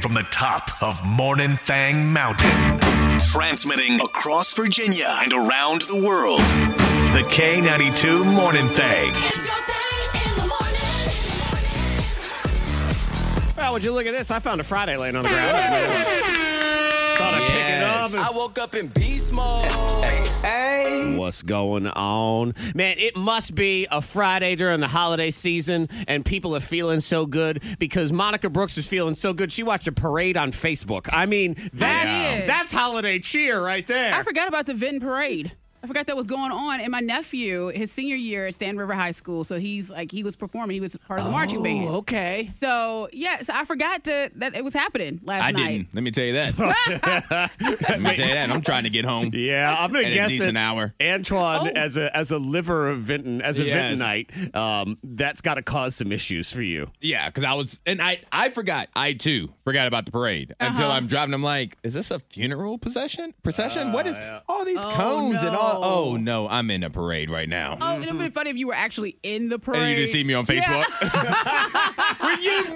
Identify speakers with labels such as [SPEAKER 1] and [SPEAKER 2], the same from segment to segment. [SPEAKER 1] from the top of Morning Thang Mountain, transmitting across Virginia and around the world. The K92 Morning Thang.
[SPEAKER 2] It's your thing in the morning.
[SPEAKER 3] Well, would you look at this? I found a Friday laying on the ground. Thought I'd pick it up.
[SPEAKER 4] I woke up in beast mode.
[SPEAKER 3] and- What's going on? Man, it must be a Friday during the holiday season, and people are feeling so good because Monica Brooks is feeling so good. She watched a parade on Facebook. I mean, that's,
[SPEAKER 5] did.
[SPEAKER 3] that's holiday cheer right there.
[SPEAKER 5] I forgot about the Venn parade. I forgot that was going on. And my nephew, his senior year at Stan River High School, so he's like he was performing. He was part of the
[SPEAKER 4] Oh.
[SPEAKER 5] marching band.
[SPEAKER 3] okay.
[SPEAKER 5] So yeah, so I forgot to, that it was happening last
[SPEAKER 4] I
[SPEAKER 5] night.
[SPEAKER 4] didn't. Let me tell you that. Let me tell you that. I'm trying to get home.
[SPEAKER 3] Yeah, I'm gonna
[SPEAKER 4] At a
[SPEAKER 3] guess
[SPEAKER 4] decent
[SPEAKER 3] that
[SPEAKER 4] hour.
[SPEAKER 3] Antoine,
[SPEAKER 5] Oh.
[SPEAKER 3] as a as a liver of Vinton, as a
[SPEAKER 4] Yes.
[SPEAKER 3] Vintonite, um, that's got to cause some issues for you.
[SPEAKER 4] Yeah, because I was, and I, I forgot. I too forgot about the parade
[SPEAKER 5] Uh-huh.
[SPEAKER 4] until I'm driving. I'm like, is this a funeral procession? Procession? what is all these cones and
[SPEAKER 5] Uh, oh, no.
[SPEAKER 4] all? Oh no, I'm in a parade right now.
[SPEAKER 5] Oh, it would have been funny if you were actually in the parade.
[SPEAKER 4] and you just see me on
[SPEAKER 5] Yeah.
[SPEAKER 4] Facebook. Will you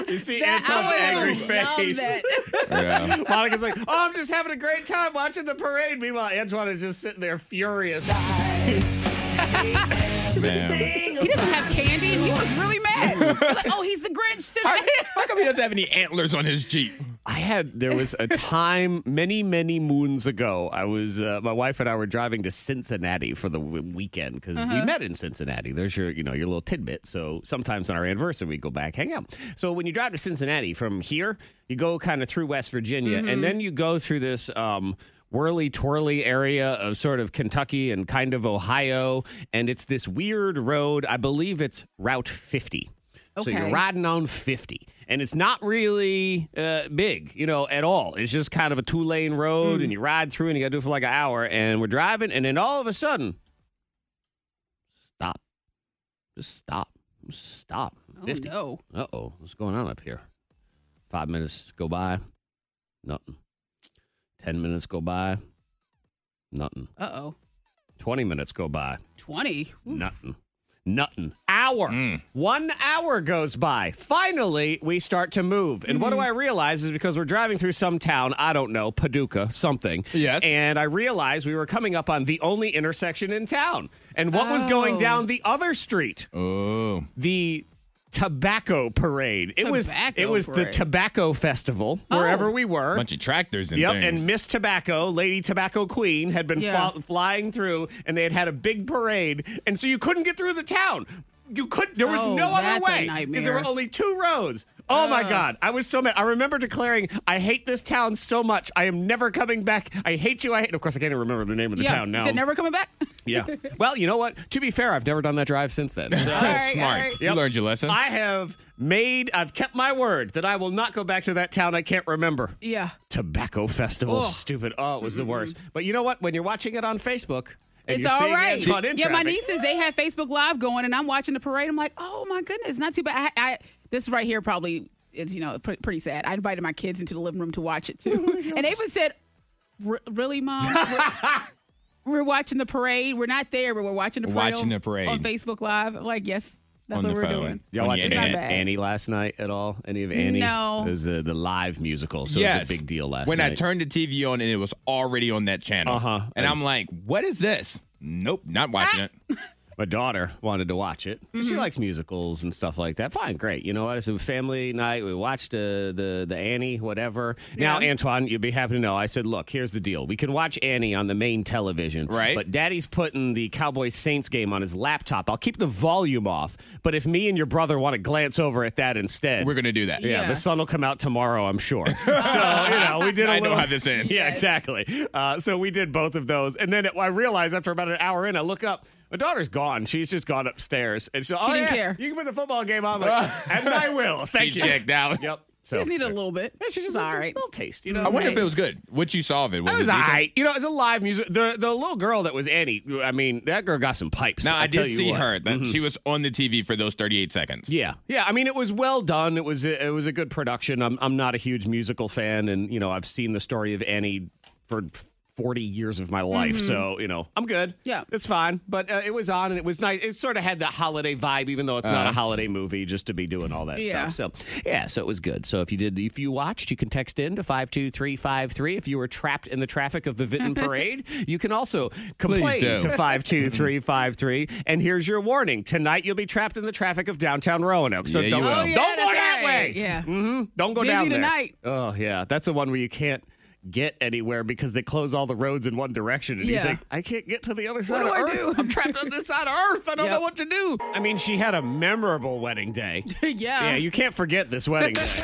[SPEAKER 4] move?
[SPEAKER 3] You see
[SPEAKER 5] That- I
[SPEAKER 3] Antoine's angry
[SPEAKER 5] would've loved
[SPEAKER 3] face.
[SPEAKER 5] that.
[SPEAKER 4] Yeah.
[SPEAKER 3] Monica's like, oh, I'm just having a great time watching the parade. Meanwhile, Antoine is just sitting there furious.
[SPEAKER 4] Man.
[SPEAKER 5] He doesn't have candy, and he was really mad. Like, oh, he's the Grinch today.
[SPEAKER 4] How come he doesn't have any antlers on his Jeep?
[SPEAKER 3] I had, there was a time many, many moons ago. I was, uh, my wife and I were driving to Cincinnati for the w- weekend because we met in Cincinnati. There's your, you know, your little tidbit. So sometimes on our anniversary, we go back, hang out. So when you drive to Cincinnati from here, you go kind of through West Virginia and then you go through this, um, whirly twirly area of sort of Kentucky and kind of Ohio. And it's this weird road. I believe it's Route 50. So you're
[SPEAKER 5] Okay.
[SPEAKER 3] riding on 50. And it's not really uh, big, you know, at all. It's just kind of a two lane road
[SPEAKER 5] Mm.
[SPEAKER 3] and you ride through and you got to do it for like an hour. And we're driving. And then all of a sudden, stop. Just stop. Just stop.
[SPEAKER 5] Oh,
[SPEAKER 3] 50.
[SPEAKER 5] no.
[SPEAKER 3] Uh oh, what's going on up here? Five minutes go by, nothing. Ten minutes go by, nothing.
[SPEAKER 5] Uh oh.
[SPEAKER 3] Twenty minutes go by,
[SPEAKER 5] 20. Ooh.
[SPEAKER 3] nothing. Nothing. Hour.
[SPEAKER 4] Hmm.
[SPEAKER 3] One hour goes by. Finally, we start to move. And what
[SPEAKER 4] Hmm.
[SPEAKER 3] do I realize is because we're driving through some town, I don't know, Paducah, something.
[SPEAKER 4] Yes.
[SPEAKER 3] And I realized we were coming up on the only intersection in town. And what was going
[SPEAKER 5] Oh.
[SPEAKER 3] down the other street?
[SPEAKER 4] Oh.
[SPEAKER 3] the tobacco parade. It was
[SPEAKER 5] Tobacco
[SPEAKER 3] it was the
[SPEAKER 5] parade.
[SPEAKER 3] tobacco festival wherever we were.
[SPEAKER 4] Oh. Bunch of tractors and
[SPEAKER 3] Yep,
[SPEAKER 4] things. Oh,
[SPEAKER 3] and Miss Tobacco, Lady Tobacco Queen, had been
[SPEAKER 5] Yeah.
[SPEAKER 3] fla- flying through, and they had had a big parade, and so you couldn't get through the town. You could. There was
[SPEAKER 5] Oh,
[SPEAKER 3] no other
[SPEAKER 5] that's a
[SPEAKER 3] way because there
[SPEAKER 5] nightmare.
[SPEAKER 3] were only two roads. Oh my God! I was so mad. I remember declaring, "I hate this town so much. I am never coming back. I hate you. I hate." And of course, I can't even remember the name of the
[SPEAKER 5] Yeah.
[SPEAKER 3] town now.
[SPEAKER 5] Is it never coming back?
[SPEAKER 3] yeah. Well, you know what? To be fair, I've never done that drive since then. So-
[SPEAKER 5] All right, all
[SPEAKER 4] Smart.
[SPEAKER 5] right.
[SPEAKER 4] You
[SPEAKER 3] Yep.
[SPEAKER 4] learned your lesson.
[SPEAKER 3] I have made, I've kept my word that I will not go back to that town I can't remember.
[SPEAKER 5] Yeah.
[SPEAKER 3] Tobacco Festival,
[SPEAKER 5] Ugh. Mm-hmm.
[SPEAKER 3] stupid. Oh, it was the worst. But you know what? When you're watching it on Facebook, and
[SPEAKER 5] It's
[SPEAKER 3] you're
[SPEAKER 5] all
[SPEAKER 3] seeing
[SPEAKER 5] right.
[SPEAKER 3] Antoine in
[SPEAKER 5] yeah, my
[SPEAKER 3] traffic-
[SPEAKER 5] nieces they had Facebook Live going, and I'm watching the parade. I'm like, oh my goodness, not too bad. I, I this right here probably is you know pre- pretty sad. I invited my kids into the living room to watch it
[SPEAKER 2] Oh,
[SPEAKER 5] too, and they even said, "Re- "Really, mom? We're- We're watching the parade. We're not there, but we're watching the
[SPEAKER 4] We're
[SPEAKER 5] parade,
[SPEAKER 4] watching
[SPEAKER 5] on-
[SPEAKER 4] the parade.
[SPEAKER 5] on Facebook Live." I'm like, yes, that's
[SPEAKER 4] On
[SPEAKER 5] what
[SPEAKER 4] the
[SPEAKER 5] we're
[SPEAKER 4] phone.
[SPEAKER 5] doing.
[SPEAKER 3] Y'all
[SPEAKER 4] On
[SPEAKER 3] watching
[SPEAKER 4] the
[SPEAKER 3] Annie,
[SPEAKER 5] internet.
[SPEAKER 3] Annie last night at all? Any of Annie?
[SPEAKER 5] No.
[SPEAKER 3] It was uh, the live musical, so it was
[SPEAKER 4] yes.
[SPEAKER 3] a big deal last
[SPEAKER 4] when
[SPEAKER 3] night.
[SPEAKER 4] I turned the TV on and it was already on that channel.
[SPEAKER 3] Uh-huh.
[SPEAKER 4] And I'm like, what is this? Nope, not watching it.
[SPEAKER 3] Ah. my daughter wanted to watch it.
[SPEAKER 4] Mm-hmm.
[SPEAKER 3] She likes musicals and stuff like that. Fine, great. You know what? It's a family night. We watched uh, the the Annie, whatever. Now,
[SPEAKER 5] Yeah.
[SPEAKER 3] Antoine, you'd be happy to know. I said, look, here's the deal. We can watch Annie on the main television,
[SPEAKER 4] Right.
[SPEAKER 3] But Daddy's putting the Cowboys Saints game on his laptop. I'll keep the volume off. But if me and your brother want to glance over at that instead,
[SPEAKER 4] We're going to do that.
[SPEAKER 3] yeah,
[SPEAKER 5] Yeah.
[SPEAKER 3] the sun will come out tomorrow, I'm sure. so, you know, we did a
[SPEAKER 4] I know
[SPEAKER 3] little.
[SPEAKER 4] how this ends.
[SPEAKER 3] Yeah, exactly. Uh, so we did both of those. And then it, I realized after about an hour in, I look up. My daughter's gone. She's just gone upstairs. And so, oh,
[SPEAKER 5] didn't
[SPEAKER 3] yeah,
[SPEAKER 5] care.
[SPEAKER 3] you can put the football game on. I'm Like, and I will. Thank
[SPEAKER 4] She
[SPEAKER 3] you.
[SPEAKER 4] checked out.
[SPEAKER 3] Yep. So.
[SPEAKER 5] I just needed a little bit.
[SPEAKER 3] Yeah, she just
[SPEAKER 5] It's
[SPEAKER 3] needs
[SPEAKER 5] all
[SPEAKER 3] a
[SPEAKER 5] right.
[SPEAKER 3] little taste, you know.
[SPEAKER 4] I wonder if
[SPEAKER 5] Right.
[SPEAKER 4] it was good. What you saw of it? Was
[SPEAKER 3] It was
[SPEAKER 4] it
[SPEAKER 3] all
[SPEAKER 4] decent?
[SPEAKER 3] right. You know, it's a live music. The the little girl that was Annie. I mean, that girl got some pipes.
[SPEAKER 4] Now, I,
[SPEAKER 3] tell
[SPEAKER 4] did
[SPEAKER 3] you
[SPEAKER 4] see
[SPEAKER 3] what. Mm-hmm.
[SPEAKER 4] her. That She was on the TV for those 38 seconds.
[SPEAKER 3] Yeah, yeah. I mean, it was well done. It was it was a good production. I'm I'm not a huge musical fan, and you know I've seen the story of Annie for 40 years of my life. So, you know, I'm good.
[SPEAKER 5] Mm-hmm. Yeah.
[SPEAKER 3] It's fine. But uh, it was on and it was nice. It sort of had the holiday vibe, even though it's not a holiday movie, just to be doing all that
[SPEAKER 5] Uh-huh. Yeah.
[SPEAKER 3] stuff. So, yeah, so it was good. So, if you did, if you watched, you can text in to 52353. If you were trapped in the traffic of the Vinton Parade, you can also complain
[SPEAKER 4] do.
[SPEAKER 3] to 52353. And here's your warning tonight you'll be trapped in the traffic of downtown Roanoke. So,
[SPEAKER 4] Yeah, you
[SPEAKER 3] don't,
[SPEAKER 4] will. Oh,
[SPEAKER 5] yeah,
[SPEAKER 3] don't go
[SPEAKER 5] that's
[SPEAKER 3] that way.
[SPEAKER 5] right. Yeah.
[SPEAKER 3] hmm Don't go
[SPEAKER 5] Busy
[SPEAKER 3] down there.
[SPEAKER 5] tonight.
[SPEAKER 3] Oh yeah, that's the one where you can't get anywhere because they close all the roads in one direction, and
[SPEAKER 5] Yeah.
[SPEAKER 3] you think I can't get to the other side
[SPEAKER 5] do
[SPEAKER 3] of
[SPEAKER 5] I
[SPEAKER 3] Earth.
[SPEAKER 5] do?"
[SPEAKER 3] I'm trapped on this side of Earth. I don't
[SPEAKER 5] Yep.
[SPEAKER 3] know what to do. I mean, she had a memorable wedding day.
[SPEAKER 5] yeah.
[SPEAKER 3] yeah, you can't forget this wedding day.
[SPEAKER 2] Miss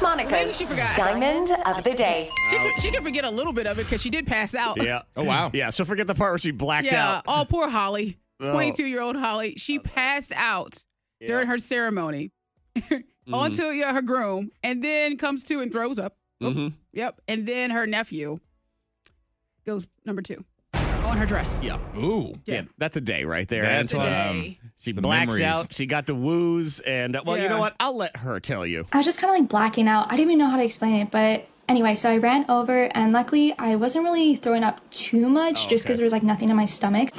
[SPEAKER 5] Maybe
[SPEAKER 2] Monica's
[SPEAKER 5] she forgot.
[SPEAKER 2] Diamond of the Day.
[SPEAKER 5] she, could, she could forget a little bit of it because she did pass out.
[SPEAKER 3] yeah.
[SPEAKER 4] Oh, wow.
[SPEAKER 3] Yeah. So forget the part where she blacked
[SPEAKER 5] Yeah.
[SPEAKER 3] out.
[SPEAKER 5] Oh, poor Holly. 22 year old Holly. She passed out during her ceremony onto yeah, her groom and then comes to and throws up. Oop. Yep. And then her nephew goes number two on her dress.
[SPEAKER 3] Yeah.
[SPEAKER 4] Ooh.
[SPEAKER 3] Yeah.
[SPEAKER 5] Yeah.
[SPEAKER 3] That's a day right there.
[SPEAKER 4] That's,
[SPEAKER 3] Antoine.
[SPEAKER 5] Today.
[SPEAKER 4] um,
[SPEAKER 3] she
[SPEAKER 4] some
[SPEAKER 3] blacks
[SPEAKER 4] memories.
[SPEAKER 3] out. She got to woos, and uh, well, you
[SPEAKER 5] Yeah.
[SPEAKER 3] know what? I'll let her tell you.
[SPEAKER 6] I was just kind of like blacking out. I don't even know how to explain it, but anyway, so I ran over and luckily I wasn't really throwing up too much just 'cause just because there was like nothing in my stomach.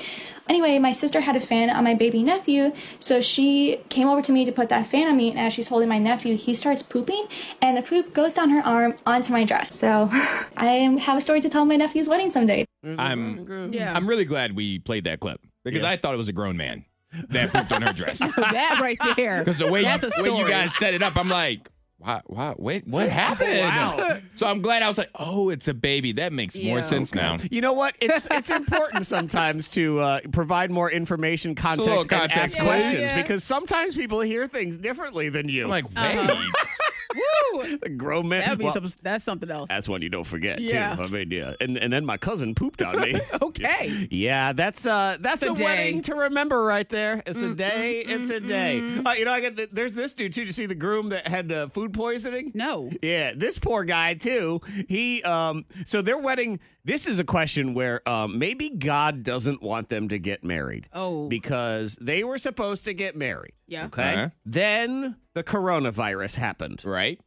[SPEAKER 6] Anyway, my sister had a fan on my baby nephew, so she came over to me to put that fan on me, and as she's holding my nephew, he starts pooping, and the poop goes down her arm onto my dress. So I have a story to tell my nephew's wedding someday.
[SPEAKER 4] I'm
[SPEAKER 5] Yeah.
[SPEAKER 4] I'm really glad we played that clip because
[SPEAKER 3] Yeah.
[SPEAKER 4] I thought it was a grown man that pooped on her dress. Because
[SPEAKER 5] that right there.
[SPEAKER 4] the way
[SPEAKER 5] That's
[SPEAKER 4] you,
[SPEAKER 5] a
[SPEAKER 4] way you
[SPEAKER 5] story.
[SPEAKER 4] guys set it up, I'm like, why, why, wait, what happened?
[SPEAKER 3] Wow.
[SPEAKER 4] So I'm glad I was like, oh, it's a baby. That makes more
[SPEAKER 5] Yeah.
[SPEAKER 4] sense now.
[SPEAKER 3] You know what? It's it's important sometimes to uh, provide more information,
[SPEAKER 4] little
[SPEAKER 3] context, and
[SPEAKER 4] context,
[SPEAKER 3] ask
[SPEAKER 5] please.
[SPEAKER 3] questions
[SPEAKER 5] Yeah.
[SPEAKER 3] because sometimes people hear things differently than you.
[SPEAKER 4] I'm like, wait.
[SPEAKER 5] Uh-huh. Woo.
[SPEAKER 3] a grown man.
[SPEAKER 5] That would be
[SPEAKER 3] Well,
[SPEAKER 5] some, that's something else.
[SPEAKER 3] That's one you don't forget
[SPEAKER 5] Yeah.
[SPEAKER 3] too. I mean, yeah. And and then my cousin pooped on me.
[SPEAKER 5] Okay.
[SPEAKER 3] Yeah, that's uh that's
[SPEAKER 5] It's
[SPEAKER 3] a,
[SPEAKER 5] a day. Mm,
[SPEAKER 3] wedding to remember right there. It's a day. It's a day. Uh, you know, I get the, there's this dude too. Did you see the groom that had uh, food poisoning?
[SPEAKER 5] No.
[SPEAKER 3] Yeah, this poor guy too. He um so their wedding this is a question where um maybe God doesn't want them to get married.
[SPEAKER 5] Oh.
[SPEAKER 3] Because they were supposed to get married.
[SPEAKER 5] Yeah.
[SPEAKER 3] Okay.
[SPEAKER 4] Uh-huh.
[SPEAKER 3] Then the coronavirus happened.
[SPEAKER 4] Right?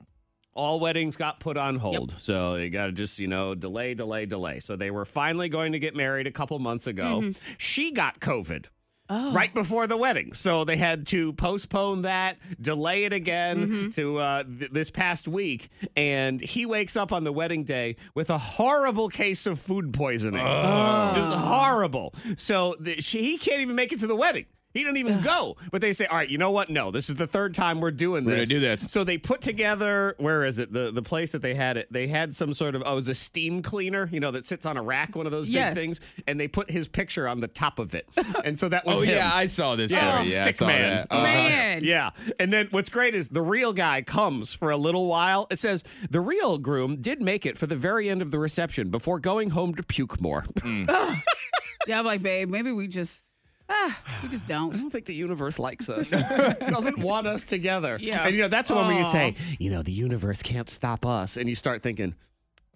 [SPEAKER 3] All weddings got put on hold. So they got to just, you know, delay, delay, delay. So they were finally going to get married a couple months ago. She got COVID right before the wedding. So they had to postpone that, delay it again to uh, th- this past week. And he wakes up on the wedding day with a horrible case of food poisoning. Just horrible. So the, she, he can't even make it to the wedding. He didn't even go. But they say, all right, you know what? No, this is the third time we're doing
[SPEAKER 4] We're
[SPEAKER 3] this.
[SPEAKER 4] gonna do this.
[SPEAKER 3] So they put together, where is it? The the place that they had it, they had some sort of, oh, it was a steam cleaner, you know, that sits on a rack, one of those
[SPEAKER 5] Yeah.
[SPEAKER 3] big things. And they put his picture on the top of it. And so that was
[SPEAKER 4] Oh,
[SPEAKER 3] him.
[SPEAKER 4] yeah, I saw this
[SPEAKER 3] Yeah,
[SPEAKER 4] story. Yeah, I
[SPEAKER 3] stick
[SPEAKER 4] saw
[SPEAKER 3] man.
[SPEAKER 4] that. Uh-huh.
[SPEAKER 5] Man.
[SPEAKER 3] Yeah. And then what's great is the real guy comes for a little while. It says the real groom did make it for the very end of the reception before going home to puke more. I
[SPEAKER 5] Yeah, I'm like, babe, maybe we just, ah, we just don't.
[SPEAKER 3] don't think the universe likes us. It doesn't want us together.
[SPEAKER 5] Yeah.
[SPEAKER 3] And you know, that's the one where you
[SPEAKER 5] Aw.
[SPEAKER 3] say, you know, the universe can't stop us. And you start thinking,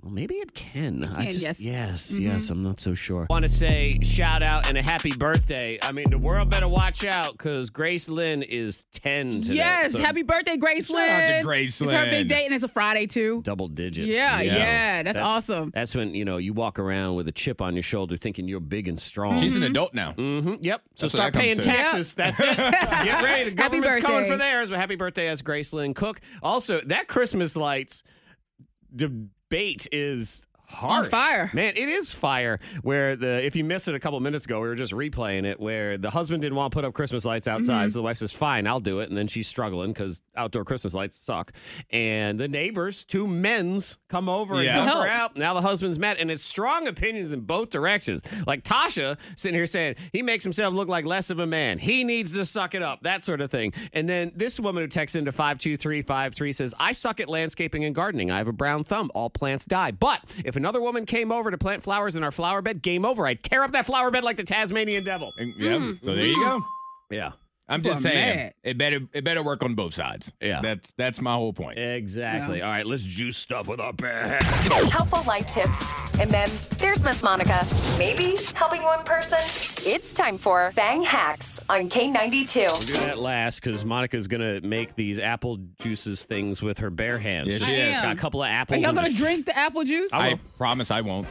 [SPEAKER 3] well, maybe it can. I
[SPEAKER 5] can,
[SPEAKER 3] just,
[SPEAKER 5] yes. Mm-hmm.
[SPEAKER 3] yes, yes, I'm not so sure. Want to say shout out and a happy birthday. I mean, the world better watch out because Grace Lynn is 10 today.
[SPEAKER 5] Yes,
[SPEAKER 3] So
[SPEAKER 5] happy birthday, Gracelyn.
[SPEAKER 4] out to
[SPEAKER 5] It's her
[SPEAKER 4] Gracelyn.
[SPEAKER 5] big day, and it's a Friday too.
[SPEAKER 3] double digits.
[SPEAKER 5] Yeah,
[SPEAKER 4] Yeah.
[SPEAKER 5] yeah, that's, awesome.
[SPEAKER 3] That's when you know you walk around with a chip on your shoulder, thinking you're big and strong.
[SPEAKER 4] She's an
[SPEAKER 5] Mm-hmm.
[SPEAKER 4] adult now.
[SPEAKER 3] hmm Yep. So
[SPEAKER 4] That's what
[SPEAKER 3] start
[SPEAKER 4] that comes
[SPEAKER 3] paying
[SPEAKER 4] to.
[SPEAKER 3] taxes. That's it. Get ready. The
[SPEAKER 5] Happy
[SPEAKER 3] government's coming
[SPEAKER 5] birthday.
[SPEAKER 3] for theirs. But happy birthday, as Grace Lynn Cook. Also, that Christmas lights debate is. Harsh.
[SPEAKER 5] fire.
[SPEAKER 3] man! It is fire. Where the if you missed it a couple minutes ago, we were just replaying it. Where the husband didn't want to put up Christmas lights outside,
[SPEAKER 5] Mm-hmm.
[SPEAKER 3] so the wife says, "Fine, I'll do it." And then she's struggling because outdoor Christmas lights suck. And the neighbors, two men's, come over
[SPEAKER 4] Yeah.
[SPEAKER 3] and help her
[SPEAKER 5] Help.
[SPEAKER 3] out out. Now the husband's mad, and it's strong opinions in both directions. Like Tasha sitting here saying he makes himself look like less of a man. He needs to suck it up, that sort of thing. And then this woman who texts into five two three five three says, "I suck at landscaping and gardening. I have a brown thumb. All plants die. But if another woman came over to plant flowers in our
[SPEAKER 5] Mm.
[SPEAKER 3] flower bed, game over. I tear up that flower bed like the Tasmanian devil."
[SPEAKER 4] Yeah. So there you go.
[SPEAKER 3] Yeah.
[SPEAKER 4] I'm
[SPEAKER 5] People
[SPEAKER 4] just
[SPEAKER 5] are
[SPEAKER 4] saying
[SPEAKER 5] mad.
[SPEAKER 4] it better it better work on both sides.
[SPEAKER 3] Yeah.
[SPEAKER 4] That's that's my whole point.
[SPEAKER 3] Exactly. All right, let's juice stuff with our bare
[SPEAKER 2] Helpful life tips. And then there's Miss Monica. Maybe helping one person. It's time for Bang Hacks on K92.
[SPEAKER 3] Do that last because Monica's gonna make these apple juices things with her bare hands.
[SPEAKER 4] Yes,
[SPEAKER 3] Just
[SPEAKER 4] she
[SPEAKER 5] I is.
[SPEAKER 3] got a couple of
[SPEAKER 5] Are
[SPEAKER 3] apples.
[SPEAKER 5] y'all
[SPEAKER 3] and
[SPEAKER 5] gonna
[SPEAKER 3] just-
[SPEAKER 5] drink the apple juice?
[SPEAKER 4] I promise I won't.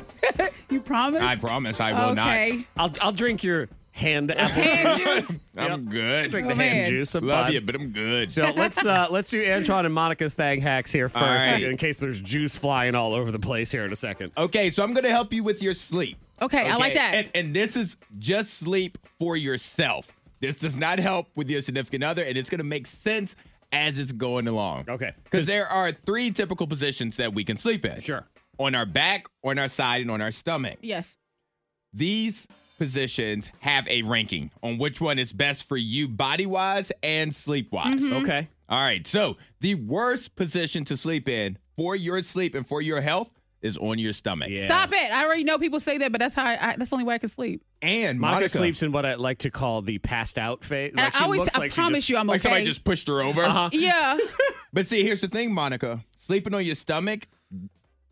[SPEAKER 5] you promise?
[SPEAKER 4] I promise I will
[SPEAKER 5] okay.
[SPEAKER 3] I'll I'll drink your hand apple
[SPEAKER 5] Hand
[SPEAKER 3] juice.
[SPEAKER 5] juice.
[SPEAKER 4] not. I'm good.
[SPEAKER 3] Drink the
[SPEAKER 5] Oh,
[SPEAKER 3] hand
[SPEAKER 5] man.
[SPEAKER 3] juice. I'm
[SPEAKER 4] Love
[SPEAKER 3] fine.
[SPEAKER 4] you, but I'm good.
[SPEAKER 3] So let's uh, let's do Antron and Monica's thang hacks here first,
[SPEAKER 4] All right.
[SPEAKER 3] in case there's juice flying all over the place here in a second.
[SPEAKER 4] okay, so I'm gonna help you with your sleep.
[SPEAKER 5] Okay, I like that.
[SPEAKER 4] And, and this is just sleep for yourself. This does not help with your significant other, and it's gonna make sense as it's going along.
[SPEAKER 3] Okay.
[SPEAKER 4] Because there are three typical positions that we can sleep in.
[SPEAKER 3] Sure.
[SPEAKER 4] On our back, on our side, and on our stomach.
[SPEAKER 5] yes.
[SPEAKER 4] These positions have a ranking on which one is best for you body wise and sleep wise.
[SPEAKER 5] Mm-hmm.
[SPEAKER 3] Okay.
[SPEAKER 4] All right. So the worst position to sleep in for your sleep and for your health is on your stomach.
[SPEAKER 3] Yeah.
[SPEAKER 5] Stop it! I already know people say that, but that's how I, I that's the only way I can sleep.
[SPEAKER 4] And
[SPEAKER 3] Monica,
[SPEAKER 4] Monica,
[SPEAKER 3] sleeps in what I like to call the passed out phase.
[SPEAKER 5] And
[SPEAKER 3] Like, she
[SPEAKER 5] I always,
[SPEAKER 3] looks
[SPEAKER 5] I
[SPEAKER 3] like she
[SPEAKER 5] promise
[SPEAKER 3] just-
[SPEAKER 5] you, I'm
[SPEAKER 4] like
[SPEAKER 5] okay.
[SPEAKER 4] somebody just pushed her over.
[SPEAKER 3] Uh-huh.
[SPEAKER 5] yeah,
[SPEAKER 4] But see, here's the thing, Monica. Sleeping on your stomach,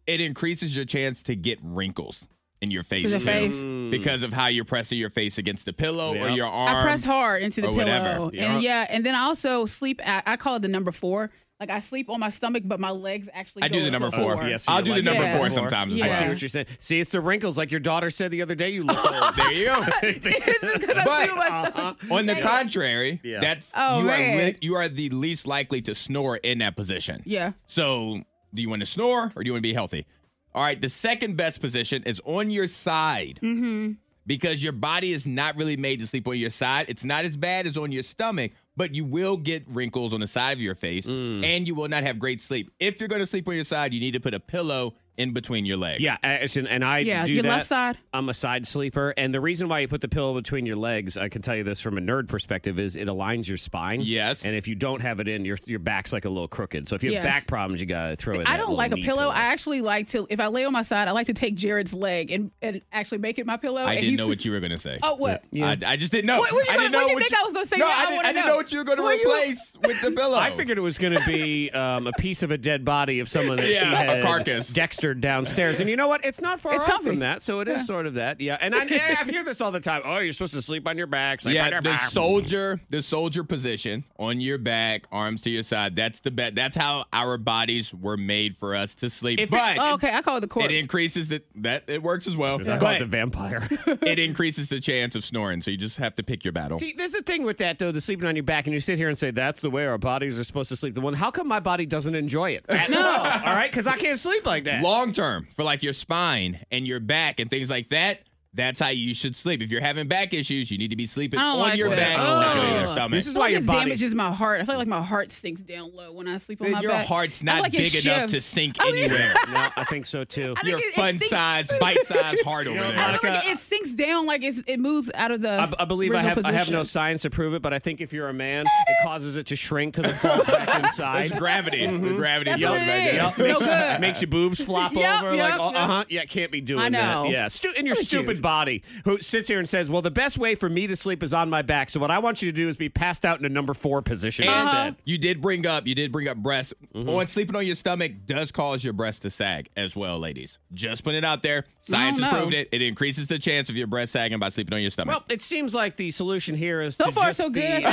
[SPEAKER 4] it increases your chance to get wrinkles in your face,
[SPEAKER 5] the
[SPEAKER 4] too,
[SPEAKER 5] face.
[SPEAKER 4] because of how you're pressing your face against the pillow or
[SPEAKER 3] Mm. Yep.
[SPEAKER 4] your arm.
[SPEAKER 5] I press hard into the
[SPEAKER 4] or
[SPEAKER 5] pillow,
[SPEAKER 4] whatever.
[SPEAKER 5] and yeah, and then I also sleep. I, I call it the number four. Like I sleep on my stomach, but my legs actually.
[SPEAKER 4] I
[SPEAKER 5] go
[SPEAKER 4] do the
[SPEAKER 5] into
[SPEAKER 4] number
[SPEAKER 5] a
[SPEAKER 4] four.
[SPEAKER 3] Oh,
[SPEAKER 5] four.
[SPEAKER 3] yeah, so
[SPEAKER 4] I'll
[SPEAKER 3] you
[SPEAKER 4] do
[SPEAKER 3] like
[SPEAKER 4] the number
[SPEAKER 5] Yeah.
[SPEAKER 4] four sometimes as
[SPEAKER 5] Yeah.
[SPEAKER 3] I see
[SPEAKER 4] well.
[SPEAKER 3] what you're saying. See, it's the wrinkles, like your daughter said the other day. You look old.
[SPEAKER 4] There you go.
[SPEAKER 5] This is 'cause I
[SPEAKER 4] But-
[SPEAKER 5] sleep on my stomach.
[SPEAKER 4] On the contrary,
[SPEAKER 3] Yeah.
[SPEAKER 4] that's
[SPEAKER 5] Oh,
[SPEAKER 4] you, are
[SPEAKER 5] man.
[SPEAKER 4] li- you are the least likely to snore in that position.
[SPEAKER 5] Yeah.
[SPEAKER 4] So, do you want to snore or do you want to be healthy? All right, the second best position is on your side. Mm-hmm. Because your body is not really made to sleep on your side. It's not as bad as on your stomach, but you will get wrinkles on the side of your face
[SPEAKER 3] Mm.
[SPEAKER 4] and you will not have great sleep. If you're going to sleep on your side, you need to put a pillow in between your legs.
[SPEAKER 3] Yeah, and, and I
[SPEAKER 5] Yeah,
[SPEAKER 3] do
[SPEAKER 5] your
[SPEAKER 3] that.
[SPEAKER 5] left side.
[SPEAKER 3] I'm a side sleeper, and the reason why you put the pillow between your legs, I can tell you this from a nerd perspective, is it aligns your spine.
[SPEAKER 4] Yes.
[SPEAKER 3] and if you don't have it in, your your back's like a little crooked. So if you have
[SPEAKER 5] Yes.
[SPEAKER 3] back problems, you gotta throw it.
[SPEAKER 5] I don't like a pillow. I actually like to, if I lay on my side, I like to take Jared's leg and, and actually make it my pillow.
[SPEAKER 4] I
[SPEAKER 5] Oh, and
[SPEAKER 4] didn't
[SPEAKER 5] he
[SPEAKER 4] know
[SPEAKER 5] sits-
[SPEAKER 4] what you were going to say.
[SPEAKER 5] Oh, what?
[SPEAKER 4] I, I just didn't know.
[SPEAKER 5] What- what you
[SPEAKER 4] I
[SPEAKER 5] gonna-
[SPEAKER 4] didn't
[SPEAKER 5] what
[SPEAKER 4] know
[SPEAKER 5] you think I was gonna say?
[SPEAKER 4] No,
[SPEAKER 5] Now I
[SPEAKER 4] I, didn't,
[SPEAKER 5] wanna
[SPEAKER 4] I didn't
[SPEAKER 5] know.
[SPEAKER 4] know what you were going to
[SPEAKER 5] What you-
[SPEAKER 4] replace with the pillow.
[SPEAKER 3] I figured it was going to be um, a piece of a dead body of someone that she
[SPEAKER 4] Yeah, a
[SPEAKER 3] had
[SPEAKER 4] carcass.
[SPEAKER 3] dextered downstairs. And you know what? It's not far
[SPEAKER 5] It's
[SPEAKER 3] off
[SPEAKER 5] comfy.
[SPEAKER 3] from that, so it is sort of that. Yeah, and I, I hear this all the time. Oh, you're supposed to sleep on your back. Sleep on
[SPEAKER 4] yeah,
[SPEAKER 3] your
[SPEAKER 4] the
[SPEAKER 3] back.
[SPEAKER 4] soldier, the soldier position on your back, arms to your side. That's the bet. That's how our bodies were made for us to sleep.
[SPEAKER 3] If it-
[SPEAKER 4] but
[SPEAKER 5] Oh, okay. I call it the
[SPEAKER 4] it
[SPEAKER 5] corpse.
[SPEAKER 4] increases the that it works as well.
[SPEAKER 3] I call it the
[SPEAKER 4] But
[SPEAKER 3] vampire.
[SPEAKER 4] it increases the chance of snoring, so you just have to pick your battle.
[SPEAKER 3] See, there's a thing with that though, the sleeping on your back, and you sit here and say that's the way our bodies are supposed to sleep. The one, how come my body doesn't enjoy it? At no, all right, because I can't sleep like that.
[SPEAKER 4] Long term, for like your spine and your back and things like that. That's how you should sleep. If you're having back issues, you need to be
[SPEAKER 5] I
[SPEAKER 4] sleeping
[SPEAKER 5] don't
[SPEAKER 4] on
[SPEAKER 5] like
[SPEAKER 4] your
[SPEAKER 5] that.
[SPEAKER 3] I
[SPEAKER 5] Oh.
[SPEAKER 4] back,
[SPEAKER 3] don't
[SPEAKER 4] not
[SPEAKER 3] like
[SPEAKER 4] on your
[SPEAKER 3] that.
[SPEAKER 4] stomach.
[SPEAKER 3] This is
[SPEAKER 5] I feel
[SPEAKER 3] why
[SPEAKER 5] like
[SPEAKER 3] your
[SPEAKER 5] it
[SPEAKER 3] body.
[SPEAKER 5] damages my heart. I feel like my heart sinks down low when I sleep on my
[SPEAKER 4] your
[SPEAKER 5] back.
[SPEAKER 4] heart's
[SPEAKER 5] I feel
[SPEAKER 4] not
[SPEAKER 5] like it
[SPEAKER 4] big enough to
[SPEAKER 5] shifts.
[SPEAKER 4] sink
[SPEAKER 5] I mean-
[SPEAKER 4] anywhere.
[SPEAKER 3] no, I think so too.
[SPEAKER 5] I
[SPEAKER 4] your
[SPEAKER 5] think it- it
[SPEAKER 4] fun
[SPEAKER 5] sinks-
[SPEAKER 4] size, bite size heart over
[SPEAKER 5] I
[SPEAKER 4] there.
[SPEAKER 5] feel like it sinks down, like it's, it moves out of the.
[SPEAKER 3] I, I believe I
[SPEAKER 5] original
[SPEAKER 3] have I have no
[SPEAKER 5] position.
[SPEAKER 3] science to prove it, but I think if you're a man, it causes it to shrink because it falls back inside.
[SPEAKER 4] It's gravity. The gravity is
[SPEAKER 5] Mm-hmm. That's
[SPEAKER 4] holding
[SPEAKER 5] what it is. It's no
[SPEAKER 4] back down.
[SPEAKER 5] good.
[SPEAKER 3] Makes your boobs flop
[SPEAKER 5] Yep,
[SPEAKER 3] over.
[SPEAKER 5] yep,
[SPEAKER 3] like,
[SPEAKER 5] yep.
[SPEAKER 3] uh huh. Yeah, can't be doing
[SPEAKER 5] I know.
[SPEAKER 3] that. Yeah, stu- in your
[SPEAKER 5] Look at
[SPEAKER 3] stupid
[SPEAKER 5] you.
[SPEAKER 3] body who sits here and says, "Well, the best way for me to sleep is on my back." So what I want you to do is be passed out in a number four position
[SPEAKER 5] Uh-huh.
[SPEAKER 4] And
[SPEAKER 3] instead.
[SPEAKER 4] You did bring up, you did bring up breasts.
[SPEAKER 5] Mm-hmm.
[SPEAKER 4] Oh, and sleeping on your stomach does cause your breast to sag as well, ladies. Just putting it out there. Science has
[SPEAKER 5] know.
[SPEAKER 4] proved it. It increases the chance of your breast sagging by sleeping on your stomach.
[SPEAKER 3] Well, it seems like the solution here is
[SPEAKER 5] So
[SPEAKER 3] to
[SPEAKER 5] far,
[SPEAKER 3] just
[SPEAKER 5] so good.
[SPEAKER 3] Be, uh,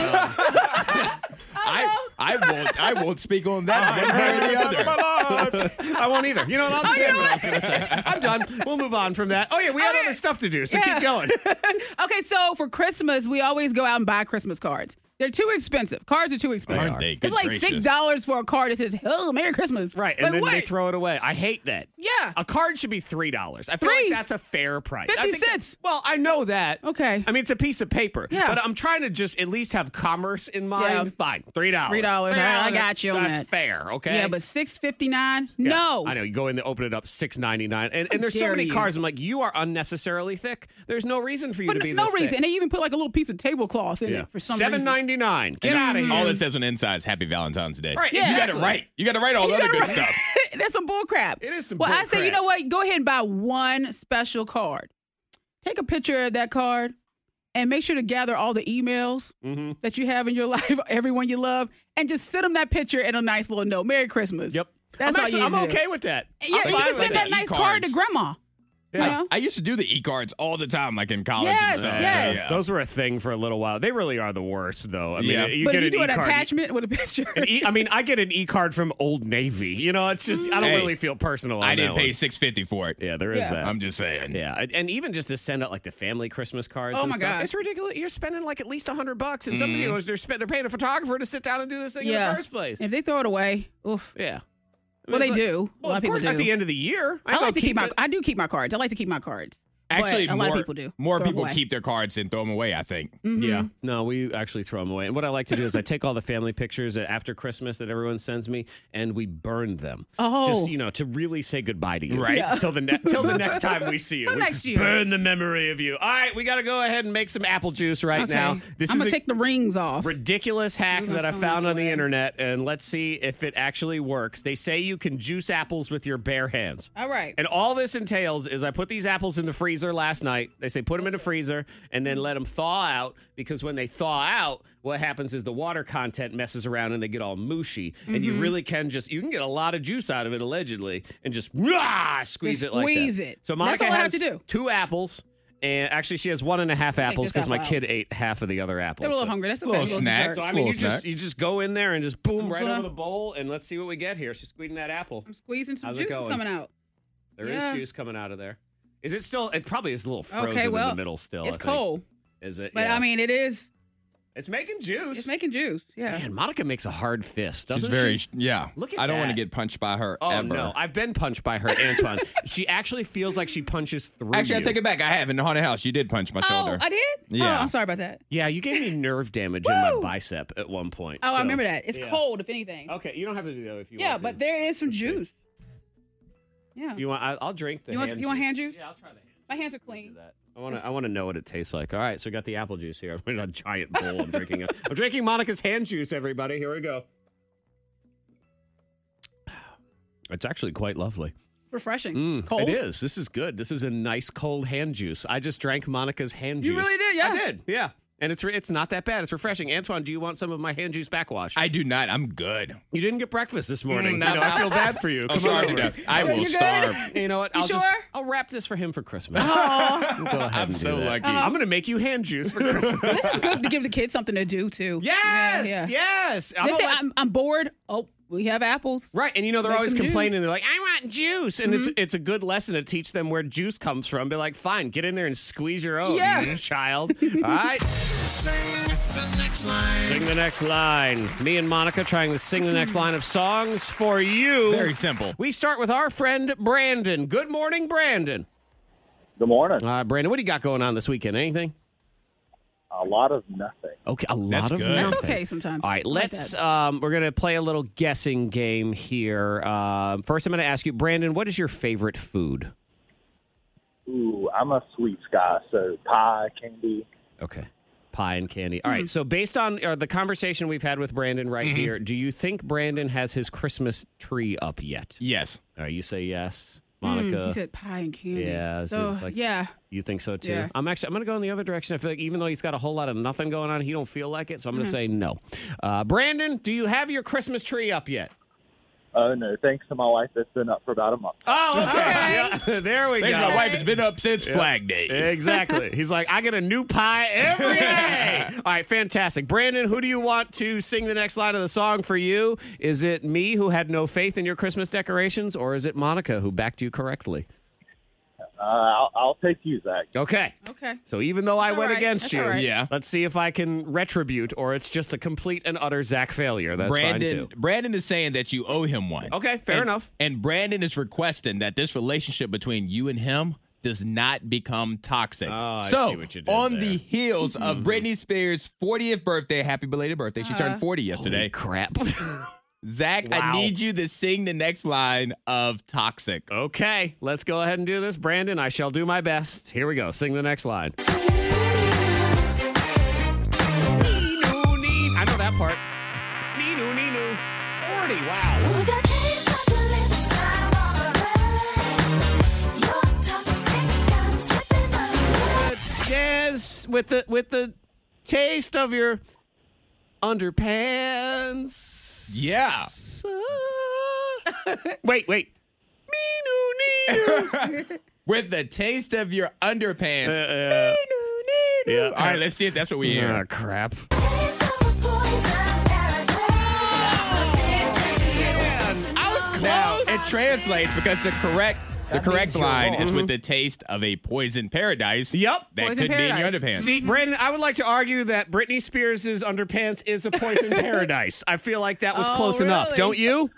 [SPEAKER 4] I, I won't, I won't speak on that one way or the other.
[SPEAKER 3] I won't either. You know what? I'll just end what I was going to say. I'm done. We'll move on from that. Oh yeah, we had other stuff to do, so
[SPEAKER 5] Yeah.
[SPEAKER 3] keep going.
[SPEAKER 5] Okay, so for Christmas, we always go out and buy Christmas cards. They're too expensive. Cards are too expensive.
[SPEAKER 4] Aren't they? Good
[SPEAKER 5] It's like
[SPEAKER 4] gracious.
[SPEAKER 5] six dollars for a card that says "Oh, Merry Christmas."
[SPEAKER 3] Right, and
[SPEAKER 5] Like,
[SPEAKER 3] then
[SPEAKER 5] what?
[SPEAKER 3] they throw it away. I hate that.
[SPEAKER 5] Yeah.
[SPEAKER 3] a card should be three dollars. I feel
[SPEAKER 5] Three.
[SPEAKER 3] like that's a fair price. I
[SPEAKER 5] 50
[SPEAKER 3] think that-
[SPEAKER 5] cents.
[SPEAKER 3] well, I know that.
[SPEAKER 5] Okay.
[SPEAKER 3] I mean it's a piece of paper.
[SPEAKER 5] Yeah.
[SPEAKER 3] but I'm trying to just at least have commerce in mind.
[SPEAKER 5] Yeah.
[SPEAKER 3] Fine, three dollars.
[SPEAKER 5] $3. All right, I got you on
[SPEAKER 3] That's
[SPEAKER 5] that.
[SPEAKER 3] fair. Okay.
[SPEAKER 5] Yeah, but six fifty nine.
[SPEAKER 3] Yeah,
[SPEAKER 5] No,
[SPEAKER 3] I know. You go in there, open it up, six ninety nine, and, and there's so
[SPEAKER 5] dare
[SPEAKER 3] many
[SPEAKER 5] you.
[SPEAKER 3] cars. I'm like, you are unnecessarily thick. There's no reason for you
[SPEAKER 5] for
[SPEAKER 3] to
[SPEAKER 5] no,
[SPEAKER 3] be
[SPEAKER 5] no
[SPEAKER 3] this
[SPEAKER 5] reason.
[SPEAKER 3] thick.
[SPEAKER 5] And they even put like a little piece of tablecloth in it for some
[SPEAKER 3] Seven
[SPEAKER 5] reason. Mm-hmm.
[SPEAKER 3] ninety nine. Get out of here.
[SPEAKER 4] All it says on the inside is Happy Valentine's Day.
[SPEAKER 3] Right,
[SPEAKER 4] You got it
[SPEAKER 5] exactly.
[SPEAKER 4] right. You got it right all the
[SPEAKER 5] You
[SPEAKER 4] other good
[SPEAKER 5] gotta-
[SPEAKER 4] stuff.
[SPEAKER 5] That's some bull crap.
[SPEAKER 3] It is some
[SPEAKER 5] Well,
[SPEAKER 3] bull
[SPEAKER 5] I say, you
[SPEAKER 3] crap.
[SPEAKER 5] know what? Go ahead and buy one special card. Take a picture of that card and make sure to gather all the emails
[SPEAKER 3] Mm-hmm.
[SPEAKER 5] that you have in your life, everyone you love, and just send them that picture and a nice little note. Merry Christmas.
[SPEAKER 3] Yep.
[SPEAKER 5] That's
[SPEAKER 3] I'm,
[SPEAKER 5] all
[SPEAKER 3] actually-
[SPEAKER 5] you
[SPEAKER 3] I'm
[SPEAKER 5] need to do.
[SPEAKER 3] okay with that.
[SPEAKER 5] Yeah,
[SPEAKER 3] I'm
[SPEAKER 5] you
[SPEAKER 3] fine
[SPEAKER 5] can
[SPEAKER 3] with
[SPEAKER 5] send that
[SPEAKER 4] that.
[SPEAKER 5] nice card to
[SPEAKER 4] E-cards.
[SPEAKER 5] grandma.
[SPEAKER 3] Yeah. Uh,
[SPEAKER 5] You know?
[SPEAKER 4] I used to do the e-cards all the time, like in college.
[SPEAKER 5] Yes,
[SPEAKER 4] and stuff.
[SPEAKER 5] yes.
[SPEAKER 4] Yeah.
[SPEAKER 3] Those were a thing for a little while. They really are the worst, though. I mean,
[SPEAKER 4] Yeah.
[SPEAKER 3] you
[SPEAKER 5] but
[SPEAKER 3] get
[SPEAKER 5] if you do
[SPEAKER 3] an
[SPEAKER 5] an
[SPEAKER 3] e-card,
[SPEAKER 5] attachment with a picture,
[SPEAKER 3] an e- I mean, I get an e card from Old Navy. You know, it's just I don't
[SPEAKER 5] Mm.
[SPEAKER 4] Hey,
[SPEAKER 3] really feel personal. On
[SPEAKER 4] I
[SPEAKER 3] that
[SPEAKER 4] didn't pay
[SPEAKER 3] one.
[SPEAKER 4] six fifty for it.
[SPEAKER 3] Yeah, there is
[SPEAKER 5] Yeah.
[SPEAKER 3] that.
[SPEAKER 4] I'm just saying.
[SPEAKER 3] yeah, and- and even just to send out like the family Christmas cards.
[SPEAKER 5] Oh
[SPEAKER 3] and
[SPEAKER 5] my
[SPEAKER 3] stuff,
[SPEAKER 5] God.
[SPEAKER 3] it's ridiculous. You're spending like at least a hundred bucks, and some people they're spend, they're paying a photographer to sit down and do this thing in
[SPEAKER 5] Yeah.
[SPEAKER 3] the first place.
[SPEAKER 5] if they throw it away, oof.
[SPEAKER 3] yeah, I mean,
[SPEAKER 5] Well, they
[SPEAKER 3] it's like-
[SPEAKER 5] do. a
[SPEAKER 3] Well,
[SPEAKER 5] lot
[SPEAKER 3] of
[SPEAKER 5] of people
[SPEAKER 3] course,
[SPEAKER 5] do.
[SPEAKER 3] at the end of the year,
[SPEAKER 5] I
[SPEAKER 3] gotta
[SPEAKER 5] like to keep my.
[SPEAKER 3] it.
[SPEAKER 5] I do keep my cards. I like to keep my cards. But
[SPEAKER 4] Actually,
[SPEAKER 5] a
[SPEAKER 4] more,
[SPEAKER 5] lot of people do.
[SPEAKER 4] More
[SPEAKER 5] Throw 'em
[SPEAKER 4] people
[SPEAKER 5] away. Mm-hmm.
[SPEAKER 4] keep their cards and throw them away. I think.
[SPEAKER 3] Yeah. No, we actually throw them away. And what I like to do is I take all the family pictures after Christmas that everyone sends me, and we burn them.
[SPEAKER 5] Oh.
[SPEAKER 3] just you know, to really say goodbye to you,
[SPEAKER 4] Right. Yeah.
[SPEAKER 3] Till the ne- till the next time we see you.
[SPEAKER 5] Till
[SPEAKER 3] We
[SPEAKER 5] next year.
[SPEAKER 3] Burn the memory of you. All right, we got to go ahead and make some apple juice right
[SPEAKER 5] Okay.
[SPEAKER 3] now. This
[SPEAKER 5] I'm
[SPEAKER 3] is
[SPEAKER 5] gonna
[SPEAKER 3] a
[SPEAKER 5] take the rings off.
[SPEAKER 3] ridiculous hack
[SPEAKER 5] my
[SPEAKER 3] that I
[SPEAKER 5] phone
[SPEAKER 3] found on the
[SPEAKER 5] away.
[SPEAKER 3] internet, and let's see if it actually works. They say you can juice apples with your bare hands.
[SPEAKER 5] All right.
[SPEAKER 3] And all this entails is I put these apples in the freezer last night. They say put them in the freezer and then let them thaw out because when they thaw out, what happens is the water content messes around and they get all mushy. And
[SPEAKER 5] Mm-hmm.
[SPEAKER 3] you really can just you can get a lot of juice out of it allegedly and just rah, squeeze
[SPEAKER 5] Just
[SPEAKER 3] it like
[SPEAKER 5] squeeze
[SPEAKER 3] that.
[SPEAKER 5] it.
[SPEAKER 3] So
[SPEAKER 5] That's
[SPEAKER 3] Monica
[SPEAKER 5] all I have
[SPEAKER 3] has
[SPEAKER 5] to do.
[SPEAKER 3] two apples. And actually, she has one and a half apples
[SPEAKER 5] this
[SPEAKER 3] because my
[SPEAKER 5] apple out.
[SPEAKER 3] kid ate half of the other apples.
[SPEAKER 5] They're a little
[SPEAKER 3] so-
[SPEAKER 5] hungry. That's a
[SPEAKER 4] Little
[SPEAKER 5] little
[SPEAKER 4] snack.
[SPEAKER 5] dessert.
[SPEAKER 3] So I
[SPEAKER 4] Little
[SPEAKER 3] mean, you just
[SPEAKER 4] snack.
[SPEAKER 3] you just go in there and just boom right
[SPEAKER 5] gonna-
[SPEAKER 3] over the bowl, and let's see what we get here. She's squeezing that apple.
[SPEAKER 5] I'm squeezing some
[SPEAKER 3] How's it
[SPEAKER 5] juice
[SPEAKER 3] going?
[SPEAKER 5] that's coming out.
[SPEAKER 3] There is
[SPEAKER 5] Yeah.
[SPEAKER 3] juice coming out of there. Is it still? It probably is a little frozen
[SPEAKER 5] okay, well,
[SPEAKER 3] in the middle still. I
[SPEAKER 5] It's
[SPEAKER 3] think.
[SPEAKER 5] cold,
[SPEAKER 3] Is it?
[SPEAKER 5] but
[SPEAKER 3] Yeah.
[SPEAKER 5] I mean, it is.
[SPEAKER 3] it's making juice.
[SPEAKER 5] It's making juice. Yeah.
[SPEAKER 3] Man, Monica makes a hard fist.
[SPEAKER 4] She's
[SPEAKER 3] Doesn't
[SPEAKER 4] very.
[SPEAKER 3] she?
[SPEAKER 4] Yeah.
[SPEAKER 3] Look at
[SPEAKER 4] I don't want to
[SPEAKER 3] that.
[SPEAKER 4] get punched by her
[SPEAKER 3] Oh
[SPEAKER 4] ever.
[SPEAKER 3] no! I've been punched by her, Antoine. she actually feels like she punches through.
[SPEAKER 4] Actually, I
[SPEAKER 3] you.
[SPEAKER 4] take it back. I have in the haunted house. You did punch my
[SPEAKER 5] Oh,
[SPEAKER 4] shoulder.
[SPEAKER 5] I did.
[SPEAKER 4] Yeah.
[SPEAKER 5] Oh, I'm sorry about that.
[SPEAKER 3] Yeah, you gave me nerve damage in my
[SPEAKER 5] Woo!
[SPEAKER 3] bicep at one point.
[SPEAKER 5] Oh, I
[SPEAKER 3] so-
[SPEAKER 5] remember that. It's
[SPEAKER 3] yeah.
[SPEAKER 5] cold, if anything.
[SPEAKER 3] Okay, you don't have to do that if you
[SPEAKER 5] yeah,
[SPEAKER 3] want.
[SPEAKER 5] but
[SPEAKER 3] to.
[SPEAKER 5] there is some juice. Yeah.
[SPEAKER 3] you want? I, I'll drink the.
[SPEAKER 5] You want-
[SPEAKER 3] hand
[SPEAKER 5] you want
[SPEAKER 3] juice.
[SPEAKER 5] hand juice?
[SPEAKER 3] Yeah, I'll try the hand.
[SPEAKER 5] My hands are
[SPEAKER 3] do
[SPEAKER 5] clean.
[SPEAKER 3] that. I want to. I want to know what it tastes like. All right, so I got the apple juice here. I'm in a giant bowl. I'm drinking. it. I'm drinking Monica's hand juice. Everybody, here we go. It's actually quite lovely.
[SPEAKER 5] Refreshing. it's
[SPEAKER 3] It
[SPEAKER 5] cold.
[SPEAKER 3] is. This is good. This is a nice cold hand juice. I just drank Monica's hand
[SPEAKER 5] You
[SPEAKER 3] juice.
[SPEAKER 5] really did, yeah.
[SPEAKER 3] I did. Yeah. And it's re- it's not that bad. It's refreshing. Antoine, do you want some of my hand juice backwash?
[SPEAKER 4] I do not. I'm good.
[SPEAKER 3] you didn't get breakfast this morning. you
[SPEAKER 4] Mm,
[SPEAKER 3] know, I feel bad for you.
[SPEAKER 4] I'm
[SPEAKER 3] Come on
[SPEAKER 4] sorry to
[SPEAKER 3] over.
[SPEAKER 4] death. I will
[SPEAKER 5] You're good?
[SPEAKER 4] starve.
[SPEAKER 3] You know what? I'll just
[SPEAKER 5] sure?
[SPEAKER 3] I'll wrap this for him for Christmas. We'll go ahead
[SPEAKER 4] I'm
[SPEAKER 3] and do
[SPEAKER 4] so
[SPEAKER 3] that. Uh-huh.
[SPEAKER 4] lucky.
[SPEAKER 3] I'm gonna make you hand juice for Christmas.
[SPEAKER 5] This is good to give the kids something to do too.
[SPEAKER 3] Yes,
[SPEAKER 5] Yeah, yeah.
[SPEAKER 3] yes. I'm
[SPEAKER 5] They
[SPEAKER 3] gonna
[SPEAKER 5] say
[SPEAKER 3] let-
[SPEAKER 5] I'm, I'm bored. Oh, we have apples.
[SPEAKER 3] right, and you know they're
[SPEAKER 5] Make
[SPEAKER 3] always
[SPEAKER 5] some juice. Mm-hmm.
[SPEAKER 3] complaining. They're like, "I want juice," and it's it's a good lesson to teach them where juice comes from. Be like, "Fine, get in there and squeeze your own,
[SPEAKER 5] Yeah.
[SPEAKER 3] child." All right, sing the next line. Me and Monica trying to sing the next line of songs for you.
[SPEAKER 4] Very simple.
[SPEAKER 3] We start with our friend Brandon. Good morning, Brandon.
[SPEAKER 7] Good morning.
[SPEAKER 3] Uh, Brandon, what do you got going on this weekend? Anything?
[SPEAKER 7] A lot of nothing.
[SPEAKER 3] Okay, a lot
[SPEAKER 4] That's
[SPEAKER 3] of
[SPEAKER 4] good.
[SPEAKER 5] That's
[SPEAKER 3] nothing.
[SPEAKER 5] okay sometimes.
[SPEAKER 3] All right,
[SPEAKER 5] I like
[SPEAKER 3] let's.
[SPEAKER 5] that.
[SPEAKER 3] um, we're gonna play a little guessing game here. Um, first, I'm gonna ask you, Brandon, what is your favorite food?
[SPEAKER 7] Ooh, I'm a sweets guy, so pie, candy.
[SPEAKER 3] Okay, pie and candy. All
[SPEAKER 5] Mm-hmm.
[SPEAKER 3] right, so based on uh, the conversation we've had with Brandon right
[SPEAKER 4] Mm-hmm.
[SPEAKER 3] here, do you think Brandon has his Christmas tree up yet?
[SPEAKER 4] Yes.
[SPEAKER 3] All right, you say yes,
[SPEAKER 5] Mm, He
[SPEAKER 3] Monica.
[SPEAKER 5] said pie and candy.
[SPEAKER 3] uh, Yeah, so
[SPEAKER 5] So,
[SPEAKER 3] it's like-
[SPEAKER 5] yeah.
[SPEAKER 3] you think so too?
[SPEAKER 5] Yeah.
[SPEAKER 3] I'm actually. I'm gonna go in the other direction. I feel like even though he's got a whole lot of nothing going on, he don't feel like it. So I'm gonna
[SPEAKER 4] Mm-hmm.
[SPEAKER 3] say no. Uh, Brandon, do you have your Christmas tree up yet?
[SPEAKER 7] Oh no, thanks to my wife, that's been up for about a month.
[SPEAKER 3] Oh, okay. Yeah, there we
[SPEAKER 4] Thanks,
[SPEAKER 3] go.
[SPEAKER 4] my wife has been up since Flag Day.
[SPEAKER 3] Exactly. He's like, I get a new pie every day. All right, fantastic. Brandon, who do you want to sing the next line of the song for you? Is it me who had no faith in your Christmas decorations, or is it Monica who backed you correctly?
[SPEAKER 7] Uh, I'll, I'll take you, Zach.
[SPEAKER 3] Okay.
[SPEAKER 5] Okay.
[SPEAKER 3] So even though I
[SPEAKER 5] That's all
[SPEAKER 3] went
[SPEAKER 5] right.
[SPEAKER 3] against
[SPEAKER 5] That's
[SPEAKER 3] you,
[SPEAKER 5] all right.
[SPEAKER 4] Yeah.
[SPEAKER 3] let's see if I can retribute, or it's just a complete and utter Zach failure. That's
[SPEAKER 4] Brandon
[SPEAKER 3] fine too.
[SPEAKER 4] Brandon is saying that you owe him one.
[SPEAKER 3] Okay, fair
[SPEAKER 4] And-
[SPEAKER 3] enough.
[SPEAKER 4] And Brandon is requesting that this relationship between you and him does not become toxic. Oh,
[SPEAKER 3] I
[SPEAKER 4] so
[SPEAKER 3] see what you did
[SPEAKER 4] on
[SPEAKER 3] there. Mm-hmm.
[SPEAKER 4] the heels of Britney Spears' 40th birthday, happy belated birthday. She turned 40
[SPEAKER 3] Holy
[SPEAKER 4] yesterday.
[SPEAKER 3] crap.
[SPEAKER 4] Zach, I
[SPEAKER 3] Wow.
[SPEAKER 4] need you to sing the next line of Toxic.
[SPEAKER 3] okay, let's go ahead and do this. Brandon, I shall do my best. Here we go. Sing the next line. I know that part. Neenu, neenu. 40, wow. Yes, with the with the taste of your underpants.
[SPEAKER 4] Yeah.
[SPEAKER 3] wait, wait. Me no neither.
[SPEAKER 4] With the taste of your underpants.
[SPEAKER 3] Uh, yeah.
[SPEAKER 4] All right, let's see if that's what we hear.
[SPEAKER 3] Ah, crap. I
[SPEAKER 5] Ah,
[SPEAKER 3] was close.
[SPEAKER 4] Now it translates because the correct the correct line is with the taste of a poison paradise.
[SPEAKER 3] Yep.
[SPEAKER 4] That
[SPEAKER 5] Poison
[SPEAKER 4] could be in your
[SPEAKER 5] paradise.
[SPEAKER 4] underpants.
[SPEAKER 3] See, Brandon, I would like to argue that Britney Spears' underpants is a poison paradise. I feel like that was
[SPEAKER 5] Oh,
[SPEAKER 3] close enough,
[SPEAKER 5] really?
[SPEAKER 3] don't you?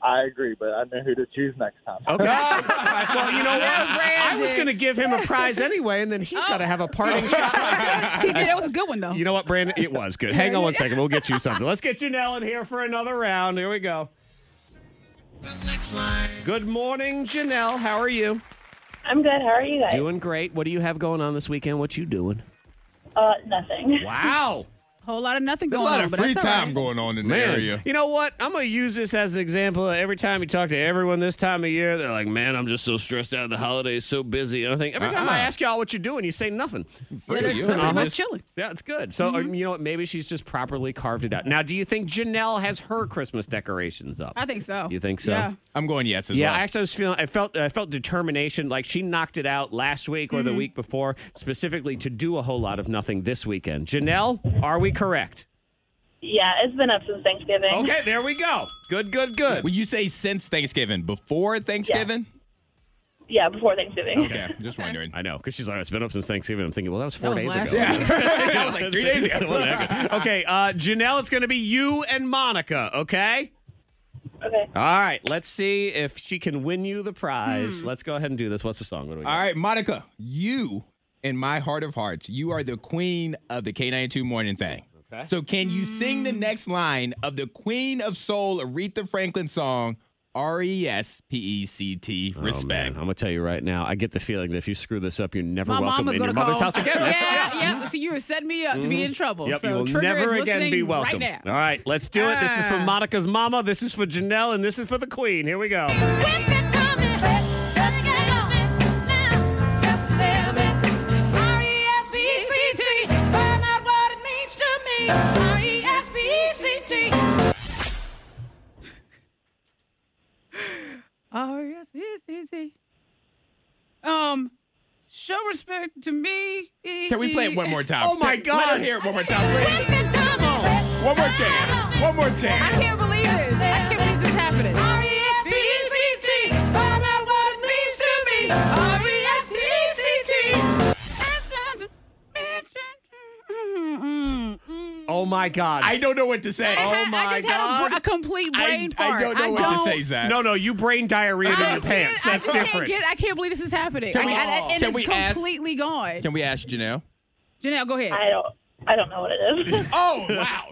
[SPEAKER 7] I agree, but I know who to choose next time.
[SPEAKER 3] Okay. well, you know what? I was
[SPEAKER 5] Brandon. Oh.
[SPEAKER 3] going to give him a prize anyway, and then he's got to have a parting shot.
[SPEAKER 5] he did. That was a good one though.
[SPEAKER 3] You know what, Brandon? It was good. Hang on one second. We'll get you something. Let's get Janelle in here for another round. Here we go. Good morning, Janelle. How are you?
[SPEAKER 8] I'm good. How are you guys?
[SPEAKER 3] Doing great. What do you have going on this weekend? What you doing?
[SPEAKER 8] Uh, nothing.
[SPEAKER 3] Wow.
[SPEAKER 5] whole lot of nothing
[SPEAKER 4] There's a
[SPEAKER 5] going
[SPEAKER 4] lot
[SPEAKER 5] on.
[SPEAKER 4] of
[SPEAKER 5] but
[SPEAKER 4] free
[SPEAKER 5] that's all right.
[SPEAKER 4] time going on in the
[SPEAKER 3] Man,
[SPEAKER 4] area.
[SPEAKER 3] you know what? I'm gonna use this as an example. Every time you talk to everyone this time of year, they're like, "Man, I'm just so stressed out. The holidays so busy." And I think every time I
[SPEAKER 4] Uh-uh.
[SPEAKER 3] ask y'all what you're doing, you say nothing.
[SPEAKER 4] you.
[SPEAKER 5] Pretty much chilling.
[SPEAKER 3] Yeah, it's good. So uh, you know what? Maybe she's just properly carved it out. Now, do you think Janelle has her Christmas decorations up?
[SPEAKER 5] I think so.
[SPEAKER 3] You think so?
[SPEAKER 5] Yeah.
[SPEAKER 4] I'm going yes as
[SPEAKER 3] Yeah,
[SPEAKER 4] well.
[SPEAKER 3] I actually was feeling. I felt. I felt determination. Like she knocked it out last week or
[SPEAKER 5] Mm-hmm.
[SPEAKER 3] the week before, specifically to do a whole lot of nothing this weekend. Janelle, are we correct?
[SPEAKER 8] Yeah, it's been up since Thanksgiving.
[SPEAKER 3] Okay, there we go. Good, good, good.
[SPEAKER 4] When you say since Thanksgiving, before Thanksgiving?
[SPEAKER 8] Yeah, before Thanksgiving.
[SPEAKER 4] Okay, just wondering.
[SPEAKER 3] I know, because she's like, it's been up since Thanksgiving. I'm thinking, well, that was four
[SPEAKER 5] That was
[SPEAKER 3] days
[SPEAKER 5] last
[SPEAKER 3] ago.
[SPEAKER 5] week.
[SPEAKER 4] that was like three days ago.
[SPEAKER 3] okay, uh, Janelle, it's going to be you and Monica, okay?
[SPEAKER 8] Okay.
[SPEAKER 3] All right, let's see if she can win you the prize.
[SPEAKER 5] Hmm.
[SPEAKER 3] Let's go ahead and do this. What's the song? What do we got?
[SPEAKER 4] All right, Monica, you in my heart of hearts, you are the queen of the K92 morning thing. Okay. So can you sing the next line of the Queen of Soul Aretha Franklin song R E S P E C T
[SPEAKER 3] Oh, man,
[SPEAKER 4] respect.
[SPEAKER 3] I'm going to tell you right now, I get the feeling that if you screw this up, you're never
[SPEAKER 5] My
[SPEAKER 3] welcome
[SPEAKER 5] mama's
[SPEAKER 3] in your
[SPEAKER 5] gonna call.
[SPEAKER 3] mother's house again. That's-
[SPEAKER 5] yeah, yeah. So you were setting me up to be in trouble.
[SPEAKER 3] Mm-hmm. Yep,
[SPEAKER 5] so
[SPEAKER 3] you will
[SPEAKER 5] Trigger
[SPEAKER 3] never
[SPEAKER 5] is
[SPEAKER 3] again be
[SPEAKER 5] listening
[SPEAKER 3] welcome.
[SPEAKER 5] Right
[SPEAKER 3] All
[SPEAKER 5] now.
[SPEAKER 3] right, let's do it. This is for
[SPEAKER 5] Ah.
[SPEAKER 3] Monica's mama. This is for Janelle, and this is for the Queen. Here we go.
[SPEAKER 5] Oh yes, yes, yes, yes. Um, show respect to me.
[SPEAKER 4] Can we play it one more time?
[SPEAKER 3] Oh, my
[SPEAKER 4] Can- Let
[SPEAKER 3] God.
[SPEAKER 4] her hear it one more time, please. One more chance. One more
[SPEAKER 5] I
[SPEAKER 4] chance.
[SPEAKER 5] can't believe this. I can't believe E this is happening.
[SPEAKER 3] Oh, my God.
[SPEAKER 4] I don't know what to say.
[SPEAKER 3] Oh, my
[SPEAKER 5] I just had
[SPEAKER 3] God.
[SPEAKER 5] a, br- a complete
[SPEAKER 4] I,
[SPEAKER 5] brain
[SPEAKER 4] I
[SPEAKER 5] fart.
[SPEAKER 4] don't know what to say, Zach.
[SPEAKER 3] no, no, you brain diarrhea in
[SPEAKER 5] I
[SPEAKER 3] your
[SPEAKER 5] can't-
[SPEAKER 3] pants. That's
[SPEAKER 5] I can't
[SPEAKER 3] different.
[SPEAKER 5] Get, I can't believe this is happening.
[SPEAKER 4] Can
[SPEAKER 5] I-
[SPEAKER 4] we-
[SPEAKER 5] I- I- it
[SPEAKER 4] can
[SPEAKER 5] is
[SPEAKER 4] we ask-
[SPEAKER 5] completely gone.
[SPEAKER 4] Can we ask Janelle?
[SPEAKER 5] Janelle, go ahead.
[SPEAKER 8] I don't. I don't know what it is.
[SPEAKER 4] Oh, wow.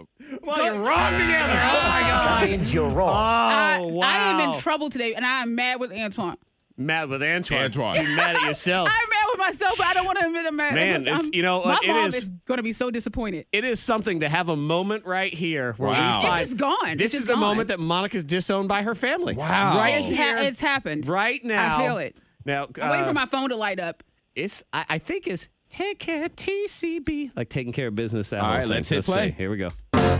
[SPEAKER 3] Well, you're wrong together. Oh my god.
[SPEAKER 1] You're
[SPEAKER 3] Oh
[SPEAKER 1] wrong.
[SPEAKER 5] I,
[SPEAKER 3] wow.
[SPEAKER 5] I am in trouble today, and I am mad with Antoine.
[SPEAKER 3] Mad with Antoine.
[SPEAKER 4] Antoine.
[SPEAKER 3] You're mad at
[SPEAKER 4] Oh.
[SPEAKER 3] yourself.
[SPEAKER 5] I'm mad with myself, but I don't want to admit I'm mad.
[SPEAKER 3] Man,
[SPEAKER 5] I'm-
[SPEAKER 3] it's- you know
[SPEAKER 5] my
[SPEAKER 3] what, it
[SPEAKER 5] mom
[SPEAKER 3] is-
[SPEAKER 5] going to be so disappointed.
[SPEAKER 3] It is something to have a moment right here where
[SPEAKER 4] Wow.
[SPEAKER 3] we
[SPEAKER 4] It's
[SPEAKER 3] find
[SPEAKER 5] just gone.
[SPEAKER 3] This
[SPEAKER 5] It's
[SPEAKER 3] is
[SPEAKER 5] just
[SPEAKER 3] the
[SPEAKER 5] gone.
[SPEAKER 3] moment that Monica's disowned by her family.
[SPEAKER 4] Wow.
[SPEAKER 3] Right
[SPEAKER 5] It's,
[SPEAKER 3] here,
[SPEAKER 5] ha- it's happened.
[SPEAKER 3] right now.
[SPEAKER 5] I feel it.
[SPEAKER 3] Now,
[SPEAKER 5] I'm waiting
[SPEAKER 3] uh,
[SPEAKER 5] for my phone to light up.
[SPEAKER 3] It's I, I think it's take care of TCB, like taking care of business. That
[SPEAKER 4] All
[SPEAKER 3] whole
[SPEAKER 4] right,
[SPEAKER 3] thing.
[SPEAKER 4] let's hit
[SPEAKER 3] see.
[SPEAKER 4] play.
[SPEAKER 3] Here we go.
[SPEAKER 4] Uh-huh.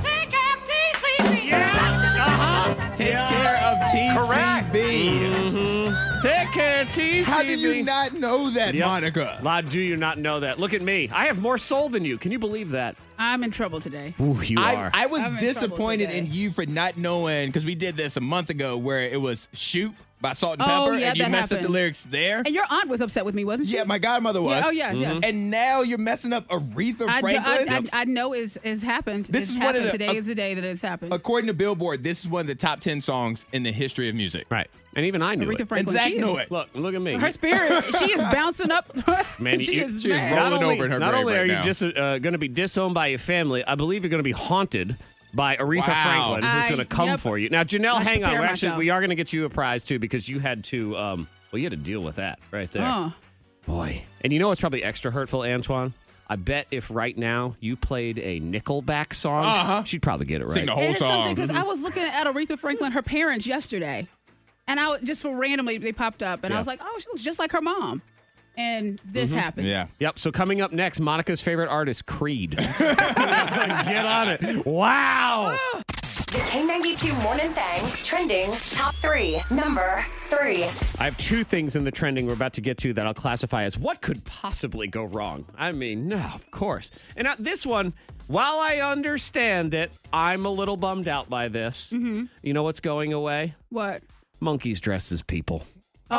[SPEAKER 4] Take care of TCB.
[SPEAKER 3] Mm-hmm. Take care of TCB.
[SPEAKER 4] How do you not know that,
[SPEAKER 3] Yep.
[SPEAKER 4] Monica?
[SPEAKER 3] Lod, do you not know that? Look at me. I have more soul than you. Can you believe that?
[SPEAKER 5] I'm in trouble today.
[SPEAKER 3] Ooh, you
[SPEAKER 4] I, I was
[SPEAKER 5] I'm in trouble
[SPEAKER 4] disappointed
[SPEAKER 5] today.
[SPEAKER 4] in you for not knowing because we did this a month ago where it was shoot by Salt and
[SPEAKER 5] Oh,
[SPEAKER 4] Pepper
[SPEAKER 5] yeah,
[SPEAKER 4] and you
[SPEAKER 5] that
[SPEAKER 4] messed up the
[SPEAKER 5] happened.
[SPEAKER 4] lyrics there.
[SPEAKER 5] And your aunt was upset with me, wasn't she?
[SPEAKER 4] Yeah, my godmother was. Mm-hmm.
[SPEAKER 5] Yeah, oh, yes, yes.
[SPEAKER 4] And now you're messing up Aretha
[SPEAKER 5] I, I,
[SPEAKER 4] Franklin.
[SPEAKER 5] I, I know it's, it's happened.
[SPEAKER 4] This
[SPEAKER 5] it's
[SPEAKER 4] is one of
[SPEAKER 5] happened.
[SPEAKER 4] the-
[SPEAKER 5] today
[SPEAKER 4] uh,
[SPEAKER 5] is the day that it's happened.
[SPEAKER 4] According to Billboard, this is one of the top ten songs in the history of music.
[SPEAKER 3] Right. And even I knew
[SPEAKER 5] Aretha
[SPEAKER 3] it.
[SPEAKER 5] Franklin.
[SPEAKER 4] Zach
[SPEAKER 5] she is-
[SPEAKER 4] knew it. Franklin.
[SPEAKER 3] Look, look at me.
[SPEAKER 5] Her spirit, she is bouncing up.
[SPEAKER 3] Man,
[SPEAKER 5] she
[SPEAKER 3] you-
[SPEAKER 5] is
[SPEAKER 4] she is
[SPEAKER 5] mad.
[SPEAKER 4] rolling
[SPEAKER 3] not only,
[SPEAKER 4] over in her
[SPEAKER 3] not
[SPEAKER 4] grave
[SPEAKER 3] only
[SPEAKER 4] right
[SPEAKER 3] are
[SPEAKER 4] now.
[SPEAKER 3] you just uh, going to be disowned by your family, I believe you're going to be haunted by Aretha
[SPEAKER 4] Wow.
[SPEAKER 3] Franklin, who's
[SPEAKER 5] I-
[SPEAKER 3] going to come
[SPEAKER 5] yep.
[SPEAKER 3] for you. Now, Janelle,
[SPEAKER 5] I
[SPEAKER 3] hang on.
[SPEAKER 5] prepare
[SPEAKER 3] We're actually,
[SPEAKER 5] myself.
[SPEAKER 3] we are going to get you a prize too because you had to. Um, well, you had to deal with that right there,
[SPEAKER 5] Huh.
[SPEAKER 3] boy. And you know what's probably extra hurtful, Antoine. I bet if right now you played a Nickelback song,
[SPEAKER 4] Uh-huh.
[SPEAKER 3] she'd probably get it right.
[SPEAKER 4] Sing the
[SPEAKER 5] It
[SPEAKER 4] whole
[SPEAKER 5] is something
[SPEAKER 4] song.
[SPEAKER 5] because I was looking at Aretha Franklin, her parents yesterday, and I w- just for randomly they popped up, and
[SPEAKER 3] Yeah.
[SPEAKER 5] I was like, oh, she looks just like her mom. and this happens.
[SPEAKER 4] Mm-hmm. Yeah.
[SPEAKER 3] Yep. So coming up next, Monica's favorite artist, Creed. Get on it. Wow.
[SPEAKER 5] Oh.
[SPEAKER 2] The K92 Morning Thang trending top three. Number three.
[SPEAKER 3] I have two things in the trending we're about to get to that I'll classify as what could possibly go wrong. I mean, no, of course. And uh, this one, while I understand it, I'm a little bummed out by this. You know what's going away?
[SPEAKER 5] What?
[SPEAKER 3] Monkeys dressed as people.
[SPEAKER 5] Oh,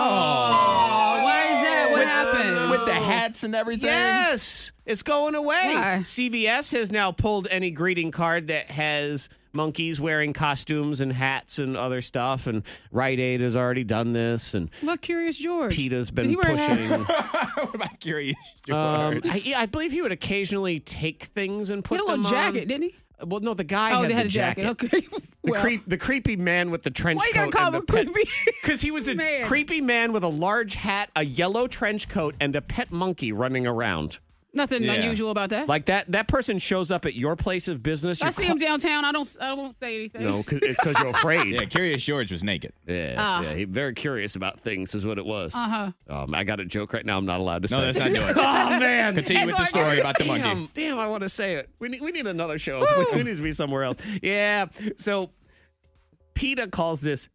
[SPEAKER 5] why is that? What happened?
[SPEAKER 4] With the hats and everything.
[SPEAKER 3] Yes, it's going away.
[SPEAKER 5] Why?
[SPEAKER 3] CVS has now pulled any greeting card that has monkeys wearing costumes and hats and other stuff. And Rite Aid has already done this. And
[SPEAKER 5] Look, Curious George.
[SPEAKER 3] PETA's
[SPEAKER 5] Did he
[SPEAKER 3] been
[SPEAKER 5] wear a hat?
[SPEAKER 3] pushing.
[SPEAKER 4] what about Curious
[SPEAKER 3] Um,
[SPEAKER 4] George?
[SPEAKER 3] I, yeah, I believe he would occasionally take things and
[SPEAKER 5] He
[SPEAKER 3] put
[SPEAKER 5] had a
[SPEAKER 3] them
[SPEAKER 5] little jacket,
[SPEAKER 3] on.
[SPEAKER 5] didn't he?
[SPEAKER 3] Well, no, the guy
[SPEAKER 5] oh,
[SPEAKER 3] had
[SPEAKER 5] they
[SPEAKER 3] the
[SPEAKER 5] had a jacket. Okay.
[SPEAKER 3] The,
[SPEAKER 5] well,
[SPEAKER 3] creep, the creepy man with the trench
[SPEAKER 5] Why you
[SPEAKER 3] coat.
[SPEAKER 5] gotta call
[SPEAKER 3] and the
[SPEAKER 5] him creepy?
[SPEAKER 3] Because he was a
[SPEAKER 5] Man.
[SPEAKER 3] creepy man with a large hat, a yellow trench coat, and a pet monkey running around.
[SPEAKER 5] Nothing
[SPEAKER 4] Yeah.
[SPEAKER 5] unusual about that.
[SPEAKER 3] Like that, that person shows up at your place of business.
[SPEAKER 5] If I
[SPEAKER 3] you're
[SPEAKER 5] see
[SPEAKER 3] cla-
[SPEAKER 5] him downtown. I don't. I won't say anything.
[SPEAKER 3] No, 'cause- it's because you're afraid.
[SPEAKER 4] yeah, Curious George was naked.
[SPEAKER 3] Yeah, yeah. He very curious about things is what it was.
[SPEAKER 5] Uh-huh.
[SPEAKER 3] Um, I got a joke right now. I'm not allowed to
[SPEAKER 4] No,
[SPEAKER 3] say.
[SPEAKER 4] let's not do it.
[SPEAKER 3] oh man!
[SPEAKER 4] Continue with the story about the monkey.
[SPEAKER 3] Damn, damn, I want to say it. We need, we need another show. We, we need to be somewhere else. Yeah. So PETA calls this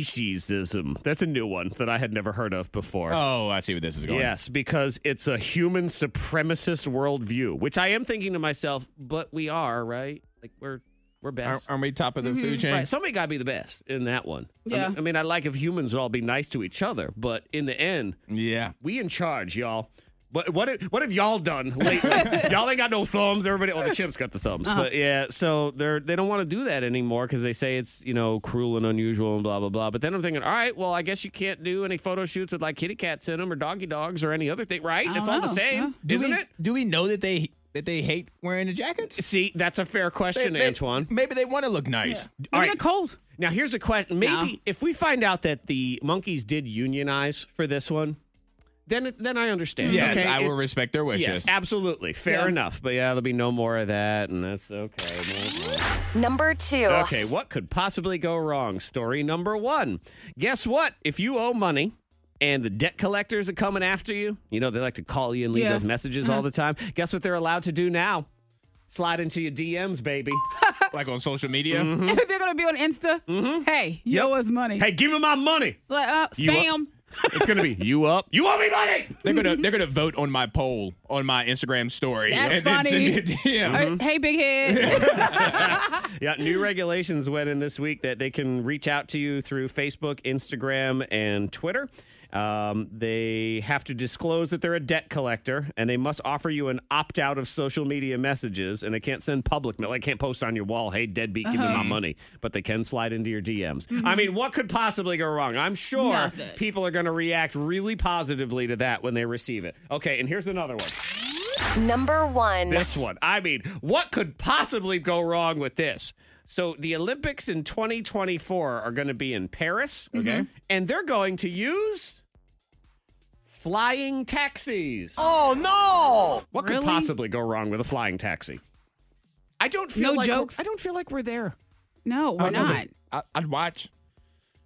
[SPEAKER 3] speciesism. That's a new one that I had never heard of before.
[SPEAKER 4] Oh, I see where this is going.
[SPEAKER 3] Yes, because it's a human supremacist worldview, which I am thinking to myself, but we are, right? Like we're we're
[SPEAKER 4] Aren't,
[SPEAKER 3] best.
[SPEAKER 4] aren't we top of the food
[SPEAKER 5] Mm-hmm.
[SPEAKER 4] chain?
[SPEAKER 3] Right. Somebody got to be the best in that one. I
[SPEAKER 5] Yeah.
[SPEAKER 3] mean- I mean, I like if humans would all be nice to each other, but in the end,
[SPEAKER 4] Yeah.
[SPEAKER 3] we in charge, y'all. What what have- what have y'all done lately? y'all ain't got no thumbs. Everybody, well, the chimps got the thumbs,
[SPEAKER 5] Uh-huh.
[SPEAKER 3] but yeah. So they're they don't want to do that anymore because they say it's you know cruel and unusual and blah blah blah. But then I'm thinking, all right, well, I guess you can't do any photo shoots with like kitty cats in them or doggy dogs or any other thing, right?
[SPEAKER 5] I
[SPEAKER 3] It's
[SPEAKER 5] don't
[SPEAKER 3] all the
[SPEAKER 5] know.
[SPEAKER 3] same,
[SPEAKER 4] Do
[SPEAKER 3] isn't
[SPEAKER 4] we,
[SPEAKER 3] it?
[SPEAKER 4] Do we know that they that they hate wearing the jackets?
[SPEAKER 3] See, that's a fair question,
[SPEAKER 4] They- they-
[SPEAKER 3] Antoine.
[SPEAKER 4] Maybe they want to look nice.
[SPEAKER 5] Maybe
[SPEAKER 3] right.
[SPEAKER 5] they're cold.
[SPEAKER 3] Now here's a question. Maybe
[SPEAKER 5] No.
[SPEAKER 3] if we find out that the monkeys did unionize for this one, then it, then I understand.
[SPEAKER 4] Yes,
[SPEAKER 3] okay?
[SPEAKER 4] I
[SPEAKER 3] It-
[SPEAKER 4] will respect their wishes.
[SPEAKER 3] Yes, absolutely. Fair
[SPEAKER 5] Yeah.
[SPEAKER 3] enough. But yeah, there'll be no more of that, and that's okay.
[SPEAKER 2] Number two.
[SPEAKER 3] Okay, what could possibly go wrong? Story number one. Guess what? If you owe money and the debt collectors are coming after you, you know, they like to call you and leave
[SPEAKER 5] Yeah. Uh-huh.
[SPEAKER 3] those messages all the time. Guess what they're allowed to do now? Slide into your DMs, baby.
[SPEAKER 4] like on social media.
[SPEAKER 5] they're gonna be on Insta.
[SPEAKER 4] Mm-hmm.
[SPEAKER 5] Hey, you
[SPEAKER 3] Yep.
[SPEAKER 5] owe us money.
[SPEAKER 3] hey, give me my money.
[SPEAKER 5] Like, uh,
[SPEAKER 3] You up?
[SPEAKER 5] spam.
[SPEAKER 3] It's going to be you up. You owe me money.
[SPEAKER 4] They're gonna they're gonna vote on my poll on my Instagram story.
[SPEAKER 5] That's
[SPEAKER 4] and then
[SPEAKER 5] funny.
[SPEAKER 4] send me a DM.
[SPEAKER 5] Or, hey, big head.
[SPEAKER 3] Yeah, new regulations went in this week that they can reach out to you through Facebook, Instagram, and Twitter. Um, they have to disclose that they're a debt collector, and they must offer you an opt out of social media messages. And they can't send public mail. They can't post on your wall, "Hey, deadbeat, give me my money." But they can slide into your DMs. I mean, what could possibly go wrong? I'm sure
[SPEAKER 5] Nothing.
[SPEAKER 3] people are going to react really positively to that when they receive it. Okay, and here's another one.
[SPEAKER 2] Number one.
[SPEAKER 3] This one. I mean, what could possibly go wrong with this? So the Olympics in 2024 are going to be in Paris. Okay. And they're going to use flying taxis. Oh, no. What could
[SPEAKER 5] Really?
[SPEAKER 3] possibly go wrong with a flying taxi? I don't feel
[SPEAKER 5] No
[SPEAKER 3] like we're-
[SPEAKER 5] jokes?
[SPEAKER 3] I don't feel like we're there.
[SPEAKER 5] no,
[SPEAKER 4] I
[SPEAKER 5] we're
[SPEAKER 4] don't know,
[SPEAKER 5] not.
[SPEAKER 4] but I, I'd watch.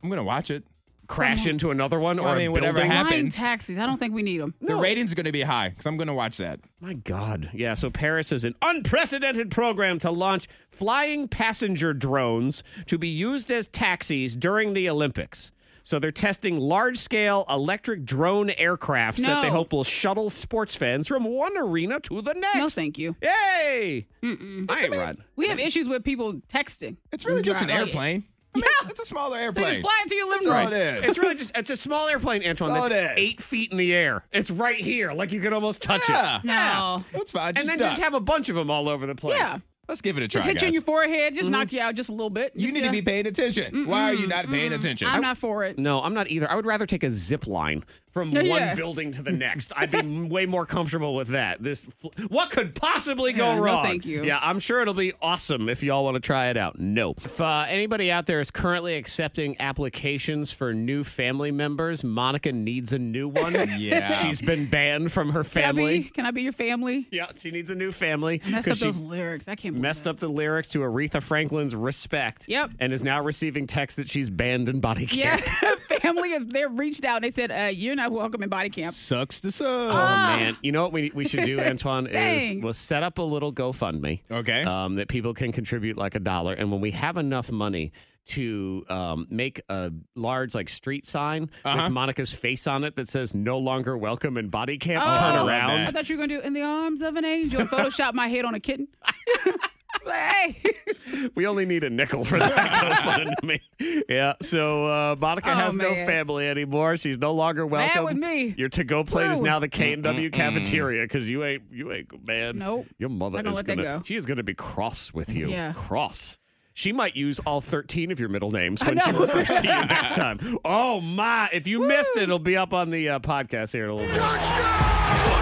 [SPEAKER 4] I'm gonna watch it.
[SPEAKER 3] Crash into another one or
[SPEAKER 4] I
[SPEAKER 3] a
[SPEAKER 4] mean, whatever
[SPEAKER 3] building.
[SPEAKER 4] happens.
[SPEAKER 5] Flying taxis. I don't think we need them.
[SPEAKER 4] The ratings are gonna be high because I'm gonna watch that.
[SPEAKER 3] My God. Yeah, so Paris is an unprecedented program to launch flying passenger drones to be used as taxis during the Olympics. So they're testing large scale electric drone aircrafts that they
[SPEAKER 5] No.
[SPEAKER 3] hope will shuttle sports fans from one arena to the next.
[SPEAKER 5] No, thank you.
[SPEAKER 3] Yay! I ain't riding.
[SPEAKER 5] We have issues with people texting.
[SPEAKER 4] It's really just an
[SPEAKER 5] Right.
[SPEAKER 4] airplane. I mean, it's, it's a smaller
[SPEAKER 5] So
[SPEAKER 4] airplane.
[SPEAKER 5] just flying to your living
[SPEAKER 4] That's
[SPEAKER 5] room.
[SPEAKER 4] all it is.
[SPEAKER 3] It's really just it's a small airplane, Antoine,
[SPEAKER 4] That's all
[SPEAKER 3] that's
[SPEAKER 4] Oh, it is.
[SPEAKER 3] eight feet in the air. It's right here. Like you can almost touch
[SPEAKER 4] Yeah.
[SPEAKER 3] it.
[SPEAKER 5] No.
[SPEAKER 4] That's fine.
[SPEAKER 3] And then just
[SPEAKER 4] duck.
[SPEAKER 3] have a bunch of them all over the place.
[SPEAKER 5] Yeah.
[SPEAKER 4] Let's give it a try.
[SPEAKER 5] Just hit you in
[SPEAKER 4] guys. Mm-hmm.
[SPEAKER 5] your forehead. Just knock you out just a little bit.
[SPEAKER 4] You
[SPEAKER 5] Just,
[SPEAKER 4] need
[SPEAKER 5] uh,
[SPEAKER 4] to be paying attention. Why are you not paying attention?
[SPEAKER 5] I'm not for it.
[SPEAKER 3] No, I'm not either. I would rather take a zip line from
[SPEAKER 5] Yeah,
[SPEAKER 3] one
[SPEAKER 5] yeah.
[SPEAKER 3] building to the next. I'd be m- way more comfortable with that. This, fl- what could possibly go
[SPEAKER 5] Yeah, no
[SPEAKER 3] wrong?
[SPEAKER 5] thank you.
[SPEAKER 3] Yeah, I'm sure it'll be awesome if y'all want to try it out. No, if uh, anybody out there is currently accepting applications for new family members, Monica needs a new one.
[SPEAKER 4] Yeah.
[SPEAKER 3] she's been banned from her
[SPEAKER 5] Can I be?
[SPEAKER 3] family.
[SPEAKER 5] Can I be your family?
[SPEAKER 3] Yeah, she needs a new family
[SPEAKER 5] Messed up
[SPEAKER 3] because she
[SPEAKER 5] those lyrics. I can't. believe
[SPEAKER 3] messed
[SPEAKER 5] that.
[SPEAKER 3] up the lyrics to Aretha Franklin's "Respect."
[SPEAKER 5] Yep.
[SPEAKER 3] and is now receiving texts that she's banned in body count.
[SPEAKER 5] Yeah, family is they reached out and they said, uh, "You're not welcome in body camp."
[SPEAKER 4] Sucks to suck.
[SPEAKER 3] Oh
[SPEAKER 4] Ah.
[SPEAKER 3] man, you know what we, we should do, Antoine, is
[SPEAKER 5] Dang.
[SPEAKER 3] we'll set up a little GoFundMe.
[SPEAKER 4] Okay.
[SPEAKER 3] Um, that people can contribute like a dollar, and when we have enough money to um, make a large like street sign
[SPEAKER 4] Uh-huh.
[SPEAKER 3] with Monica's face on it that says "No longer welcome in body camp,"
[SPEAKER 5] Oh,
[SPEAKER 4] I
[SPEAKER 3] turn
[SPEAKER 4] love
[SPEAKER 3] around.
[SPEAKER 4] that.
[SPEAKER 5] I thought you were gonna do in the arms of an angel and Photoshop my head on a kitten. like, hey,
[SPEAKER 3] We only need a nickel for that GoFundMe. Yeah. So uh, Monica
[SPEAKER 5] Oh,
[SPEAKER 3] has no
[SPEAKER 5] man.
[SPEAKER 3] family anymore. She's no longer welcome.
[SPEAKER 5] with me.
[SPEAKER 3] Your to-go plate is
[SPEAKER 5] Woo.
[SPEAKER 3] now the K and W cafeteria because you ain't you ain't man.
[SPEAKER 5] Nope.
[SPEAKER 3] Your mother
[SPEAKER 5] Not gonna
[SPEAKER 3] is
[SPEAKER 5] let that
[SPEAKER 3] gonna
[SPEAKER 5] go.
[SPEAKER 3] she is gonna be cross with you.
[SPEAKER 5] Yeah.
[SPEAKER 3] Cross. She might use all 13 of your middle names
[SPEAKER 5] I
[SPEAKER 3] when she
[SPEAKER 5] know.
[SPEAKER 3] refers to you next time. Oh, my. If you missed it, it'll be up on the uh, podcast here in a little bit.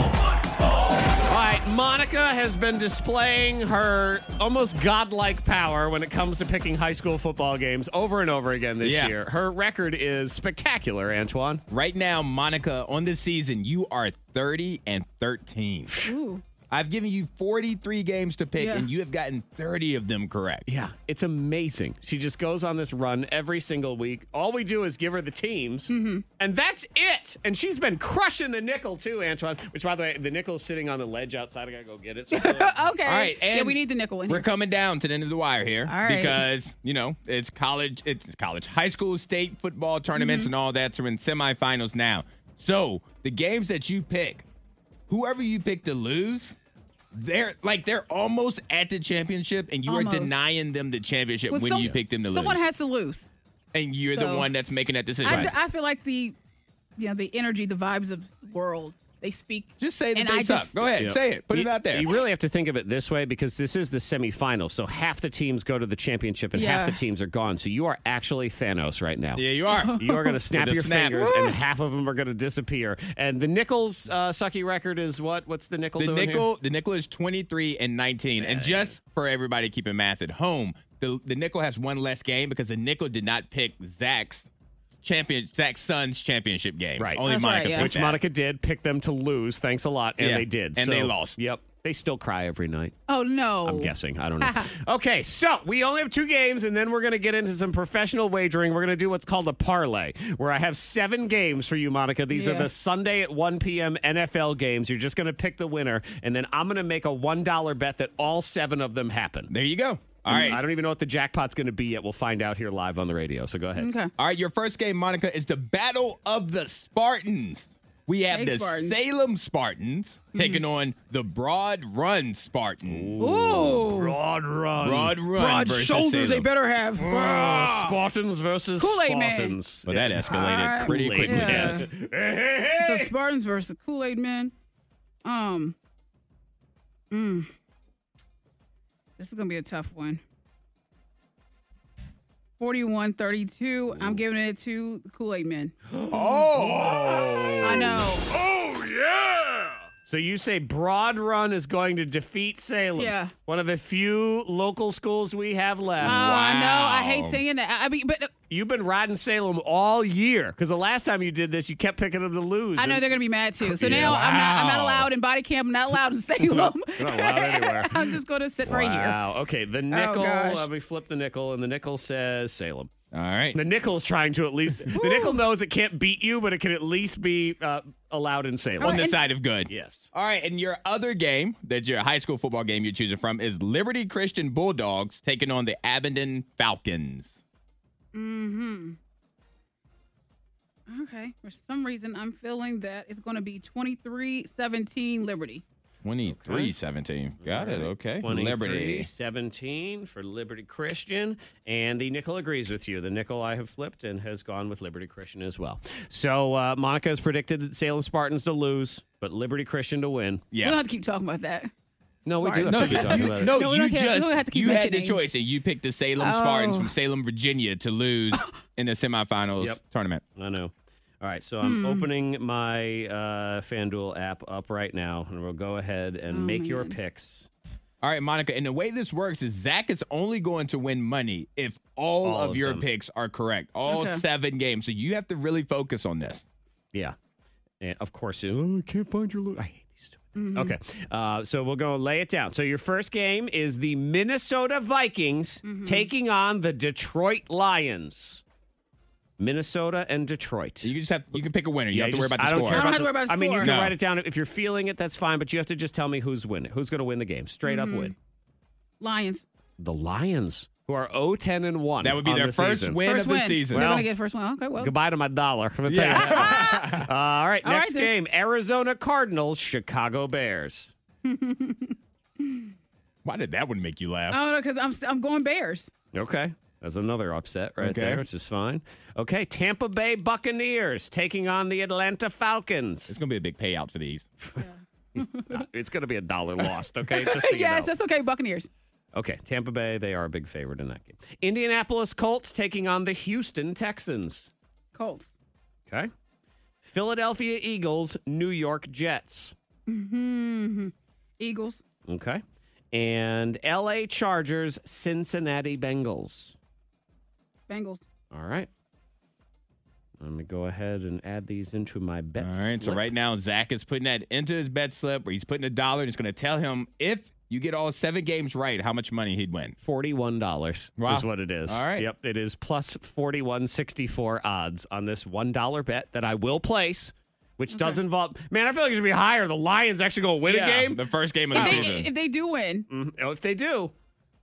[SPEAKER 3] All right, Monica has been displaying her almost godlike power when it comes to picking high school football games over and over again this
[SPEAKER 4] Yeah.
[SPEAKER 3] year. Her record is spectacular, Antoine.
[SPEAKER 4] Right now, Monica, on this season, you are 30 and 13.
[SPEAKER 5] Ooh.
[SPEAKER 4] I've given you 43 games to pick,
[SPEAKER 5] Yeah.
[SPEAKER 4] and you have gotten 30 of them correct.
[SPEAKER 3] Yeah, it's amazing. She just goes on this run every single week. All we do is give her the teams, and that's it. And she's been crushing the nickel too, Antoine. Which, by the way, the nickel's sitting on the ledge outside. I gotta go get it. So
[SPEAKER 5] okay.
[SPEAKER 4] All right, and
[SPEAKER 5] yeah, we need the nickel in
[SPEAKER 4] We're
[SPEAKER 5] here.
[SPEAKER 4] coming down to the end of the wire here
[SPEAKER 5] All right.
[SPEAKER 4] because you know it's college, it's college, high school, state football tournaments,
[SPEAKER 5] Mm-hmm.
[SPEAKER 4] and all that. So we're in semifinals now. So the games that you pick, whoever you pick to lose, they're like they're almost at the championship, and you
[SPEAKER 5] Almost.
[SPEAKER 4] are denying them the championship
[SPEAKER 5] Well,
[SPEAKER 4] when
[SPEAKER 5] some-
[SPEAKER 4] you pick them to
[SPEAKER 5] someone
[SPEAKER 4] lose,
[SPEAKER 5] has to lose.
[SPEAKER 4] and you're the
[SPEAKER 5] So-
[SPEAKER 4] one that's making that decision.
[SPEAKER 5] I d I I, feel like the, you know, the energy, the vibes of the world. They speak.
[SPEAKER 4] Just say that
[SPEAKER 5] and
[SPEAKER 4] they
[SPEAKER 5] I
[SPEAKER 4] suck.
[SPEAKER 5] just-
[SPEAKER 4] Go ahead,
[SPEAKER 3] Yeah.
[SPEAKER 4] say it. Put it
[SPEAKER 3] You-
[SPEAKER 4] out there.
[SPEAKER 3] You really have to think of it this way because this is the semifinal. So half the teams go to the championship and half
[SPEAKER 5] Yeah.
[SPEAKER 3] the teams are gone. So you are actually Thanos right now.
[SPEAKER 4] yeah, you are.
[SPEAKER 3] You are going to snap
[SPEAKER 4] With a
[SPEAKER 3] your
[SPEAKER 4] snap.
[SPEAKER 3] fingers, and half of them are going to disappear. And the Nichols uh, sucky record is what? What's the nickel
[SPEAKER 4] The
[SPEAKER 3] doing here?
[SPEAKER 4] nickel, the nickel is twenty three and nineteen. And just for everybody keeping math at home, the the nickel has one less game because the nickel did not pick Zach's champion, Zach's son's championship game.
[SPEAKER 3] Right.
[SPEAKER 4] Only
[SPEAKER 5] That's
[SPEAKER 4] Monica.
[SPEAKER 5] right, yeah.
[SPEAKER 4] picked
[SPEAKER 3] Which
[SPEAKER 4] that.
[SPEAKER 3] Monica did pick them to lose. Thanks a lot, and
[SPEAKER 4] Yeah,
[SPEAKER 3] they did.
[SPEAKER 4] and they lost.
[SPEAKER 3] Yep. They still cry every night.
[SPEAKER 5] Oh no.
[SPEAKER 3] I'm guessing. I don't know. okay, so we only have two games, and then we're going to get into some professional wagering. We're going to do what's called a parlay, where I have seven games for you, Monica. These are
[SPEAKER 5] Yeah.
[SPEAKER 3] the Sunday at 1 p.m. NFL games. You're just going to pick the winner, and then I'm going to make a $1 bet that all seven of them happen.
[SPEAKER 4] There you go. All
[SPEAKER 3] Mm, I
[SPEAKER 4] right.
[SPEAKER 3] don't even know what the jackpot's going to be yet. We'll find out here live on the radio. So go ahead.
[SPEAKER 5] Okay.
[SPEAKER 4] All right. Your first game, Monica, is the Battle of the Spartans. We have
[SPEAKER 5] Hey,
[SPEAKER 4] the
[SPEAKER 5] Spartans.
[SPEAKER 4] Salem Spartans
[SPEAKER 3] Mm-hmm.
[SPEAKER 4] taking on the Broad Run Spartans.
[SPEAKER 5] Ooh.
[SPEAKER 3] Broad run.
[SPEAKER 4] Broad Run.
[SPEAKER 5] Broad
[SPEAKER 4] versus
[SPEAKER 5] shoulders. They
[SPEAKER 4] Salem.
[SPEAKER 5] better have.
[SPEAKER 3] Oh, Spartans versus
[SPEAKER 5] Kool-Aid Man.
[SPEAKER 3] Spartans.
[SPEAKER 4] Well, that escalated
[SPEAKER 5] right.
[SPEAKER 4] pretty
[SPEAKER 3] Kool-Aid
[SPEAKER 4] quickly.
[SPEAKER 3] Man.
[SPEAKER 5] Yeah.
[SPEAKER 4] guys.
[SPEAKER 3] Hey, hey, hey.
[SPEAKER 5] So Spartans versus Kool Aid Men. Um, mm. this is gonna be a tough one. 41 32. I'm giving it to the Kool Aid Men.
[SPEAKER 4] Oh.
[SPEAKER 5] I know.
[SPEAKER 4] Oh yeah.
[SPEAKER 3] So you say Broad Run is going to defeat Salem?
[SPEAKER 5] Yeah.
[SPEAKER 3] One of the few local schools we have left.
[SPEAKER 5] Oh, I know. I hate
[SPEAKER 4] Wow.
[SPEAKER 5] saying that. I, I mean, but uh,
[SPEAKER 3] You've been riding Salem all year because the last time you did this, you kept picking them to lose.
[SPEAKER 5] I know
[SPEAKER 3] And-
[SPEAKER 5] they're gonna be mad too. So
[SPEAKER 3] Yeah.
[SPEAKER 5] now I'm not. I'm not
[SPEAKER 4] Wow.
[SPEAKER 5] allowed in body cam. I'm not allowed in Salem.
[SPEAKER 3] You're not allowed anywhere.
[SPEAKER 5] I'm just gonna sit right here. Oh,
[SPEAKER 3] Wow. Okay. The nickel.
[SPEAKER 5] gosh.
[SPEAKER 3] let me flip the nickel, and the nickel says Salem.
[SPEAKER 4] All right.
[SPEAKER 3] The nickel's trying to at least. the nickel knows it can't beat you, but it can at least be uh, allowed in Salem.
[SPEAKER 5] Oh,
[SPEAKER 4] on the side of good.
[SPEAKER 3] yes.
[SPEAKER 4] All right, and your other game that your high school football game you're choosing from is Liberty Christian Bulldogs taking on the Abingdon Falcons.
[SPEAKER 5] Mm-hmm. Okay. For some reason, I'm feeling that it's going to be 23-17 Liberty.
[SPEAKER 4] 23-17. Got it. Okay.
[SPEAKER 3] 23,
[SPEAKER 4] Liberty.
[SPEAKER 3] 17 for Liberty Christian. And the nickel agrees with you. The nickel I have flipped and has gone with Liberty Christian as well. So uh, Monica has predicted that Salem Spartans to lose, but Liberty Christian to win.
[SPEAKER 5] We don't
[SPEAKER 4] Yeah.
[SPEAKER 5] have to keep talking about that.
[SPEAKER 3] No, we do
[SPEAKER 5] Spartans.
[SPEAKER 3] have to keep
[SPEAKER 4] No, you,
[SPEAKER 3] talking
[SPEAKER 4] you-
[SPEAKER 3] about it.
[SPEAKER 4] no,
[SPEAKER 5] No, we
[SPEAKER 4] you
[SPEAKER 5] don't care. We
[SPEAKER 4] just
[SPEAKER 5] don't have to keep
[SPEAKER 4] you had the
[SPEAKER 5] mentioning.
[SPEAKER 4] choice and you picked the Salem Spartans
[SPEAKER 5] Oh.
[SPEAKER 4] from Salem, Virginia to lose in the semifinals
[SPEAKER 3] Yep.
[SPEAKER 4] tournament.
[SPEAKER 3] I know. All right, so
[SPEAKER 4] Hmm.
[SPEAKER 3] I'm opening my uh, FanDuel app up right now, and we'll go ahead
[SPEAKER 4] Oh,
[SPEAKER 3] and make your picks.
[SPEAKER 4] All right, Monica, and the way this works is Zach is only going to win money if all,
[SPEAKER 3] All
[SPEAKER 4] of,
[SPEAKER 3] of
[SPEAKER 4] your
[SPEAKER 3] them.
[SPEAKER 4] picks are correct. All
[SPEAKER 5] Okay.
[SPEAKER 4] seven games. So you have to really focus on this.
[SPEAKER 3] Yeah. And of course, oh, I can't find your. Lo- I hate these stupid
[SPEAKER 5] Mm-hmm.
[SPEAKER 3] Okay. Uh, so we'll go and lay it down. So your first game is the Minnesota Vikings
[SPEAKER 5] Mm-hmm.
[SPEAKER 3] taking on the Detroit Lions. Minnesota and Detroit.
[SPEAKER 4] You can just have you can pick a winner. You
[SPEAKER 3] Yeah,
[SPEAKER 4] have to worry
[SPEAKER 3] just-
[SPEAKER 4] about the
[SPEAKER 3] I don't
[SPEAKER 4] score.
[SPEAKER 3] care
[SPEAKER 5] I don't have to worry about the
[SPEAKER 3] I mean, you
[SPEAKER 5] score.
[SPEAKER 3] can
[SPEAKER 4] No.
[SPEAKER 3] write it down if you're feeling it. That's fine, but you have to just tell me who's winning. Who's going to win the game? Straight
[SPEAKER 5] Mm-hmm.
[SPEAKER 3] up win.
[SPEAKER 5] Lions.
[SPEAKER 3] The Lions, who are 0 10 and one.
[SPEAKER 4] That would be
[SPEAKER 3] on
[SPEAKER 4] their
[SPEAKER 3] the
[SPEAKER 4] first
[SPEAKER 3] season.
[SPEAKER 4] win
[SPEAKER 5] first
[SPEAKER 4] of the
[SPEAKER 5] win.
[SPEAKER 4] season.
[SPEAKER 5] They're
[SPEAKER 3] Well-
[SPEAKER 5] gonna get first one. Okay, well.
[SPEAKER 3] Goodbye to my dollar. I'm gonna tell you that much. Uh, all right,
[SPEAKER 5] All
[SPEAKER 3] next
[SPEAKER 5] right, then.
[SPEAKER 3] game: Arizona Cardinals, Chicago Bears.
[SPEAKER 4] Why did that one make you laugh?
[SPEAKER 5] I don't know because Oh, I'm st- I'm going Bears.
[SPEAKER 3] Okay. That's another upset right
[SPEAKER 4] Okay.
[SPEAKER 3] there, which is fine. Okay, Tampa Bay Buccaneers taking on the Atlanta Falcons.
[SPEAKER 4] It's gonna be a big payout for these.
[SPEAKER 3] It's going to be a dollar lost, okay? Just so you
[SPEAKER 5] yes,
[SPEAKER 3] know.
[SPEAKER 5] that's okay. Buccaneers.
[SPEAKER 3] Okay, Tampa Bay, they are a big favorite in that game. Indianapolis Colts taking on the Houston Texans.
[SPEAKER 5] Colts.
[SPEAKER 3] Okay. Philadelphia Eagles, New York Jets.
[SPEAKER 5] Eagles.
[SPEAKER 3] Okay. And LA Chargers, Cincinnati Bengals.
[SPEAKER 5] Bengals.
[SPEAKER 3] All right. Let me go ahead and add these into my
[SPEAKER 4] All
[SPEAKER 3] bets.
[SPEAKER 4] right. So right now, Zach is putting that into his bet slip where he's putting a dollar and it's gonna tell him if you get all seven games right, how much money he'd win.
[SPEAKER 3] Forty-one dollars
[SPEAKER 4] Wow.
[SPEAKER 3] is what it is.
[SPEAKER 4] All right.
[SPEAKER 3] Yep, it is plus forty-one sixty-four odds on this one dollar bet that I will place, which does involve. Man, I feel like it should be higher. The Lions actually going to win a game.
[SPEAKER 4] The first game of the
[SPEAKER 5] If they,
[SPEAKER 4] season.
[SPEAKER 5] if they do win,
[SPEAKER 3] Mhm. Oh, if they do,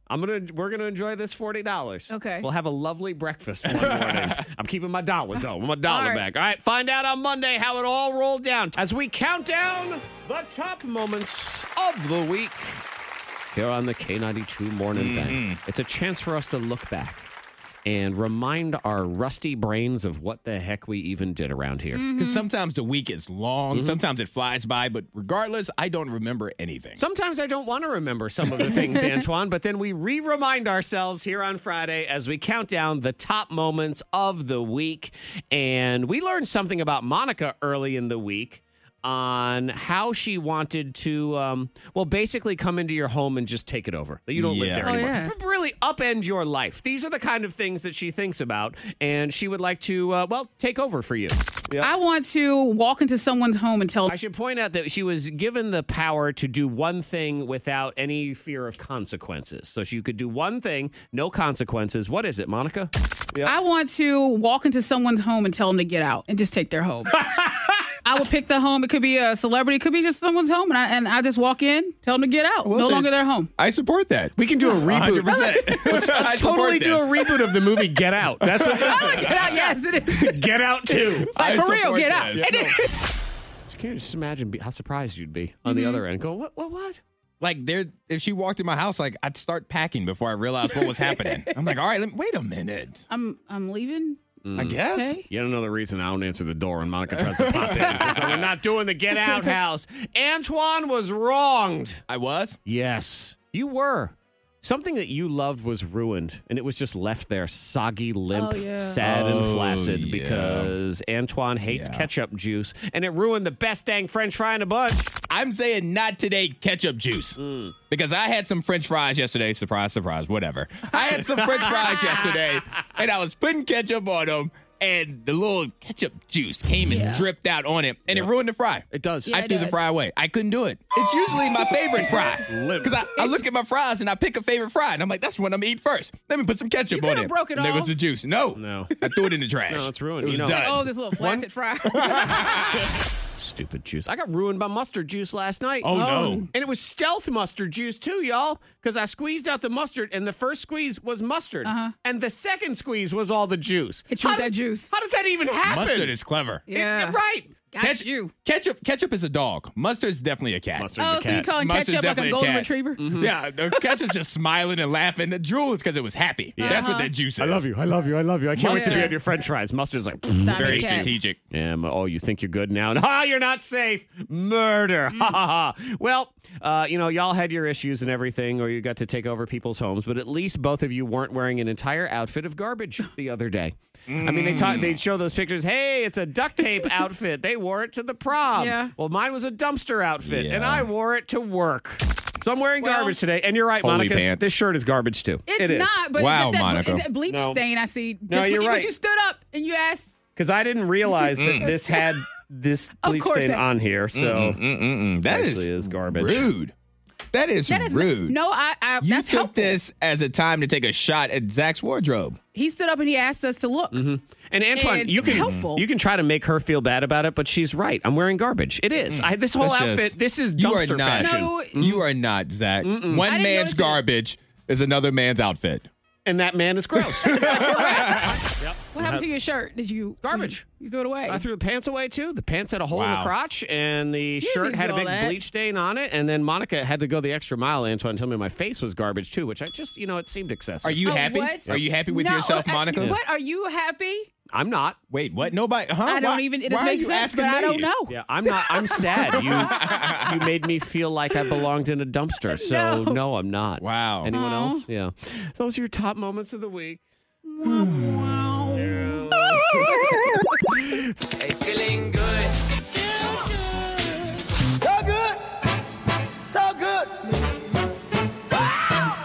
[SPEAKER 3] I'm gonna we're gonna enjoy this forty dollars.
[SPEAKER 5] Okay.
[SPEAKER 3] We'll have a lovely breakfast one morning. I'm keeping my dollar though. My dollar
[SPEAKER 5] All right.
[SPEAKER 3] back. All right. Find out on Monday how it all rolled down as we count down the top moments of the week here on the K92 Morning Thing. It's a chance for us to look back. And remind our rusty brains of what the heck we even did around here.
[SPEAKER 4] Because sometimes the week is long,
[SPEAKER 3] Mm-hmm.
[SPEAKER 4] sometimes it flies by, but regardless, I don't remember anything.
[SPEAKER 3] Sometimes I don't want to remember some of the things, Antoine, but then we re remind ourselves here on Friday as we count down the top moments of the week. And we learned something about Monica early in the week on how she wanted to, um, well, basically come into your home and just take it over. That You don't live
[SPEAKER 4] Yeah.
[SPEAKER 3] there
[SPEAKER 4] Oh,
[SPEAKER 3] anymore.
[SPEAKER 5] yeah.
[SPEAKER 3] Really upend your life. These are the kind of things that she thinks about, and she would like to, uh, well, take over for you.
[SPEAKER 5] I want to walk into someone's home and tell
[SPEAKER 3] I should point out that she was given the power to do one thing without any fear of consequences. So she could do one thing, no consequences. What is it, Monica?
[SPEAKER 5] I want to walk into someone's home and tell them to get out and just take their home. I will pick the home. It could be a celebrity. It could be just someone's home, and I and I just walk in, tell them to get out. no
[SPEAKER 4] so-
[SPEAKER 5] longer their home.
[SPEAKER 4] I support that.
[SPEAKER 3] We can do a reboot.
[SPEAKER 4] 100%. Let's,
[SPEAKER 3] Let's totally do a reboot of the movie Get Out. That's what this
[SPEAKER 5] Get out. Yes, it is.
[SPEAKER 3] is. Get Out too.
[SPEAKER 5] Like,
[SPEAKER 4] I
[SPEAKER 5] for real,
[SPEAKER 4] support
[SPEAKER 5] get out.
[SPEAKER 4] this.
[SPEAKER 5] It is.
[SPEAKER 3] Can you just imagine be- how surprised you'd be on the other end? Going, what, what, what?
[SPEAKER 4] Like, there, if she walked in my house, like, I'd start packing before I realized what was happening. I'm like, all right, let me, wait a minute.
[SPEAKER 5] I'm I'm leaving.
[SPEAKER 4] I
[SPEAKER 3] Mm.
[SPEAKER 4] guess.
[SPEAKER 5] Okay.
[SPEAKER 3] Yet another reason I don't answer the door when Monica tries to pop in. So we're not doing the Get Out house. Antoine was wronged.
[SPEAKER 4] I was.
[SPEAKER 3] Yes, you were. Something that you loved was ruined, and it was just left there, soggy, limp,
[SPEAKER 5] Oh, yeah.
[SPEAKER 3] sad, and
[SPEAKER 4] Oh,
[SPEAKER 3] flaccid
[SPEAKER 4] yeah.
[SPEAKER 3] because Antoine hates
[SPEAKER 4] Yeah.
[SPEAKER 3] ketchup juice, and it ruined the best dang French fry in a bunch.
[SPEAKER 4] I'm saying not today, ketchup juice. Because I had some french fries yesterday. Surprise, surprise, whatever. I had some french fries yesterday and I was putting ketchup on them and the little ketchup juice came and dripped out on it and it ruined the fry.
[SPEAKER 3] It does.
[SPEAKER 5] Yeah,
[SPEAKER 4] I
[SPEAKER 5] it
[SPEAKER 4] threw the
[SPEAKER 5] does.
[SPEAKER 4] fry away. I couldn't do it. It's usually my favorite fry.
[SPEAKER 3] limp.
[SPEAKER 4] Because I, I look at my fries and I pick a favorite fry and I'm like, that's the one I'm gonna eat first. Let me put some ketchup
[SPEAKER 5] You
[SPEAKER 4] on
[SPEAKER 5] coulda
[SPEAKER 4] it.
[SPEAKER 5] broke it
[SPEAKER 4] and There
[SPEAKER 5] off.
[SPEAKER 4] was the juice. No.
[SPEAKER 3] No.
[SPEAKER 4] I threw it in the trash.
[SPEAKER 3] No, it's ruined.
[SPEAKER 4] It
[SPEAKER 3] You
[SPEAKER 4] was
[SPEAKER 3] know.
[SPEAKER 4] done.
[SPEAKER 5] Oh, this little flaccid fry.
[SPEAKER 3] Stupid juice. I got ruined by mustard juice last night.
[SPEAKER 4] Oh, no.
[SPEAKER 3] And it was stealth mustard juice too, y'all, because I squeezed out the mustard, and the first squeeze was mustard, and the second squeeze was all the juice.
[SPEAKER 5] Uh-huh. Hit you
[SPEAKER 3] How
[SPEAKER 5] with that
[SPEAKER 3] does-
[SPEAKER 5] juice.
[SPEAKER 3] How does that even happen?
[SPEAKER 4] Mustard is clever.
[SPEAKER 3] It-
[SPEAKER 5] Yeah.
[SPEAKER 3] right.
[SPEAKER 5] Got
[SPEAKER 4] Ketchup-
[SPEAKER 5] you.
[SPEAKER 4] Ketchup, ketchup is a dog. Mustard's definitely a cat.
[SPEAKER 5] Oh, so you calling ketchup
[SPEAKER 4] Mustard's
[SPEAKER 5] like a
[SPEAKER 4] definitely a
[SPEAKER 5] golden
[SPEAKER 4] cat.
[SPEAKER 5] retriever?
[SPEAKER 3] Mm-hmm.
[SPEAKER 4] Yeah, the cat's just smiling and laughing. The drool is because it was happy. That's
[SPEAKER 5] Uh-huh.
[SPEAKER 4] what that juice is.
[SPEAKER 3] I love you. I love you. I love you. I can't wait to be
[SPEAKER 5] Mustard.
[SPEAKER 3] on your French fries. Mustard's like,
[SPEAKER 5] Simon's
[SPEAKER 4] Very
[SPEAKER 5] cat.
[SPEAKER 4] strategic.
[SPEAKER 3] yeah, oh, you think you're good now? Ha, you're not safe. Murder. Ha ha ha. Well, uh, you know, y'all had your issues and everything, or you got to take over people's homes, but at least both of you weren't wearing an entire outfit of garbage the other day. I mean, they talk,
[SPEAKER 5] Mm.
[SPEAKER 3] they show those pictures. Hey, it's a duct tape outfit. They wore it to the prom.
[SPEAKER 5] Yeah.
[SPEAKER 3] Well, mine was a dumpster outfit, and
[SPEAKER 4] Yeah.
[SPEAKER 3] I wore it to work. So I'm wearing
[SPEAKER 5] Well-
[SPEAKER 3] garbage today, and you're right,
[SPEAKER 4] Holy
[SPEAKER 3] Monica.
[SPEAKER 4] pants.
[SPEAKER 3] This shirt is garbage too.
[SPEAKER 5] It's
[SPEAKER 3] It is.
[SPEAKER 5] not, but
[SPEAKER 4] Wow,
[SPEAKER 5] it's just that,
[SPEAKER 4] Monica.
[SPEAKER 5] that bleach
[SPEAKER 3] No.
[SPEAKER 5] stain I see. Just
[SPEAKER 3] No,
[SPEAKER 5] when-
[SPEAKER 3] you're
[SPEAKER 5] even
[SPEAKER 3] right.
[SPEAKER 5] you stood up and you asked,
[SPEAKER 3] because I didn't realize that this had this
[SPEAKER 5] Mm. Of
[SPEAKER 3] bleach
[SPEAKER 5] course Mm-hmm,
[SPEAKER 3] stain
[SPEAKER 5] I-
[SPEAKER 3] on here, so
[SPEAKER 4] Mm-mm, Mm, that is
[SPEAKER 3] actually is garbage.
[SPEAKER 4] rude. That is,
[SPEAKER 5] That is
[SPEAKER 4] rude.
[SPEAKER 5] No, I. I
[SPEAKER 4] you
[SPEAKER 5] that's
[SPEAKER 4] took
[SPEAKER 5] helpful.
[SPEAKER 4] this as a time to take a shot at Zach's wardrobe.
[SPEAKER 5] He stood up and he asked us to look.
[SPEAKER 3] And Antoine,
[SPEAKER 5] And
[SPEAKER 3] you
[SPEAKER 5] it's
[SPEAKER 3] can
[SPEAKER 5] helpful.
[SPEAKER 3] you can try to make her feel bad about it, but she's right. I'm wearing garbage. It is. I, this whole
[SPEAKER 4] Mm. That's just-
[SPEAKER 3] outfit. This is
[SPEAKER 4] you are
[SPEAKER 3] dumpster
[SPEAKER 4] not,
[SPEAKER 3] fashion, Mm-hmm.
[SPEAKER 5] No.
[SPEAKER 4] You are not Zach.
[SPEAKER 5] I
[SPEAKER 4] One
[SPEAKER 5] didn't
[SPEAKER 4] man's
[SPEAKER 5] notice it.
[SPEAKER 4] garbage is another man's outfit.
[SPEAKER 3] and that man is gross.
[SPEAKER 5] What
[SPEAKER 3] Uh-huh.
[SPEAKER 5] happened to your shirt? Did you
[SPEAKER 3] Garbage.
[SPEAKER 5] You, threw it away.
[SPEAKER 3] I threw the pants away too. The pants had a hole in
[SPEAKER 4] Wow.
[SPEAKER 3] the crotch, and the shirt
[SPEAKER 5] didn't
[SPEAKER 3] had a
[SPEAKER 5] do all
[SPEAKER 3] big
[SPEAKER 5] that.
[SPEAKER 3] bleach stain on it. And then Monica had to go the extra mile, Antoine, and tell me my face was garbage too, which I just, you know, it seemed excessive.
[SPEAKER 4] Are you
[SPEAKER 5] Oh,
[SPEAKER 4] happy?
[SPEAKER 5] what?
[SPEAKER 4] Are you happy with
[SPEAKER 5] No,
[SPEAKER 4] yourself,
[SPEAKER 5] I-
[SPEAKER 4] Monica?
[SPEAKER 5] What are you happy?
[SPEAKER 3] I'm not.
[SPEAKER 4] Wait, what? Nobody? Huh?
[SPEAKER 5] I don't
[SPEAKER 4] Oh, Why-
[SPEAKER 5] even. It
[SPEAKER 4] why
[SPEAKER 5] doesn't
[SPEAKER 4] are
[SPEAKER 5] make
[SPEAKER 4] you
[SPEAKER 5] sense, but
[SPEAKER 4] asking
[SPEAKER 5] I don't
[SPEAKER 4] me?
[SPEAKER 5] know.
[SPEAKER 3] Yeah, I'm not. I'm sad. You, you made me feel like I belonged in a dumpster. So
[SPEAKER 5] No.
[SPEAKER 3] no, I'm not.
[SPEAKER 4] Wow.
[SPEAKER 3] Anyone
[SPEAKER 5] Aw.
[SPEAKER 3] else? Yeah. Those are your top moments of the week.
[SPEAKER 5] Oh,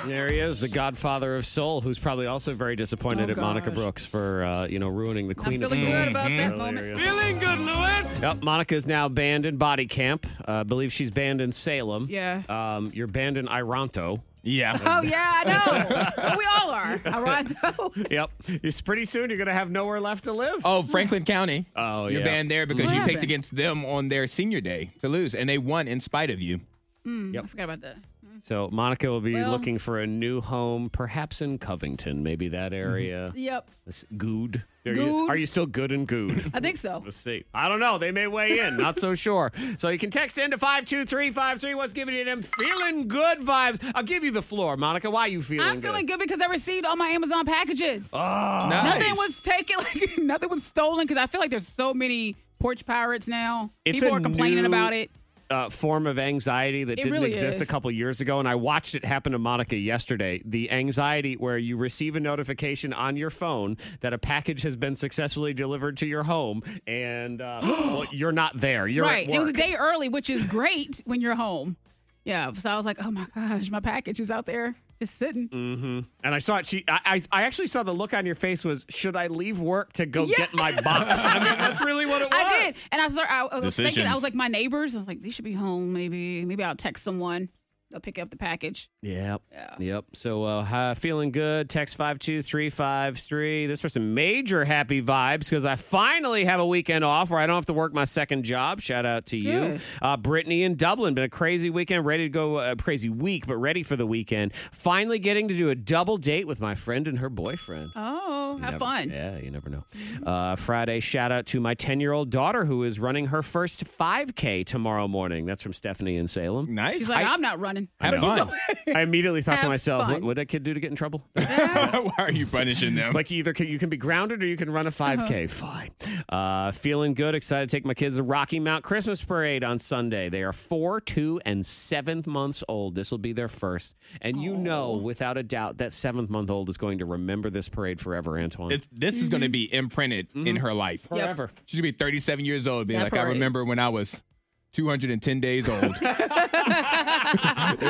[SPEAKER 3] There he is, the Godfather of Soul, who's probably also very disappointed
[SPEAKER 5] Oh,
[SPEAKER 3] at Monica
[SPEAKER 5] gosh.
[SPEAKER 3] Brooks for uh, you know ruining the
[SPEAKER 5] I'm
[SPEAKER 3] Queen of
[SPEAKER 5] feeling
[SPEAKER 3] Soul.
[SPEAKER 5] good about
[SPEAKER 3] Mm-hmm.
[SPEAKER 5] that moment.
[SPEAKER 3] Feeling good, Lewis. Yep, Monica's now banned in body camp. Uh, I believe she's banned in Salem.
[SPEAKER 5] Yeah.
[SPEAKER 3] Um, you're banned in Ironto.
[SPEAKER 4] Yeah.
[SPEAKER 5] Oh yeah, I know. Well, we all are. Aronto.
[SPEAKER 3] Yep. It's pretty soon you're gonna have nowhere left to live.
[SPEAKER 4] Oh, Franklin County.
[SPEAKER 3] Oh,
[SPEAKER 4] You're
[SPEAKER 3] yeah.
[SPEAKER 4] banned there because
[SPEAKER 5] What
[SPEAKER 4] you picked
[SPEAKER 5] happened?
[SPEAKER 4] against them on their senior day to lose, and they won in spite of you.
[SPEAKER 5] I forgot about that.
[SPEAKER 3] So Monica will be
[SPEAKER 5] Well-
[SPEAKER 3] looking for a new home, perhaps in Covington, maybe that area.
[SPEAKER 5] Yep.
[SPEAKER 3] This Good. Are you,
[SPEAKER 5] Good.
[SPEAKER 3] are you still good and good?
[SPEAKER 5] I think so.
[SPEAKER 3] Let's see. I don't know. They may weigh in. Not so sure. So you can text in to 52353. What's giving you them feeling good vibes? I'll give you the floor, Monica. Why you feeling
[SPEAKER 5] I'm
[SPEAKER 3] good?
[SPEAKER 5] feeling good because I received all my Amazon packages.
[SPEAKER 3] Oh.
[SPEAKER 4] Nice.
[SPEAKER 5] Nothing was taken. Like nothing was stolen because I feel like there's so many porch pirates now.
[SPEAKER 3] It's
[SPEAKER 5] People
[SPEAKER 3] a
[SPEAKER 5] are complaining
[SPEAKER 3] new-
[SPEAKER 5] about it.
[SPEAKER 3] uh, form of anxiety that
[SPEAKER 5] It
[SPEAKER 3] didn't
[SPEAKER 5] really
[SPEAKER 3] exist a
[SPEAKER 5] is.
[SPEAKER 3] couple years ago, and I watched it happen to Monica yesterday. The anxiety where you receive a notification on your phone that a package has been successfully delivered to your home, and uh, well, you're not there. You're
[SPEAKER 5] right.
[SPEAKER 3] At
[SPEAKER 5] It was a
[SPEAKER 3] work.
[SPEAKER 5] day early, which is great when you're home. Yeah. So I was like, oh my gosh, my package is out there just sitting.
[SPEAKER 3] Mm. and I saw it. She, I, I, I actually saw the look on your face was, should I leave work to go
[SPEAKER 5] Yeah.
[SPEAKER 3] get my box? I mean, that's really what it was.
[SPEAKER 5] I did, and I was, I was thinking, I
[SPEAKER 4] Decisions.
[SPEAKER 5] was like, my neighbors. I was like, they should be home. Maybe, maybe I'll text someone. They'll pick up the package.
[SPEAKER 3] Yep. Yep. So uh, hi- feeling good. Text 52353. This for some major happy vibes because I finally have a weekend off where I don't have to work my second job. Shout out to you.
[SPEAKER 5] Good.
[SPEAKER 3] Uh, Brittany in Dublin. Been a crazy weekend. Ready to go, uh, crazy week, but ready for the weekend. Finally getting to do a double date with my friend and her boyfriend.
[SPEAKER 5] Oh, have
[SPEAKER 3] Never-
[SPEAKER 5] fun.
[SPEAKER 3] Yeah, you never know. Uh, Friday, shout out to my 10 year old daughter who is running her first 5K tomorrow morning. That's from Stephanie in Salem.
[SPEAKER 4] Nice.
[SPEAKER 5] She's like, "Oh, I, am not running.
[SPEAKER 4] Have fun.
[SPEAKER 3] I immediately thought to
[SPEAKER 5] Have
[SPEAKER 3] myself,
[SPEAKER 5] fun.
[SPEAKER 3] what would that kid do to get in trouble?
[SPEAKER 4] Why are you punishing them?
[SPEAKER 3] like either can, you can be grounded or you can run a 5K. Fine. Uh, feeling good. Excited to take my kids to Rocky Mount Christmas Parade on Sunday. They are four, two, and seventh months old. This will be their first. And you know, without a doubt, that seventh month old is going to remember this parade forever, Antoine.
[SPEAKER 4] It's, this is
[SPEAKER 5] Mm-hmm.
[SPEAKER 4] going to be imprinted in her life.
[SPEAKER 3] Mm-hmm. forever.
[SPEAKER 4] She's going to be 37 years old, being
[SPEAKER 5] That
[SPEAKER 4] like, I
[SPEAKER 5] parade.
[SPEAKER 4] remember when I was 210 days old. it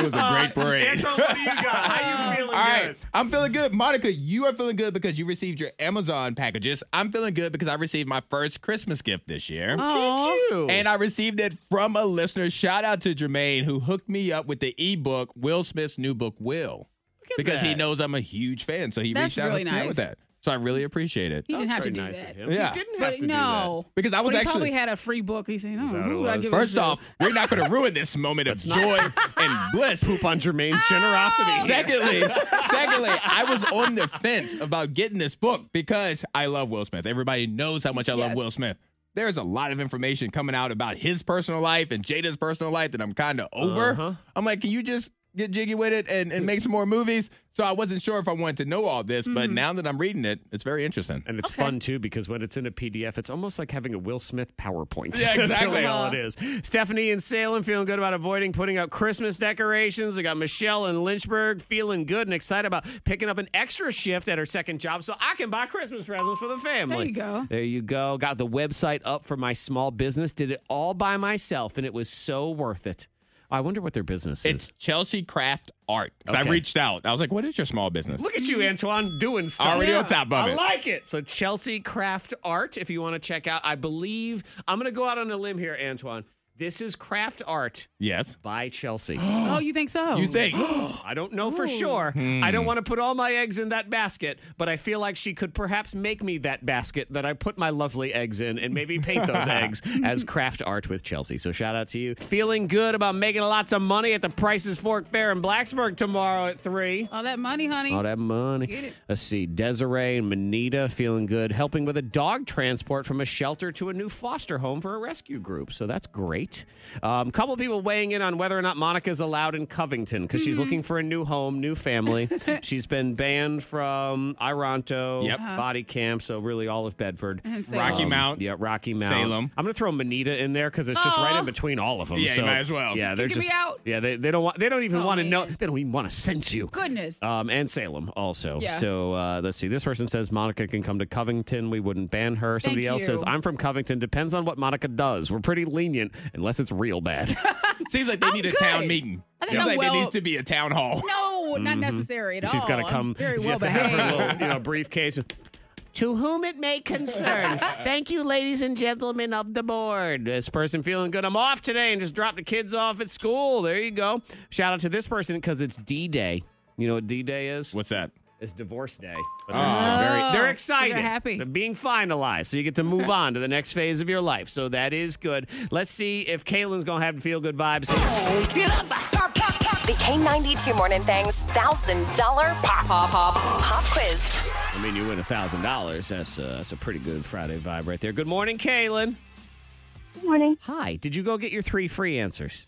[SPEAKER 4] was a great parade.
[SPEAKER 3] what do you got? How you feeling?
[SPEAKER 4] All right, I'm feeling good. Monica, you are feeling good because you received your Amazon packages. I'm feeling good because I received my first Christmas gift this year.
[SPEAKER 5] Oh.
[SPEAKER 4] And I received it from a listener. Shout out to Jermaine, who hooked me up with the ebook, Will Smith's new book, Will. Because he
[SPEAKER 3] that.
[SPEAKER 4] knows I'm a huge fan. So he
[SPEAKER 5] That's
[SPEAKER 4] reached out and
[SPEAKER 5] really
[SPEAKER 4] hooked me up with
[SPEAKER 5] nice.
[SPEAKER 4] that. So I really appreciate it.
[SPEAKER 5] He didn't have to do
[SPEAKER 3] nice
[SPEAKER 5] that.
[SPEAKER 3] Of him.
[SPEAKER 4] Yeah.
[SPEAKER 3] He didn't have
[SPEAKER 5] But
[SPEAKER 3] to
[SPEAKER 5] no,
[SPEAKER 4] Because I was
[SPEAKER 5] But he
[SPEAKER 4] actually-
[SPEAKER 5] probably had a free book. He's saying, oh,
[SPEAKER 3] that
[SPEAKER 5] who
[SPEAKER 3] what
[SPEAKER 5] would
[SPEAKER 3] it
[SPEAKER 5] I
[SPEAKER 3] was?
[SPEAKER 5] give this
[SPEAKER 4] First
[SPEAKER 5] to?"
[SPEAKER 4] off, we're not going to ruin this moment of joy and bliss. Ah.
[SPEAKER 3] do that. Poop on Jermaine's generosity. here.
[SPEAKER 4] Secondly, secondly, I was on the fence about getting this book because I love Will Smith. Everybody knows how much I love
[SPEAKER 5] Yes.
[SPEAKER 4] Will Smith. There's a lot of information coming out about his personal life and Jada's personal life that I'm kind of over.
[SPEAKER 5] Uh-huh.
[SPEAKER 4] I'm like, can you just get jiggy with it and, and make some more movies? So I wasn't sure if I wanted to know all this, but
[SPEAKER 5] Mm-hmm.
[SPEAKER 4] now that I'm reading it, it's very interesting.
[SPEAKER 3] And it's fun too because when it's in a PDF, it's almost like having a Will Smith PowerPoint.
[SPEAKER 4] Yeah,
[SPEAKER 3] That's really
[SPEAKER 4] exactly.
[SPEAKER 3] all it is. Stephanie in Salem feeling good about avoiding putting up Christmas decorations. I got Michelle in Lynchburg feeling good and excited about picking up an extra shift at her second job so I can buy Christmas presents for the family.
[SPEAKER 5] There you go.
[SPEAKER 3] There you go. Got the website up for my small business. Did it all by myself and it was so worth it. I wonder what their business is.
[SPEAKER 4] It's Chelsea Craft Art. 'Cause
[SPEAKER 3] Okay.
[SPEAKER 4] I reached out. I was like, what is your small business?
[SPEAKER 3] Look at you, Antoine, doing stuff.
[SPEAKER 4] Already on top of
[SPEAKER 3] Mm-hmm. I
[SPEAKER 4] it.
[SPEAKER 3] like it. So Chelsea Craft Art, if you want to check out, I believe I'm going to go out on a limb here, Antoine. This is Craft Art
[SPEAKER 4] Yes.
[SPEAKER 3] by Chelsea.
[SPEAKER 5] Oh, you think so?
[SPEAKER 4] You think?
[SPEAKER 3] I don't know for sure. I
[SPEAKER 4] Hmm.
[SPEAKER 3] don't want to put all my eggs in that basket, but I feel like she could perhaps make me that basket that I put my lovely eggs in and maybe paint those eggs as craft art with Chelsea. So shout out to you. Feeling good about making lots of money at the Prices Fork Fair in Blacksburg tomorrow at 3.
[SPEAKER 5] All that money, honey.
[SPEAKER 3] All that money. Let's see. Desiree and Manita feeling good, helping with a dog transport from a shelter to a new foster home for a rescue group. So that's great. um, couple people weighing in on whether or not Monica's allowed in Covington because
[SPEAKER 5] Mm-hmm.
[SPEAKER 3] she's looking for a new home, new family. she's been banned from Ironto,
[SPEAKER 4] Yep.
[SPEAKER 5] Uh-huh.
[SPEAKER 3] Body Camp, so really all of Bedford. Um,
[SPEAKER 4] Rocky Mount.
[SPEAKER 3] Yeah, Rocky Mount.
[SPEAKER 4] Salem.
[SPEAKER 3] I'm gonna throw Manita in there because it's just
[SPEAKER 5] Aw.
[SPEAKER 3] right in between all of them.
[SPEAKER 4] Yeah, you
[SPEAKER 3] so,
[SPEAKER 4] might as well.
[SPEAKER 3] Yeah,
[SPEAKER 4] Just
[SPEAKER 3] they're
[SPEAKER 5] kicking me
[SPEAKER 3] just
[SPEAKER 5] out.
[SPEAKER 3] Yeah, they, they don't want. They don't even
[SPEAKER 5] Oh,
[SPEAKER 3] want to know.
[SPEAKER 5] man.
[SPEAKER 3] They don't even want to sense you.
[SPEAKER 5] Goodness.
[SPEAKER 3] Um, and Salem also.
[SPEAKER 5] Yeah.
[SPEAKER 3] So uh, let's see. This person says Monica can come to Covington. We wouldn't ban her. Somebody else
[SPEAKER 5] you.
[SPEAKER 3] says I'm from Covington. Depends on what Monica does. We're pretty lenient unless it's real bad.
[SPEAKER 4] Seems like they
[SPEAKER 5] I'm
[SPEAKER 4] need a
[SPEAKER 5] good.
[SPEAKER 4] town meeting.
[SPEAKER 5] I think
[SPEAKER 4] Seems
[SPEAKER 5] I'm
[SPEAKER 4] like
[SPEAKER 5] well-
[SPEAKER 4] there needs to be a town hall.
[SPEAKER 5] no, not necessary at all.
[SPEAKER 3] mm-hmm. She's got to
[SPEAKER 5] Oh, I'm
[SPEAKER 3] come.
[SPEAKER 5] Very
[SPEAKER 3] she
[SPEAKER 5] well
[SPEAKER 3] has to have her
[SPEAKER 5] behaved.
[SPEAKER 3] little you know, briefcase. To whom it may concern. Thank you, ladies and gentlemen of the board. This person feeling good. I'm off today and just dropped the kids off at school. There you go. Shout out to this person because it's D Day. You know what D Day is?
[SPEAKER 4] What's that?
[SPEAKER 3] It's divorce day. But
[SPEAKER 4] Oh.
[SPEAKER 3] they're, very,
[SPEAKER 5] Oh,
[SPEAKER 3] they're
[SPEAKER 5] they're
[SPEAKER 3] excited.
[SPEAKER 5] happy.
[SPEAKER 3] They're being finalized. So you get to move on to the next phase of your life. So that is good. Let's see if Kaylin's going to have feel good vibes.
[SPEAKER 9] The K92 Morning Thang's $1,000 pop, pop, pop, pop quiz.
[SPEAKER 3] I mean, you win $1,000. That's, uh, that's a pretty good Friday vibe right there. Good morning, Kaylin.
[SPEAKER 2] Good morning.
[SPEAKER 3] Hi. Did you go get your three free answers?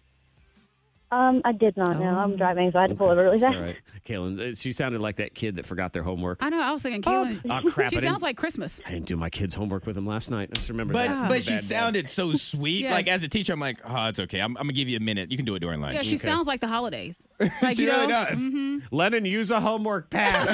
[SPEAKER 3] Oh,
[SPEAKER 2] Um, I did not know. I'm driving, so I had to pull over really
[SPEAKER 3] That's
[SPEAKER 2] fast.
[SPEAKER 3] All right. Kaylin, uh, she sounded like that kid that forgot their homework.
[SPEAKER 5] I know. I was thinking, Kaylin.
[SPEAKER 3] Ah, crap. I
[SPEAKER 5] she
[SPEAKER 3] didn't-
[SPEAKER 5] sounds like Christmas.
[SPEAKER 3] I didn't do my kids' homework with them last night. I just remember that.
[SPEAKER 4] But
[SPEAKER 3] That was
[SPEAKER 4] but
[SPEAKER 3] a
[SPEAKER 4] she
[SPEAKER 3] bad day.
[SPEAKER 4] sounded so sweet.
[SPEAKER 5] Yeah.
[SPEAKER 4] Like as a teacher, I'm like, oh, it's okay. I'm, I'm gonna give you a minute. You can do it during lunch.
[SPEAKER 5] Yeah, she sounds like the holidays. Like
[SPEAKER 4] She
[SPEAKER 5] you
[SPEAKER 4] really
[SPEAKER 5] know, mm-hmm.
[SPEAKER 4] does.
[SPEAKER 3] Lennon, use a homework pass.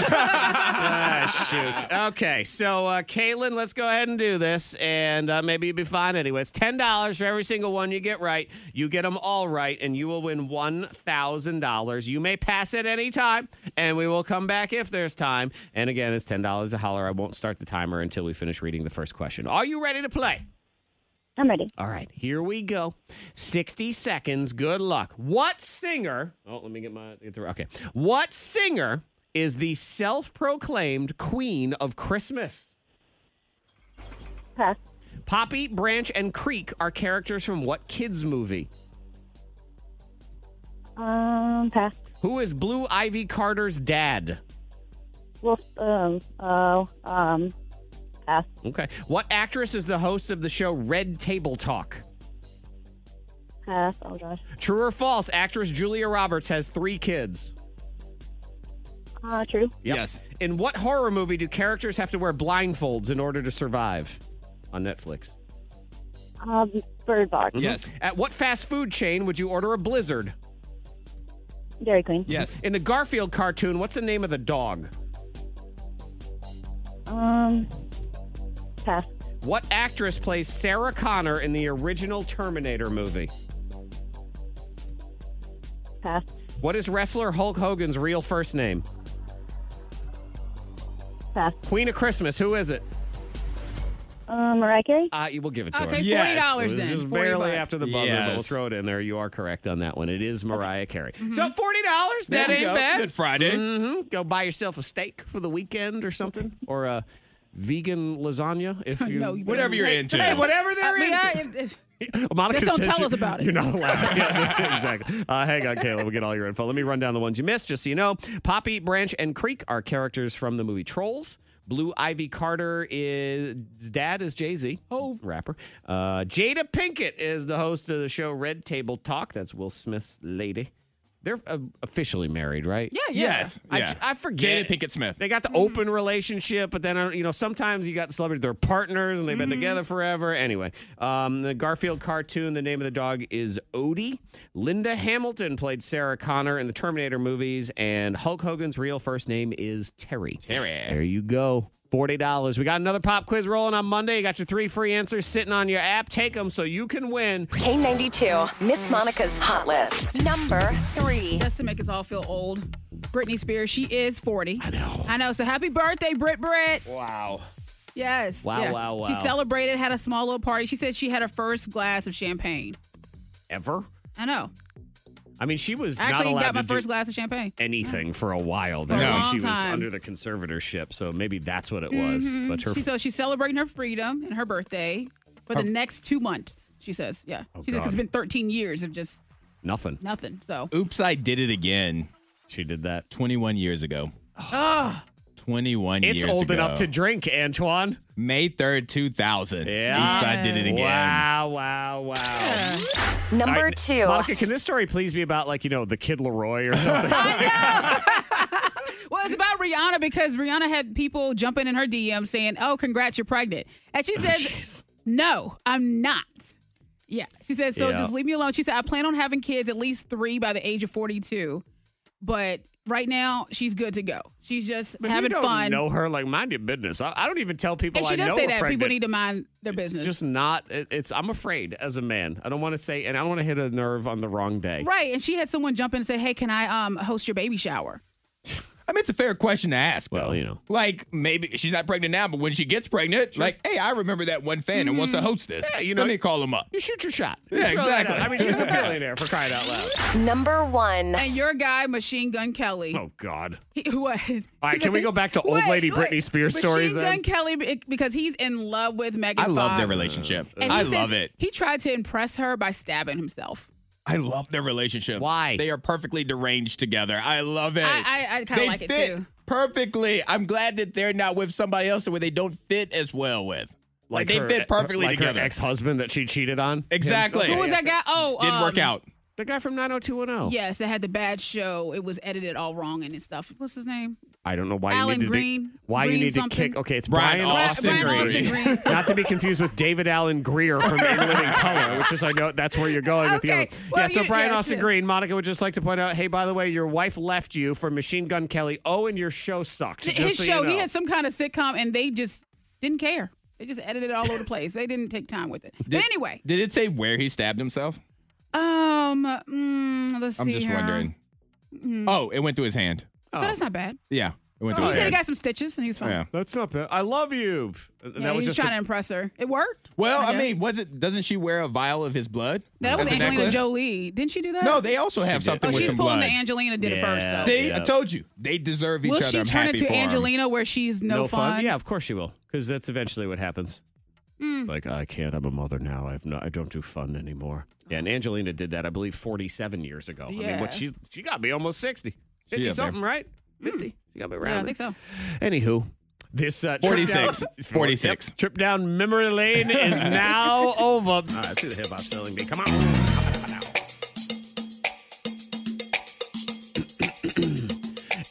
[SPEAKER 3] ah, shoot. Okay, so uh, Caitlin, let's go ahead and do this, and uh, maybe you'll be fine anyway. It's ten dollars for every single one you get right. You get them all right, and you will win one thousand dollars. You may pass at any time, and we will come back if there's time. And again, it's ten dollars a holler. I won't start the timer until we finish reading the first question. Are you ready to play?
[SPEAKER 2] I'm ready.
[SPEAKER 3] All right, here we go. 60 seconds. Good luck. What singer? Oh, let me get my get the okay. What singer is the self-proclaimed queen of Christmas?
[SPEAKER 2] Pass.
[SPEAKER 3] Poppy, Branch, and Creek are characters from what kids movie?
[SPEAKER 2] Um, pass.
[SPEAKER 3] Who is Blue Ivy Carter's dad?
[SPEAKER 2] Well, um, uh, um, pass.
[SPEAKER 3] Okay. What actress is the host of the show Red Table Talk?
[SPEAKER 2] Pass. Oh gosh.
[SPEAKER 3] True or false? Actress Julia Roberts has three kids.
[SPEAKER 2] Uh, true.
[SPEAKER 4] Yes.
[SPEAKER 3] In what horror movie do characters have to wear blindfolds in order to survive? On Netflix.
[SPEAKER 2] Um, bird box.
[SPEAKER 4] Yes.
[SPEAKER 3] At what fast food chain would you order a blizzard?
[SPEAKER 2] Dairy Queen.
[SPEAKER 4] Yes.
[SPEAKER 3] In the Garfield cartoon, what's the name of the dog?
[SPEAKER 2] Um, pass.
[SPEAKER 3] What actress plays Sarah Connor in the original Terminator movie?
[SPEAKER 2] Pass.
[SPEAKER 3] What is wrestler Hulk Hogan's real first name?
[SPEAKER 2] Pass.
[SPEAKER 3] Queen of Christmas, who is it?
[SPEAKER 2] Um, Mariah Carey.
[SPEAKER 3] Uh, you will give it to
[SPEAKER 5] Okay,
[SPEAKER 3] her.
[SPEAKER 4] Yes.
[SPEAKER 5] forty dollars
[SPEAKER 3] This
[SPEAKER 5] then.
[SPEAKER 3] is
[SPEAKER 5] 40
[SPEAKER 3] barely
[SPEAKER 5] bucks.
[SPEAKER 3] after the buzzer, but we'll
[SPEAKER 4] Yes.
[SPEAKER 3] throw it in there. You are correct on that one. It is Mariah Carey. So forty dollars.
[SPEAKER 4] There
[SPEAKER 3] That ain't
[SPEAKER 4] you go.
[SPEAKER 3] bad.
[SPEAKER 4] Good Friday.
[SPEAKER 5] Mm-hmm.
[SPEAKER 3] hmm Go buy yourself a steak for the weekend or something, or a vegan lasagna if you.
[SPEAKER 5] No, you better
[SPEAKER 4] Whatever you're into.
[SPEAKER 3] Hey, whatever they're
[SPEAKER 5] Uh, but
[SPEAKER 3] into.
[SPEAKER 5] yeah, it- it-
[SPEAKER 3] Monica
[SPEAKER 5] Just don't
[SPEAKER 3] says
[SPEAKER 5] tell
[SPEAKER 3] you-
[SPEAKER 5] us about it.
[SPEAKER 3] You're not allowed. yeah, exactly. Uh, hang on, Kayla. We'll get all your info. Let me run down the ones you missed, just so you know. Poppy, Branch, and Creek are characters from the movie Trolls. Blue Ivy Carter is dad is Jay Z, oh rapper. Uh, Jada Pinkett is the host of the show Red Table Talk. That's Will Smith's lady. They're uh, officially married, right?
[SPEAKER 5] yeah, yeah.
[SPEAKER 4] Yes.
[SPEAKER 3] I,
[SPEAKER 4] yeah.
[SPEAKER 3] j- I forget.
[SPEAKER 4] Jada Pinkett Smith.
[SPEAKER 3] They
[SPEAKER 5] Hmm.
[SPEAKER 3] got the open relationship, but then uh, you know sometimes you got celebrities they're partners and they've
[SPEAKER 5] Mm-hmm.
[SPEAKER 3] been together forever. Anyway, um, the Garfield cartoon. The name of the dog is Odie. Linda Hamilton played Sarah Connor in the Terminator movies, and Hulk Hogan's real first name is Terry.
[SPEAKER 4] Terry.
[SPEAKER 3] There you go. $40. We got another pop quiz rolling on Monday. You got your three free answers sitting on your app. Take them so you can win.
[SPEAKER 2] K92, Miss Monica's Hot List. Number three.
[SPEAKER 5] Just to make us all feel old. Britney Spears, she is 40. I know. I know. So happy birthday, Brit Brit.
[SPEAKER 4] Wow.
[SPEAKER 5] Yes.
[SPEAKER 3] Wow, wow, wow.
[SPEAKER 5] She celebrated, had a small little party. She said she had her first glass of champagne.
[SPEAKER 3] Ever?
[SPEAKER 5] I know.
[SPEAKER 3] I mean, she was
[SPEAKER 5] I
[SPEAKER 3] not
[SPEAKER 5] actually
[SPEAKER 3] allowed
[SPEAKER 5] got my
[SPEAKER 3] to do
[SPEAKER 5] first glass of champagne.
[SPEAKER 3] anything for a while there
[SPEAKER 5] a
[SPEAKER 3] when
[SPEAKER 5] long
[SPEAKER 3] she was
[SPEAKER 5] time.
[SPEAKER 3] under the conservatorship. So maybe that's what it was. But her
[SPEAKER 5] She so she's celebrating her freedom and her birthday for the next two months. She says, "Yeah." she says
[SPEAKER 3] Oh, God.
[SPEAKER 5] it's been 13 years of just
[SPEAKER 3] nothing.
[SPEAKER 5] nothing. So
[SPEAKER 4] Oops, I did it again.
[SPEAKER 3] She did that.
[SPEAKER 4] 21 years ago. 21
[SPEAKER 3] It's
[SPEAKER 4] years
[SPEAKER 3] old
[SPEAKER 4] ago.
[SPEAKER 3] enough to drink, Antoine.
[SPEAKER 4] May 3rd, 2000.
[SPEAKER 3] Yeah.
[SPEAKER 4] Oops, I did it again.
[SPEAKER 3] Wow, wow, wow.
[SPEAKER 2] Number
[SPEAKER 3] All right,
[SPEAKER 2] two.
[SPEAKER 3] Monica, can this story please be about like, you know, the Kid Leroy or something?
[SPEAKER 5] well, it's about Rihanna because Rihanna had people jumping in her DM saying, "Oh, congrats, you're pregnant,"
[SPEAKER 3] Oh,
[SPEAKER 5] and she says, "No, I'm not." Yeah, she says, "So
[SPEAKER 3] Yeah.
[SPEAKER 5] just leave me alone." She said, "I plan on having kids, at least three by the age of 42, but right now she's good to go. She's just
[SPEAKER 3] But if
[SPEAKER 5] having
[SPEAKER 3] you don't
[SPEAKER 5] fun."
[SPEAKER 3] know her like mind your business. I, I don't even tell people.
[SPEAKER 5] and
[SPEAKER 3] I
[SPEAKER 5] she
[SPEAKER 3] know
[SPEAKER 5] does say
[SPEAKER 3] are
[SPEAKER 5] that people
[SPEAKER 3] pregnant.
[SPEAKER 5] need to mind their business.
[SPEAKER 3] It's just not. it- It's. I'm afraid as a man. I don't want to say, and I don't want to hit a nerve on the wrong day.
[SPEAKER 5] Right, and she had someone jump in and say, "Hey, can I um host your baby shower?"
[SPEAKER 4] I mean, it's a fair question to ask.
[SPEAKER 3] Well,
[SPEAKER 4] though.
[SPEAKER 3] you know.
[SPEAKER 4] Like, maybe she's not pregnant now, but when she gets pregnant, like, hey, I remember that one fan and
[SPEAKER 5] Mm-hmm.
[SPEAKER 4] wants to host this.
[SPEAKER 3] Yeah, you know-
[SPEAKER 4] Let me call him up.
[SPEAKER 3] You shoot your shot.
[SPEAKER 4] Yeah,
[SPEAKER 3] You throw that
[SPEAKER 4] exactly.
[SPEAKER 3] out. I mean, she's a billionaire for crying out loud.
[SPEAKER 2] Number one.
[SPEAKER 5] And your guy, Machine Gun Kelly,
[SPEAKER 3] Oh God.
[SPEAKER 5] he- what?
[SPEAKER 3] All right, can we go back to old lady Britney Spears
[SPEAKER 5] Machine
[SPEAKER 3] stories?
[SPEAKER 5] Gun
[SPEAKER 3] Then?
[SPEAKER 5] Kelly, be- because he's in love with Megan.
[SPEAKER 4] I love their
[SPEAKER 5] Fox.
[SPEAKER 4] relationship.
[SPEAKER 5] And he
[SPEAKER 4] I
[SPEAKER 5] says
[SPEAKER 4] love it.
[SPEAKER 5] He tried to impress her by stabbing himself.
[SPEAKER 4] I love their relationship.
[SPEAKER 3] Why?
[SPEAKER 4] They are perfectly deranged together. I love it.
[SPEAKER 5] I- I- I kinda
[SPEAKER 4] They
[SPEAKER 5] like it,
[SPEAKER 4] fit
[SPEAKER 5] too.
[SPEAKER 4] Perfectly. I'm glad that they're not with somebody else where they don't fit as well with. Like, they
[SPEAKER 3] her- e-,
[SPEAKER 4] fit perfectly
[SPEAKER 3] like
[SPEAKER 4] together.
[SPEAKER 3] Her ex-husband that she cheated on.
[SPEAKER 4] exactly.
[SPEAKER 5] Who was that guy? Oh,
[SPEAKER 4] Didn't
[SPEAKER 5] um,
[SPEAKER 4] work out.
[SPEAKER 3] The guy from 90210.
[SPEAKER 5] Yes, that had the bad show. It was edited all wrong and stuff. What's his name?
[SPEAKER 3] I don't know why
[SPEAKER 5] Alan
[SPEAKER 3] you need to
[SPEAKER 5] Green-
[SPEAKER 3] do, why
[SPEAKER 5] Green
[SPEAKER 3] you need
[SPEAKER 5] something.
[SPEAKER 3] to kick. Okay, it's
[SPEAKER 4] Brian
[SPEAKER 3] Brian,
[SPEAKER 4] Austin
[SPEAKER 5] Brian Austin
[SPEAKER 4] Green.
[SPEAKER 5] Green.
[SPEAKER 3] Not to be confused with David Allen Greer from In Living Color, which is I know that's where you're going with the
[SPEAKER 5] Okay.
[SPEAKER 3] other.
[SPEAKER 5] Well,
[SPEAKER 3] yeah, so
[SPEAKER 5] you-
[SPEAKER 3] Brian
[SPEAKER 5] yes,
[SPEAKER 3] Austin
[SPEAKER 5] yeah.
[SPEAKER 3] Green, Monica would just like to point out, hey, by the way, your wife left you for Machine Gun Kelly. Oh, and your show sucked. just
[SPEAKER 5] his
[SPEAKER 3] so
[SPEAKER 5] show.
[SPEAKER 3] you know.
[SPEAKER 5] He had some kind of sitcom, and they just didn't care. They just edited it all over the place. They didn't take time with it. but anyway,
[SPEAKER 4] Did it say where he stabbed himself?
[SPEAKER 5] um, mm, let's
[SPEAKER 4] I'm
[SPEAKER 5] see
[SPEAKER 4] just
[SPEAKER 5] here.
[SPEAKER 4] wondering. Oh, it went through his hand.
[SPEAKER 5] But that's not bad.
[SPEAKER 4] Oh, Yeah. It went through
[SPEAKER 5] Oh, He
[SPEAKER 4] his
[SPEAKER 5] said he
[SPEAKER 4] hand.
[SPEAKER 5] got some stitches, and he's fine.
[SPEAKER 4] Yeah.
[SPEAKER 3] That's not bad. I love you. And
[SPEAKER 5] Yeah, he was
[SPEAKER 3] just
[SPEAKER 5] trying to impress her. It worked.
[SPEAKER 4] Well, I
[SPEAKER 5] guess.
[SPEAKER 4] mean, was it doesn't she wear a vial of his blood?
[SPEAKER 5] That was
[SPEAKER 4] As a
[SPEAKER 5] Angelina
[SPEAKER 4] necklace?
[SPEAKER 5] Jolie. Didn't she do that?
[SPEAKER 4] No, they also have
[SPEAKER 5] Oh,
[SPEAKER 4] something with
[SPEAKER 5] she's
[SPEAKER 4] some
[SPEAKER 5] pulling
[SPEAKER 4] blood.
[SPEAKER 5] the Angelina did it first
[SPEAKER 3] Yeah.
[SPEAKER 5] though.
[SPEAKER 4] See, I told you. They deserve each
[SPEAKER 5] Will
[SPEAKER 4] other.
[SPEAKER 5] she
[SPEAKER 4] I'm
[SPEAKER 5] turn
[SPEAKER 4] happy
[SPEAKER 5] into
[SPEAKER 4] for 'em.
[SPEAKER 5] Angelina where she's no, fun?
[SPEAKER 3] Yeah, of course she will, because that's eventually what happens.
[SPEAKER 5] Mm.
[SPEAKER 3] Like I can't. I'm a mother now. I've not. I don't do fun anymore. Yeah, and Angelina did that, I believe, 47 years ago. I mean,
[SPEAKER 5] Yeah. Mm.
[SPEAKER 3] what she she got to be almost 60, 50
[SPEAKER 4] Yeah, babe.
[SPEAKER 3] something, right? 50. She got to be around.
[SPEAKER 5] Yeah,
[SPEAKER 3] there.
[SPEAKER 5] I think so.
[SPEAKER 3] Anywho, this uh,
[SPEAKER 4] 46.
[SPEAKER 3] Trip down,
[SPEAKER 4] 46.
[SPEAKER 3] Yep, trip down memory lane is now over. All right, Ah, see the hip hop spelling bee. Come on.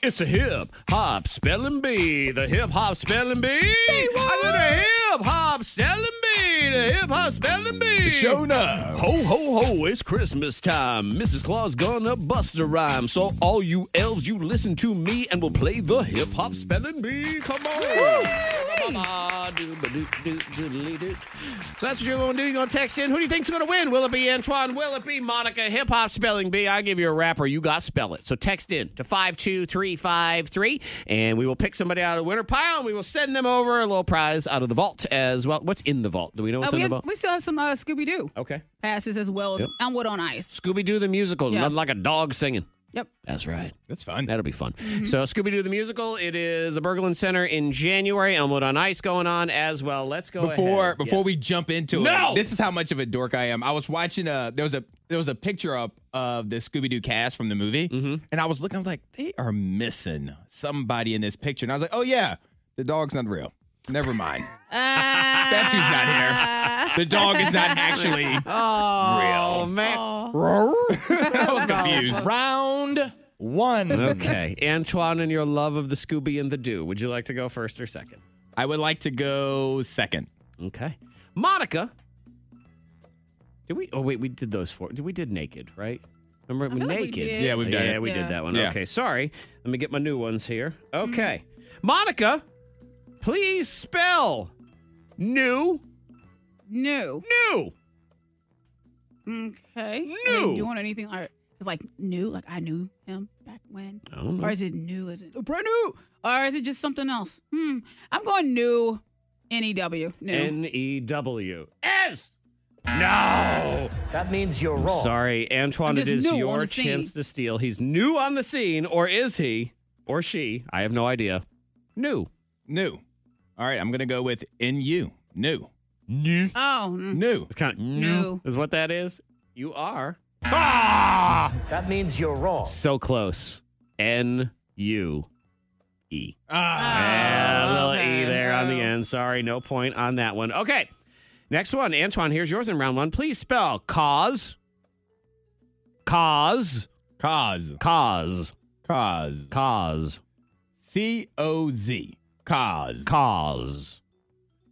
[SPEAKER 3] It's a hip hop spelling bee. The hip hop spelling bee. Say what? I'm the hip hop spelling bee. The hip hop spelling bee.
[SPEAKER 4] Show up.
[SPEAKER 3] Ho, ho, ho, it's Christmas time. Mrs. Claus gonna bust a rhyme. So, all you elves, you listen to me and we'll play the hip hop spelling bee. Come on. Doo-ba-doo-doo-doodly-doo. So, that's what you're gonna do. You're gonna text in. Who do you think's gonna win? Will it be Antoine? Will it be Monica? Hip hop spelling bee. I give you a rapper. You got spell it. So, text in to 52353 and we will pick somebody out of the winner pile and we will send them over a little prize out of the vault as well. What's in the vault? Do we know
[SPEAKER 5] Uh,
[SPEAKER 3] what's in
[SPEAKER 5] we,
[SPEAKER 3] the
[SPEAKER 5] have,
[SPEAKER 3] vault?
[SPEAKER 5] we still have some uh, Scooby Doo
[SPEAKER 3] Okay.
[SPEAKER 5] passes as well as Elmwood on Ice.
[SPEAKER 3] Scooby Doo the musical,
[SPEAKER 5] Yeah.
[SPEAKER 3] nothing like a dog singing.
[SPEAKER 5] Yep.
[SPEAKER 3] That's right.
[SPEAKER 4] That's fun.
[SPEAKER 3] That'll be fun. So, Scooby Doo the musical, it is a Berglund Center in January. Elmwood on Ice going on as well. Let's go
[SPEAKER 4] before
[SPEAKER 3] ahead.
[SPEAKER 4] before
[SPEAKER 3] Yes.
[SPEAKER 4] we jump into
[SPEAKER 3] No!
[SPEAKER 4] it, this is how much of a dork I am. I was watching uh there was a there was a picture up of the Scooby Doo cast from the movie, and I was looking. I was like, they are missing somebody in this picture, and I was like, oh yeah, the dog's not real. Never mind.
[SPEAKER 3] Uh,
[SPEAKER 4] That's who's not here. The dog is not actually.
[SPEAKER 3] Oh, man.
[SPEAKER 4] I was confused. Round one.
[SPEAKER 3] Okay, Antoine and your love of the Scooby and the Doo. Would you like to go first or second?
[SPEAKER 4] I would like to go second.
[SPEAKER 3] Okay, Monica. Did we? Oh wait, we did those four. Did we did naked right? Remember
[SPEAKER 5] feel like we
[SPEAKER 3] naked?
[SPEAKER 5] did.
[SPEAKER 4] Yeah, we've done
[SPEAKER 3] yeah,
[SPEAKER 4] it.
[SPEAKER 3] we
[SPEAKER 5] Yeah. Mm-hmm.
[SPEAKER 3] did that one.
[SPEAKER 4] Yeah.
[SPEAKER 3] Okay, sorry. Let me get my new ones here. Okay, Monica, Please spell new.
[SPEAKER 5] New.
[SPEAKER 3] New.
[SPEAKER 5] Okay. Are
[SPEAKER 3] New.
[SPEAKER 5] they doing anything? Or is it like new? Like I knew him back when?
[SPEAKER 3] I don't know.
[SPEAKER 5] Or is it new? Is it brand new? Or is it just something else? Hmm. I'm going new. N E W. New.
[SPEAKER 3] N E W S. No.
[SPEAKER 7] That means you're wrong.
[SPEAKER 3] Sorry, Antoine,
[SPEAKER 5] I'm
[SPEAKER 3] it
[SPEAKER 5] just
[SPEAKER 3] is
[SPEAKER 5] new on
[SPEAKER 3] your
[SPEAKER 5] the scene.
[SPEAKER 3] chance to steal. He's new on the scene, or is he? Or she? I have no idea. New.
[SPEAKER 4] New. All right, I'm gonna go with NU. New.
[SPEAKER 3] New.
[SPEAKER 5] oh. mm.
[SPEAKER 4] New.
[SPEAKER 3] It's kind of
[SPEAKER 5] New.
[SPEAKER 3] is what that is. You are
[SPEAKER 4] Ah.
[SPEAKER 7] That means you're wrong.
[SPEAKER 3] so close. N U E.
[SPEAKER 4] Ah.
[SPEAKER 3] Yeah, a little
[SPEAKER 5] okay.
[SPEAKER 3] E there on the end. Sorry, no point on that one. Okay. Next one, Antoine, here's yours in round one. Please spell cause. Cause.
[SPEAKER 4] Cause.
[SPEAKER 3] Cause.
[SPEAKER 4] Cause.
[SPEAKER 3] Cause.
[SPEAKER 4] C O Z. Cause.
[SPEAKER 3] Cause.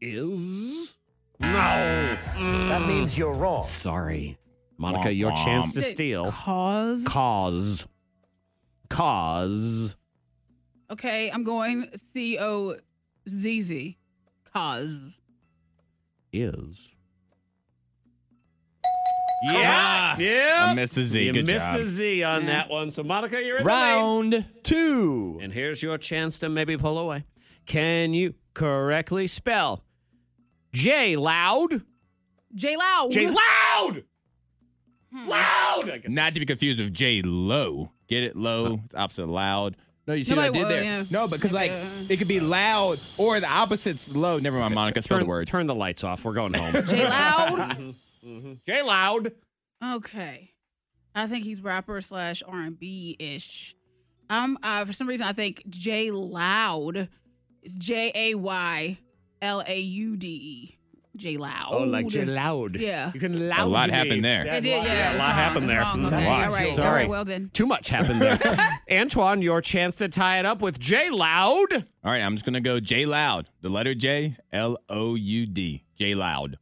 [SPEAKER 3] Is.
[SPEAKER 7] That means you're wrong.
[SPEAKER 3] Sorry. Monica,
[SPEAKER 4] Womp
[SPEAKER 3] your
[SPEAKER 4] womp.
[SPEAKER 3] chance to
[SPEAKER 5] Is it
[SPEAKER 3] steal.
[SPEAKER 5] Cause.
[SPEAKER 3] Cause. Cause.
[SPEAKER 5] Okay. I'm going C O Z Z. Cause.
[SPEAKER 3] Is.
[SPEAKER 4] Yeah.
[SPEAKER 3] Yeah.
[SPEAKER 4] I missed a Z.
[SPEAKER 3] You
[SPEAKER 4] Good
[SPEAKER 3] missed
[SPEAKER 4] job.
[SPEAKER 3] the Z on that one. So, Monica, you're in the lead.
[SPEAKER 4] Round two.
[SPEAKER 3] And here's your chance to maybe pull away. Can you correctly spell J loud?
[SPEAKER 5] J Loud.
[SPEAKER 3] J loud!
[SPEAKER 5] Hmm.
[SPEAKER 3] Loud! I guess
[SPEAKER 4] Not to be confused with J Lo. Get it low. It's opposite of loud. No, you see
[SPEAKER 5] Nobody
[SPEAKER 4] what I did
[SPEAKER 5] will,
[SPEAKER 4] there.
[SPEAKER 5] yeah.
[SPEAKER 4] No, because like it could be loud or the opposite's low. Never mind, Monica. Spell
[SPEAKER 3] turn,
[SPEAKER 4] the word.
[SPEAKER 3] turn the lights off. We're going home. Mm-hmm.
[SPEAKER 5] J Loud.
[SPEAKER 3] J loud.
[SPEAKER 5] Okay. I think he's rapper slash R and B ish. Um, uh, for some reason I think J Loud is J A Y L A U D E. J Loud.
[SPEAKER 3] Oh, loud.
[SPEAKER 5] Yeah.
[SPEAKER 3] You can loud.
[SPEAKER 4] lot
[SPEAKER 3] me.
[SPEAKER 4] happened there.
[SPEAKER 3] That
[SPEAKER 5] It did, yeah.
[SPEAKER 3] lot- yeah, a
[SPEAKER 5] it's
[SPEAKER 3] lot
[SPEAKER 5] wrong,
[SPEAKER 3] happened
[SPEAKER 5] it's
[SPEAKER 3] there.
[SPEAKER 5] wrong,
[SPEAKER 3] Mhm.
[SPEAKER 5] Okay.
[SPEAKER 4] Wow.
[SPEAKER 5] All right. All
[SPEAKER 3] Sorry.
[SPEAKER 5] right. Well then.
[SPEAKER 3] Too much happened there. Antoine, your chance to tie it up with J loud.
[SPEAKER 4] All right, I'm just gonna go J Loud. The letter J L O U D. J Loud.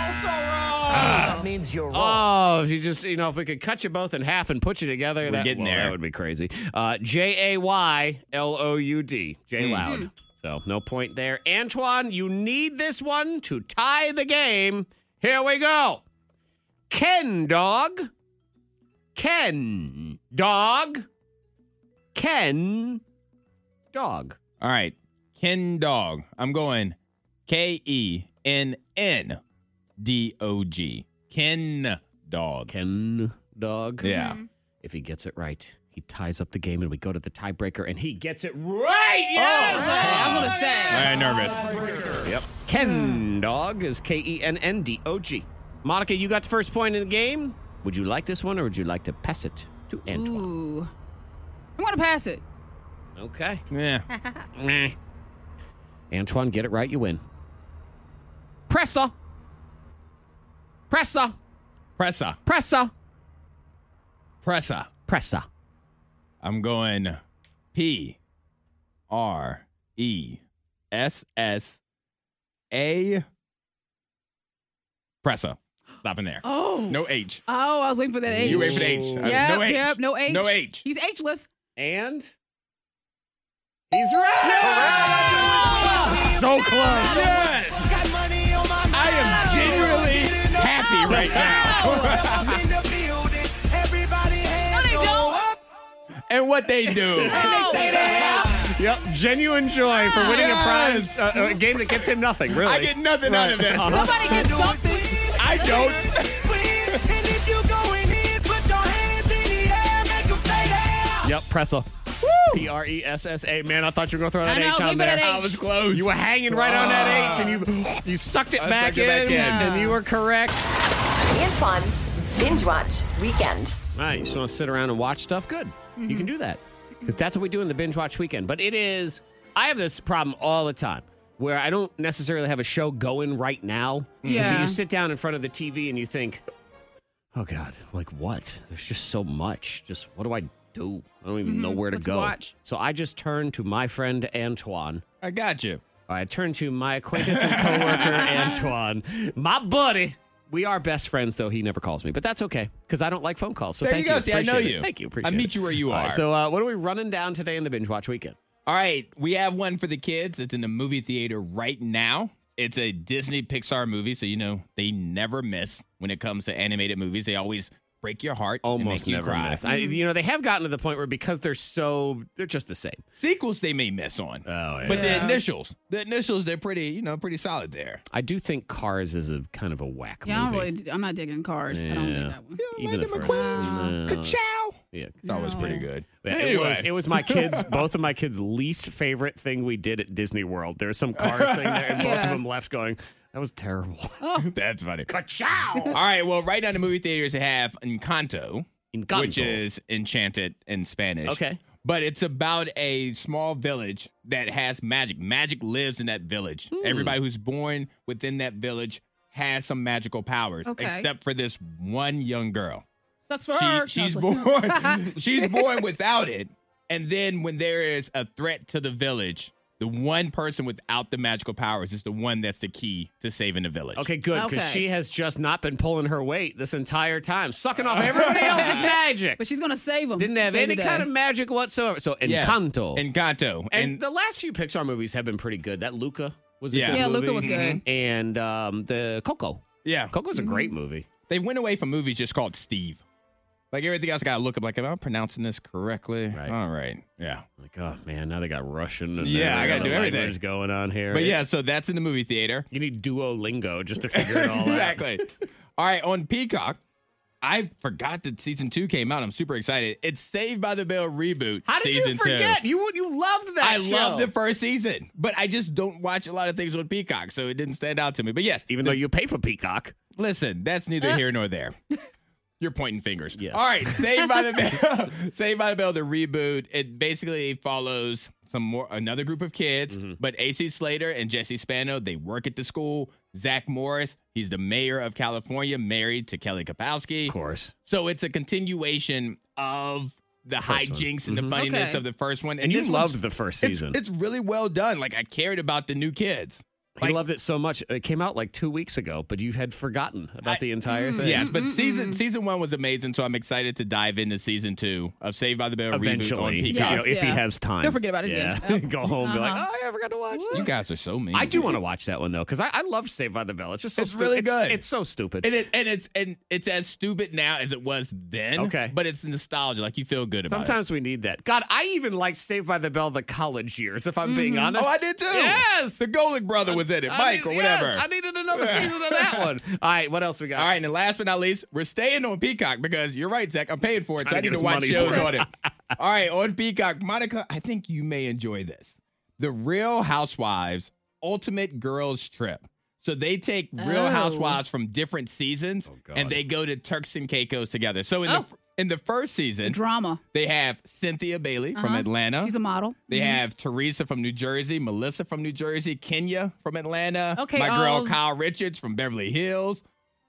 [SPEAKER 7] That means you're wrong.
[SPEAKER 3] Oh, if you just, you know, if we could cut you both in half and put you together, that,
[SPEAKER 4] getting
[SPEAKER 3] well,
[SPEAKER 4] there.
[SPEAKER 3] that would be crazy. Uh, J A Y L O U D. J
[SPEAKER 4] Hmm.
[SPEAKER 3] Loud. So no point there. Antoine, you need this one to tie the game. Here we go. Ken dog. Ken dog. Ken dog.
[SPEAKER 4] All right, Ken Dog. I'm going K E N N D O G. Ken Dog.
[SPEAKER 3] Ken dog.
[SPEAKER 4] Yeah.
[SPEAKER 5] Mm-hmm.
[SPEAKER 3] If he gets it right, he ties up the game and we go to the tiebreaker and he gets it right. Yes!
[SPEAKER 5] I was gonna say.
[SPEAKER 4] All right, nervous.
[SPEAKER 3] Ken dog is K E N N D O G. Monica, you got the first point in the game. Would you like this one or would you like to pass it to Antoine?
[SPEAKER 5] Ooh. I'm gonna pass it.
[SPEAKER 3] Okay.
[SPEAKER 4] Yeah.
[SPEAKER 3] Meh. Antoine, get it right, you win. Presser. Presser.
[SPEAKER 4] Pressa.
[SPEAKER 3] Presser.
[SPEAKER 4] Pressa.
[SPEAKER 3] Presser.
[SPEAKER 4] I'm going P R E S S A Pressa. Stopping there.
[SPEAKER 5] Oh.
[SPEAKER 4] No H.
[SPEAKER 5] Oh, I was waiting for that H.
[SPEAKER 4] You wait for the H. Uh,
[SPEAKER 5] Yep,
[SPEAKER 4] no H.
[SPEAKER 5] yep, no H.
[SPEAKER 4] No H.
[SPEAKER 5] He's H-less.
[SPEAKER 3] And he's right. So close.
[SPEAKER 4] Yes! I am genuinely happy right now.
[SPEAKER 5] No, they don't.
[SPEAKER 4] and what they do.
[SPEAKER 3] Yep, genuine joy for winning a prize, uh, a game that gets him nothing, really.
[SPEAKER 4] I get nothing out of this.
[SPEAKER 3] Uh-huh.
[SPEAKER 5] Somebody get something.
[SPEAKER 4] I don't.
[SPEAKER 3] Yep, Pressa. P R E S S A. Man, I thought you were going to throw that
[SPEAKER 5] I know,
[SPEAKER 3] H
[SPEAKER 5] leave
[SPEAKER 3] on
[SPEAKER 5] it
[SPEAKER 3] there.
[SPEAKER 5] at
[SPEAKER 4] I was close.
[SPEAKER 3] You were hanging right on that H, and you you sucked it,
[SPEAKER 4] I
[SPEAKER 3] back,
[SPEAKER 4] sucked
[SPEAKER 3] in,
[SPEAKER 4] it back in.
[SPEAKER 3] and you were correct.
[SPEAKER 2] Antoine's Binge Watch Weekend.
[SPEAKER 3] All right, you just want to sit around and watch stuff? Good. You
[SPEAKER 5] Mm-hmm.
[SPEAKER 3] can do that. Because that's what we do in the binge watch weekend. But it is, I have this problem all the time where I don't necessarily have a show going right now. And So
[SPEAKER 5] Yeah.
[SPEAKER 3] you sit down in front of the TV and you think, oh God, like what? There's just so much. Just what do I do? I don't even know where to
[SPEAKER 5] What to
[SPEAKER 3] go.
[SPEAKER 5] Mm-hmm. watch.
[SPEAKER 3] So I just turn to my friend Antoine.
[SPEAKER 4] I got you.
[SPEAKER 3] I turn to my acquaintance and coworker Antoine, my buddy. We are best friends, though he never calls me, but that's okay because I don't like phone calls. So
[SPEAKER 4] There
[SPEAKER 3] thank
[SPEAKER 4] you go. See, I know
[SPEAKER 3] Appreciate it.
[SPEAKER 4] you.
[SPEAKER 3] Thank you.
[SPEAKER 4] I
[SPEAKER 3] Appreciate
[SPEAKER 4] meet
[SPEAKER 3] it.
[SPEAKER 4] you where you
[SPEAKER 3] All right,
[SPEAKER 4] are.
[SPEAKER 3] so uh, what are we running down today in the binge watch weekend?
[SPEAKER 4] All right, we have one for the kids. It's in the movie theater right now. It's a Disney Pixar movie, so you know they never miss when it comes to animated movies. They always break your heart, and
[SPEAKER 3] Almost
[SPEAKER 4] make you
[SPEAKER 3] never
[SPEAKER 4] cry.
[SPEAKER 3] miss. I, you know, they have gotten to the point where because they're so, they're just the same.
[SPEAKER 4] Sequels they may miss on,
[SPEAKER 3] Oh,
[SPEAKER 4] but the
[SPEAKER 5] Yeah.
[SPEAKER 4] initials, the initials, they're pretty, you know, pretty solid there.
[SPEAKER 3] I do think Cars is a kind of a whack
[SPEAKER 5] Yeah, I don't
[SPEAKER 3] movie.
[SPEAKER 5] really, I'm not digging cars. I don't dig
[SPEAKER 3] Yeah.
[SPEAKER 5] that one.
[SPEAKER 3] Even the
[SPEAKER 4] Lightning
[SPEAKER 3] first
[SPEAKER 5] McQueen.
[SPEAKER 3] one. No.
[SPEAKER 4] Ka-chow!
[SPEAKER 3] Yeah.
[SPEAKER 4] That was pretty good.
[SPEAKER 3] Uh-huh. Yeah, it, was, it was my kids, both of my kids' least favorite thing we did at Disney World. There was some Cars thing there, and both of
[SPEAKER 5] Yeah.
[SPEAKER 3] them left going, that was terrible.
[SPEAKER 4] That's funny. Ka-chow! All right, well, right now the movie theaters have Encanto,
[SPEAKER 3] Encanto.
[SPEAKER 4] which is enchanted in Spanish.
[SPEAKER 3] Okay.
[SPEAKER 4] But it's about a small village that has magic. Magic lives in that village. Everybody who's born within that village has some magical powers,
[SPEAKER 5] Okay.
[SPEAKER 4] except for this one young girl.
[SPEAKER 5] Sucks for
[SPEAKER 4] She,
[SPEAKER 5] her.
[SPEAKER 4] she's
[SPEAKER 5] Sounds like-
[SPEAKER 4] born. she's born without it. And then when there is a threat to the village, the one person without the magical powers is the one that's the key to saving the village.
[SPEAKER 3] Okay, good, because
[SPEAKER 5] Okay.
[SPEAKER 3] she has just not been pulling her weight this entire time, sucking off everybody else's magic.
[SPEAKER 5] But she's gonna save them.
[SPEAKER 3] Didn't have any kind of magic whatsoever. So
[SPEAKER 4] Yeah.
[SPEAKER 3] Encanto.
[SPEAKER 4] Encanto.
[SPEAKER 3] and, the last few Pixar movies have been pretty good. That Luca was a
[SPEAKER 4] Yeah.
[SPEAKER 3] good
[SPEAKER 5] Yeah,
[SPEAKER 3] movie.
[SPEAKER 5] Luca was good.
[SPEAKER 3] And um, the Coco.
[SPEAKER 4] yeah.
[SPEAKER 3] Coco's a
[SPEAKER 4] Mm-hmm.
[SPEAKER 3] great movie.
[SPEAKER 4] they went away from movies just called Steve. Like everything else, I gotta look up. Like, am I pronouncing this correctly?
[SPEAKER 3] Right.
[SPEAKER 4] All right, yeah.
[SPEAKER 3] Like, oh man, now they got Russian. And
[SPEAKER 4] Yeah,
[SPEAKER 3] then
[SPEAKER 4] I gotta
[SPEAKER 3] other
[SPEAKER 4] do everything.
[SPEAKER 3] language going on here.
[SPEAKER 4] But yeah, so that's in the movie theater.
[SPEAKER 3] you need Duolingo just to figure it all out.
[SPEAKER 4] exactly. All right, on Peacock, I forgot that season two came out. I'm super excited. It's Saved by the Bell reboot.
[SPEAKER 3] How did
[SPEAKER 4] season
[SPEAKER 3] you forget?
[SPEAKER 4] Two.
[SPEAKER 3] You you loved that.
[SPEAKER 4] I
[SPEAKER 3] show.
[SPEAKER 4] loved the first season, but I just don't watch a lot of things on Peacock, so it didn't stand out to me. But yes,
[SPEAKER 3] Even though you pay for Peacock.
[SPEAKER 4] Listen, that's neither here nor there. You're pointing fingers.
[SPEAKER 3] Yes.
[SPEAKER 4] All right, Saved by the Bell. Saved by the Bell, the reboot. It basically follows some more another group of kids,
[SPEAKER 3] Mm-hmm.
[SPEAKER 4] but AC Slater and Jesse Spano, they work at the school. Zach Morris, he's the mayor of California, married to Kelly Kapowski.
[SPEAKER 3] Of course.
[SPEAKER 4] So it's a continuation of the
[SPEAKER 3] first one. Mm-hmm.
[SPEAKER 4] hijinks and the funniness
[SPEAKER 5] Okay.
[SPEAKER 4] of the first one.
[SPEAKER 3] And you
[SPEAKER 4] this one's-
[SPEAKER 3] loved the first
[SPEAKER 4] it's-
[SPEAKER 3] season.
[SPEAKER 4] It's, really well done. Like I cared about the new kids.
[SPEAKER 3] I
[SPEAKER 4] like-
[SPEAKER 3] loved it so much. It came out like two weeks ago, but you had forgotten about
[SPEAKER 4] I- Mm.
[SPEAKER 3] the entire thing.
[SPEAKER 4] Yes, but season season one was amazing, so I'm excited to dive into season two of Saved by the Bell reboot on
[SPEAKER 3] Eventually, you
[SPEAKER 4] Peacock.
[SPEAKER 3] know,
[SPEAKER 5] Yes,
[SPEAKER 3] if he
[SPEAKER 5] yeah.
[SPEAKER 3] has time.
[SPEAKER 5] Don't forget about it again.
[SPEAKER 3] Yeah. Go home and be like,
[SPEAKER 5] Uh-huh.
[SPEAKER 3] oh, yeah, I forgot to watch that.
[SPEAKER 4] You guys are so mean.
[SPEAKER 3] I do want to watch that one, though, because I, I love Saved by the Bell. It's just so
[SPEAKER 4] It's
[SPEAKER 3] stu-
[SPEAKER 4] really
[SPEAKER 3] It's,
[SPEAKER 4] good.
[SPEAKER 3] it's so stupid.
[SPEAKER 4] And, it, and it's and it's as stupid now as it was then.
[SPEAKER 3] Okay.
[SPEAKER 4] but it's nostalgia. Like you feel good about it.
[SPEAKER 3] Sometimes we need that. God, I even liked Saved by the Bell the college years, if I'm being honest.
[SPEAKER 4] Oh, I did too.
[SPEAKER 3] Yes.
[SPEAKER 4] the Golic brother was in it,
[SPEAKER 3] I
[SPEAKER 4] Mike
[SPEAKER 3] need-
[SPEAKER 4] or whatever.
[SPEAKER 3] Yes, I needed another season of that one. All right, what else we got?
[SPEAKER 4] All right, and then last but not least, we're staying on Peacock because you're right, Zach. I'm paying for it. So I
[SPEAKER 3] Trying to get
[SPEAKER 4] need to
[SPEAKER 3] his
[SPEAKER 4] watch
[SPEAKER 3] money's
[SPEAKER 4] shows
[SPEAKER 3] worth.
[SPEAKER 4] on it. All right, on Peacock, Monica, I think you may enjoy this. The Real Housewives Ultimate Girls Trip. So they take Real
[SPEAKER 5] Oh.
[SPEAKER 4] Housewives from different seasons
[SPEAKER 3] Oh, God.
[SPEAKER 4] and they go to Turks and Caicos together. So in
[SPEAKER 5] Oh.
[SPEAKER 4] the in the first season,
[SPEAKER 5] drama.
[SPEAKER 4] they have Cynthia Bailey from
[SPEAKER 5] Uh-huh.
[SPEAKER 4] Atlanta.
[SPEAKER 5] She's a model.
[SPEAKER 4] They have Teresa from New Jersey, Melissa from New Jersey, Kenya from Atlanta.
[SPEAKER 5] Okay,
[SPEAKER 4] my girl
[SPEAKER 5] all-
[SPEAKER 4] Kyle Richards from Beverly Hills,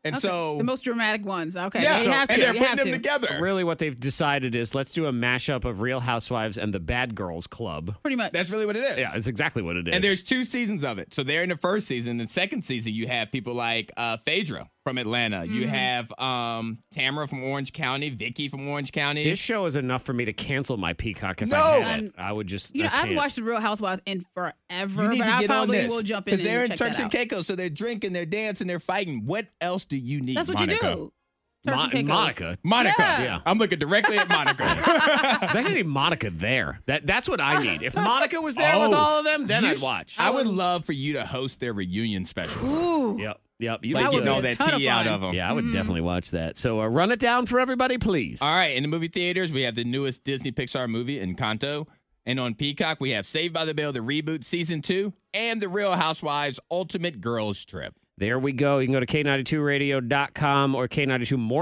[SPEAKER 4] and
[SPEAKER 5] Okay.
[SPEAKER 4] so
[SPEAKER 5] the most dramatic ones. Okay,
[SPEAKER 4] yeah,
[SPEAKER 5] you have to.
[SPEAKER 4] and they're
[SPEAKER 5] you
[SPEAKER 4] putting
[SPEAKER 5] have
[SPEAKER 4] them
[SPEAKER 5] to.
[SPEAKER 4] together.
[SPEAKER 3] Really, what they've decided is let's do a mashup of Real Housewives and the Bad Girls Club.
[SPEAKER 5] Pretty much.
[SPEAKER 4] That's really what it is.
[SPEAKER 3] Yeah, it's exactly what it is.
[SPEAKER 4] And there's two seasons of it. So they're in the first season. The second season, you have people like uh, Phaedra from Atlanta. You
[SPEAKER 5] Mm-hmm.
[SPEAKER 4] have um, Tamara from Orange County, Vicky from Orange County.
[SPEAKER 3] this show is enough for me to cancel my Peacock if I
[SPEAKER 4] No!
[SPEAKER 3] had
[SPEAKER 5] Um,
[SPEAKER 3] it. I would just.
[SPEAKER 5] you know, I
[SPEAKER 3] I
[SPEAKER 5] haven't
[SPEAKER 3] can't.
[SPEAKER 5] watched The Real Housewives in forever,
[SPEAKER 4] you need
[SPEAKER 5] but
[SPEAKER 4] to
[SPEAKER 5] I
[SPEAKER 4] get on
[SPEAKER 5] probably
[SPEAKER 4] this
[SPEAKER 5] will jump in and
[SPEAKER 4] they're in
[SPEAKER 5] check
[SPEAKER 4] Turks
[SPEAKER 5] that
[SPEAKER 4] and
[SPEAKER 5] out.
[SPEAKER 4] Caicos, so they're drinking, they're dancing, they're fighting. What else do you need?
[SPEAKER 5] That's what
[SPEAKER 4] Monica?
[SPEAKER 5] you do. Turks
[SPEAKER 3] Mon-
[SPEAKER 5] and Caicos.
[SPEAKER 3] Monica.
[SPEAKER 4] Monica.
[SPEAKER 5] Yeah.
[SPEAKER 3] Yeah.
[SPEAKER 4] I'm looking directly at Monica.
[SPEAKER 3] There's actually Monica there. That that's what I need. If Monica was there
[SPEAKER 4] Oh.
[SPEAKER 3] with all of them, then
[SPEAKER 4] You
[SPEAKER 3] I'd
[SPEAKER 4] sh-
[SPEAKER 3] watch.
[SPEAKER 4] I would love for you to host their reunion special.
[SPEAKER 5] Ooh.
[SPEAKER 3] Yep. Yep. You
[SPEAKER 4] Like
[SPEAKER 5] would
[SPEAKER 4] getting all
[SPEAKER 5] be a
[SPEAKER 4] that
[SPEAKER 5] ton of
[SPEAKER 4] tea out
[SPEAKER 5] fun.
[SPEAKER 4] of them.
[SPEAKER 3] Yeah, I would
[SPEAKER 5] Mm-hmm.
[SPEAKER 3] definitely watch that. So uh, run it down for everybody, please.
[SPEAKER 4] All right, in the movie theaters, we have the newest Disney Pixar movie, Encanto. And on Peacock, we have Saved by the Bell, the reboot, season two, and The Real Housewives Ultimate Girls Trip.
[SPEAKER 3] There we go. You can go to K92radio.com or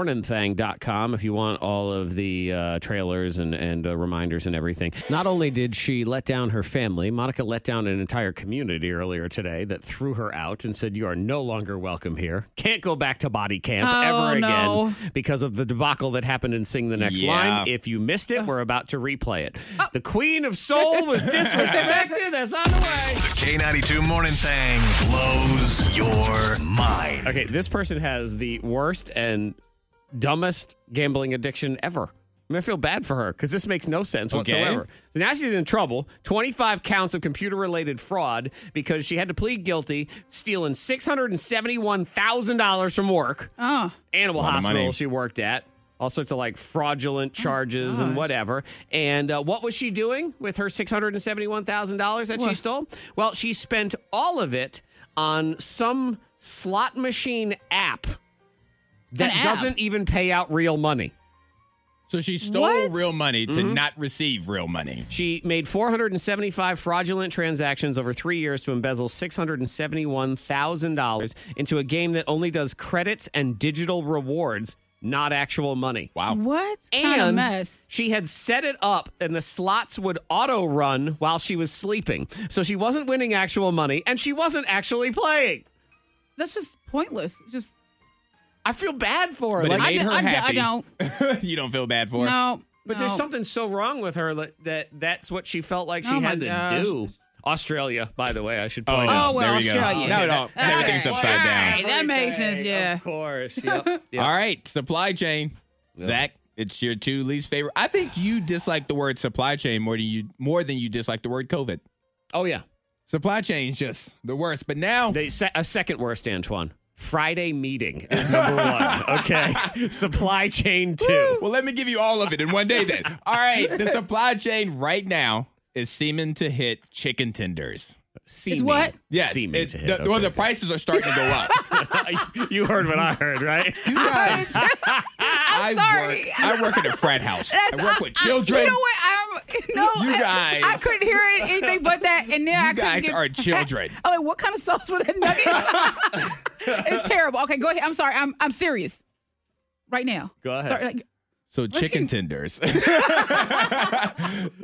[SPEAKER 3] K92morningthing.com if you want all of the uh, trailers and, and uh, reminders and everything. Not only did she let down her family, Monica let down an entire community earlier today that threw her out and said, You are no longer welcome here. Can't go back to body camp
[SPEAKER 5] Oh,
[SPEAKER 3] ever again
[SPEAKER 5] no.
[SPEAKER 3] because of the debacle that happened in Sing the Next
[SPEAKER 4] Yeah.
[SPEAKER 3] Line. If you missed it, we're about to replay it.
[SPEAKER 5] Oh.
[SPEAKER 3] The Queen of Soul was disrespected. That's on the way.
[SPEAKER 1] The K92 Morning Thing blows your mind.
[SPEAKER 3] Okay, this person has the worst and dumbest gambling addiction ever. I, mean, I feel bad for her because this makes no sense
[SPEAKER 4] Okay.
[SPEAKER 3] whatsoever. So now she's in trouble. 25 counts of computer related fraud because she had to plead guilty, stealing $671,000 from work,
[SPEAKER 5] Oh,
[SPEAKER 3] animal
[SPEAKER 4] lot of money. Oh,
[SPEAKER 3] hospital she worked at, all sorts of like fraudulent charges and whatever. And uh, what was she doing with her $671,000 that she stole? Well, she spent all of it on some slot machine app that
[SPEAKER 5] app?
[SPEAKER 3] doesn't even pay out real money.
[SPEAKER 4] So she stole
[SPEAKER 5] What?
[SPEAKER 4] real money to not receive real money.
[SPEAKER 3] She made 475 fraudulent transactions over three years to embezzle $671,000 into a game that only does credits and digital rewards, not actual money.
[SPEAKER 4] Wow.
[SPEAKER 5] what kind of
[SPEAKER 3] And
[SPEAKER 5] mess?
[SPEAKER 3] she had set it up, and the slots would auto run while she was sleeping. So she wasn't winning actual money, and she wasn't actually playing.
[SPEAKER 5] That's just pointless. Just
[SPEAKER 3] I feel bad for her.
[SPEAKER 4] But it
[SPEAKER 3] Like,
[SPEAKER 5] I,
[SPEAKER 4] made
[SPEAKER 5] d-
[SPEAKER 4] her
[SPEAKER 5] I d- I
[SPEAKER 4] happy.
[SPEAKER 5] don't.
[SPEAKER 4] you don't feel bad for her.
[SPEAKER 5] Mm-hmm. No.
[SPEAKER 3] But
[SPEAKER 5] no.
[SPEAKER 3] there's something so wrong with her that, that that's what she felt like she
[SPEAKER 5] Oh my
[SPEAKER 3] had to
[SPEAKER 5] gosh.
[SPEAKER 3] do. Australia, by the way, I should point out.
[SPEAKER 5] Oh, well,
[SPEAKER 4] there we go.
[SPEAKER 5] Australia.
[SPEAKER 4] No, no,
[SPEAKER 5] Okay.
[SPEAKER 4] everything's
[SPEAKER 5] All
[SPEAKER 4] upside down.
[SPEAKER 5] right, that makes sense, yeah.
[SPEAKER 3] Of course. Yep. yep.
[SPEAKER 4] All right, supply chain. Zach, it's your two least favorite. I think you dislike the word supply chain more than you more than you dislike the word COVID.
[SPEAKER 3] Oh yeah.
[SPEAKER 4] Supply chain's just the worst. But now
[SPEAKER 3] They se- a second worst, Antoine. Friday meeting is number one. Okay. Supply chain two.
[SPEAKER 4] Well, let me give you all of it in one day then. All right, the supply chain right now is seeming to hit chicken tenders.
[SPEAKER 3] Seeming.
[SPEAKER 5] what?
[SPEAKER 4] Yes,
[SPEAKER 3] Seeming
[SPEAKER 4] it-
[SPEAKER 3] to hit.
[SPEAKER 4] the- well, the
[SPEAKER 3] okay.
[SPEAKER 4] prices are starting to go up.
[SPEAKER 3] you heard what I heard, right?
[SPEAKER 4] You guys, I'm I
[SPEAKER 5] sorry.
[SPEAKER 4] Work, I work at a frat house. I
[SPEAKER 5] That's-
[SPEAKER 4] work with
[SPEAKER 5] I-
[SPEAKER 4] children.
[SPEAKER 5] you know what? I'm no.
[SPEAKER 4] You
[SPEAKER 5] I-
[SPEAKER 4] guys-
[SPEAKER 5] I, couldn't hear it- anything but that, and then I
[SPEAKER 4] You
[SPEAKER 5] couldn't
[SPEAKER 4] guys
[SPEAKER 5] get,
[SPEAKER 4] are children.
[SPEAKER 5] I'm like, what kind of sauce was that nugget? it's terrible. Okay, go ahead. I'm sorry. I'm I'm serious. Right now.
[SPEAKER 3] Go ahead.
[SPEAKER 5] Start, like,
[SPEAKER 4] So chicken tenders.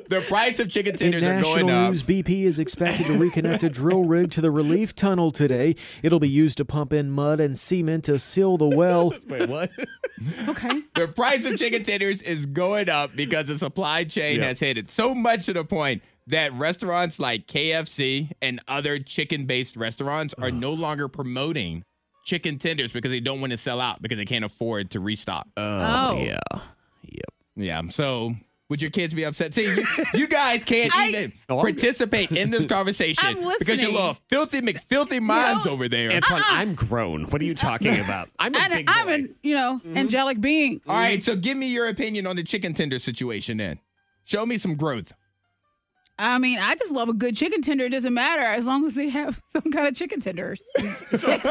[SPEAKER 4] the price of chicken tenders are going up.
[SPEAKER 7] BP is expected to reconnect a drill rig to the relief tunnel today. It'll be used to pump in mud and cement to seal the well.
[SPEAKER 3] Wait, what?
[SPEAKER 5] okay.
[SPEAKER 4] the price of chicken tenders is going up because the supply chain
[SPEAKER 3] Yeah.
[SPEAKER 4] has hit it so much to the point that restaurants like KFC and other chicken based restaurants
[SPEAKER 3] Uh-huh.
[SPEAKER 4] are no longer promoting chicken tenders because they don't want to sell out because they can't afford to restock.
[SPEAKER 3] Uh.
[SPEAKER 5] Oh.
[SPEAKER 3] yeah.
[SPEAKER 4] yeah. So. Would your kids be upset? See, you, you guys can't
[SPEAKER 5] I-
[SPEAKER 4] even
[SPEAKER 3] Oh, I'm-
[SPEAKER 4] participate in this conversation
[SPEAKER 5] I'm
[SPEAKER 4] because your
[SPEAKER 5] listening.
[SPEAKER 4] little filthy McFilthy minds over there.
[SPEAKER 3] Antoine, Uh-uh. I'm grown. What are you talking about? I'm a
[SPEAKER 5] And
[SPEAKER 3] big
[SPEAKER 5] I'm
[SPEAKER 3] boy. Mm-hmm.
[SPEAKER 5] an you know angelic being.
[SPEAKER 4] All right, so give me your opinion on the chicken tender situation then. Show me some growth.
[SPEAKER 5] I mean, I just love a good chicken tender. It doesn't matter as long as they have some kind of chicken tenders.
[SPEAKER 4] I thought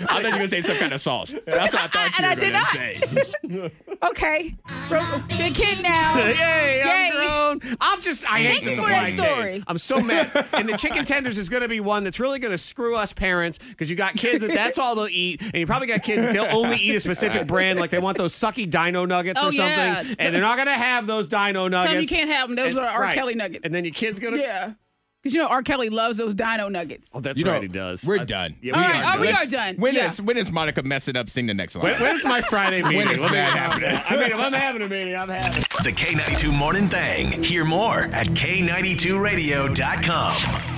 [SPEAKER 4] you were going to say some kind of sauce. That's what I thought
[SPEAKER 5] And I
[SPEAKER 4] you were
[SPEAKER 5] did
[SPEAKER 4] going
[SPEAKER 5] not.
[SPEAKER 4] to say.
[SPEAKER 5] Okay, big kid now.
[SPEAKER 3] Yay,
[SPEAKER 5] Yay.
[SPEAKER 3] I'm grown. I'm just, I hate
[SPEAKER 5] Thank you
[SPEAKER 3] the
[SPEAKER 5] for that
[SPEAKER 3] supply chain.
[SPEAKER 5] story.
[SPEAKER 3] I'm so mad. and the chicken tenders is going to be one that's really going to screw us parents because you got kids that that's all they'll eat. And you probably got kids that they'll only eat a specific brand. Like they want those sucky dino nuggets
[SPEAKER 5] Oh,
[SPEAKER 3] or something.
[SPEAKER 5] yeah.
[SPEAKER 3] And they're not going to have those dino nuggets.
[SPEAKER 5] Tell me you can't have them. Those
[SPEAKER 3] And-
[SPEAKER 5] are R.
[SPEAKER 3] right.
[SPEAKER 5] Kelly nuggets.
[SPEAKER 3] And then your kid's going to.
[SPEAKER 5] yeah, because you know R. Kelly loves those Dino nuggets.
[SPEAKER 3] Oh, that's
[SPEAKER 4] You know,
[SPEAKER 3] right, he does.
[SPEAKER 4] We're
[SPEAKER 3] I-
[SPEAKER 4] done.
[SPEAKER 3] Yeah,
[SPEAKER 5] All
[SPEAKER 3] we
[SPEAKER 5] right,
[SPEAKER 3] are
[SPEAKER 5] oh, we
[SPEAKER 3] done.
[SPEAKER 5] are done.
[SPEAKER 4] When
[SPEAKER 5] yeah.
[SPEAKER 4] is, when is Monica messing up? Sing the next line.
[SPEAKER 3] When- When's my Friday meeting?
[SPEAKER 4] is
[SPEAKER 3] Let me-
[SPEAKER 4] that happening?
[SPEAKER 3] I mean, if I'm having a meeting, I'm having.
[SPEAKER 1] The K92 Morning Thang. Hear more at K92Radio.com.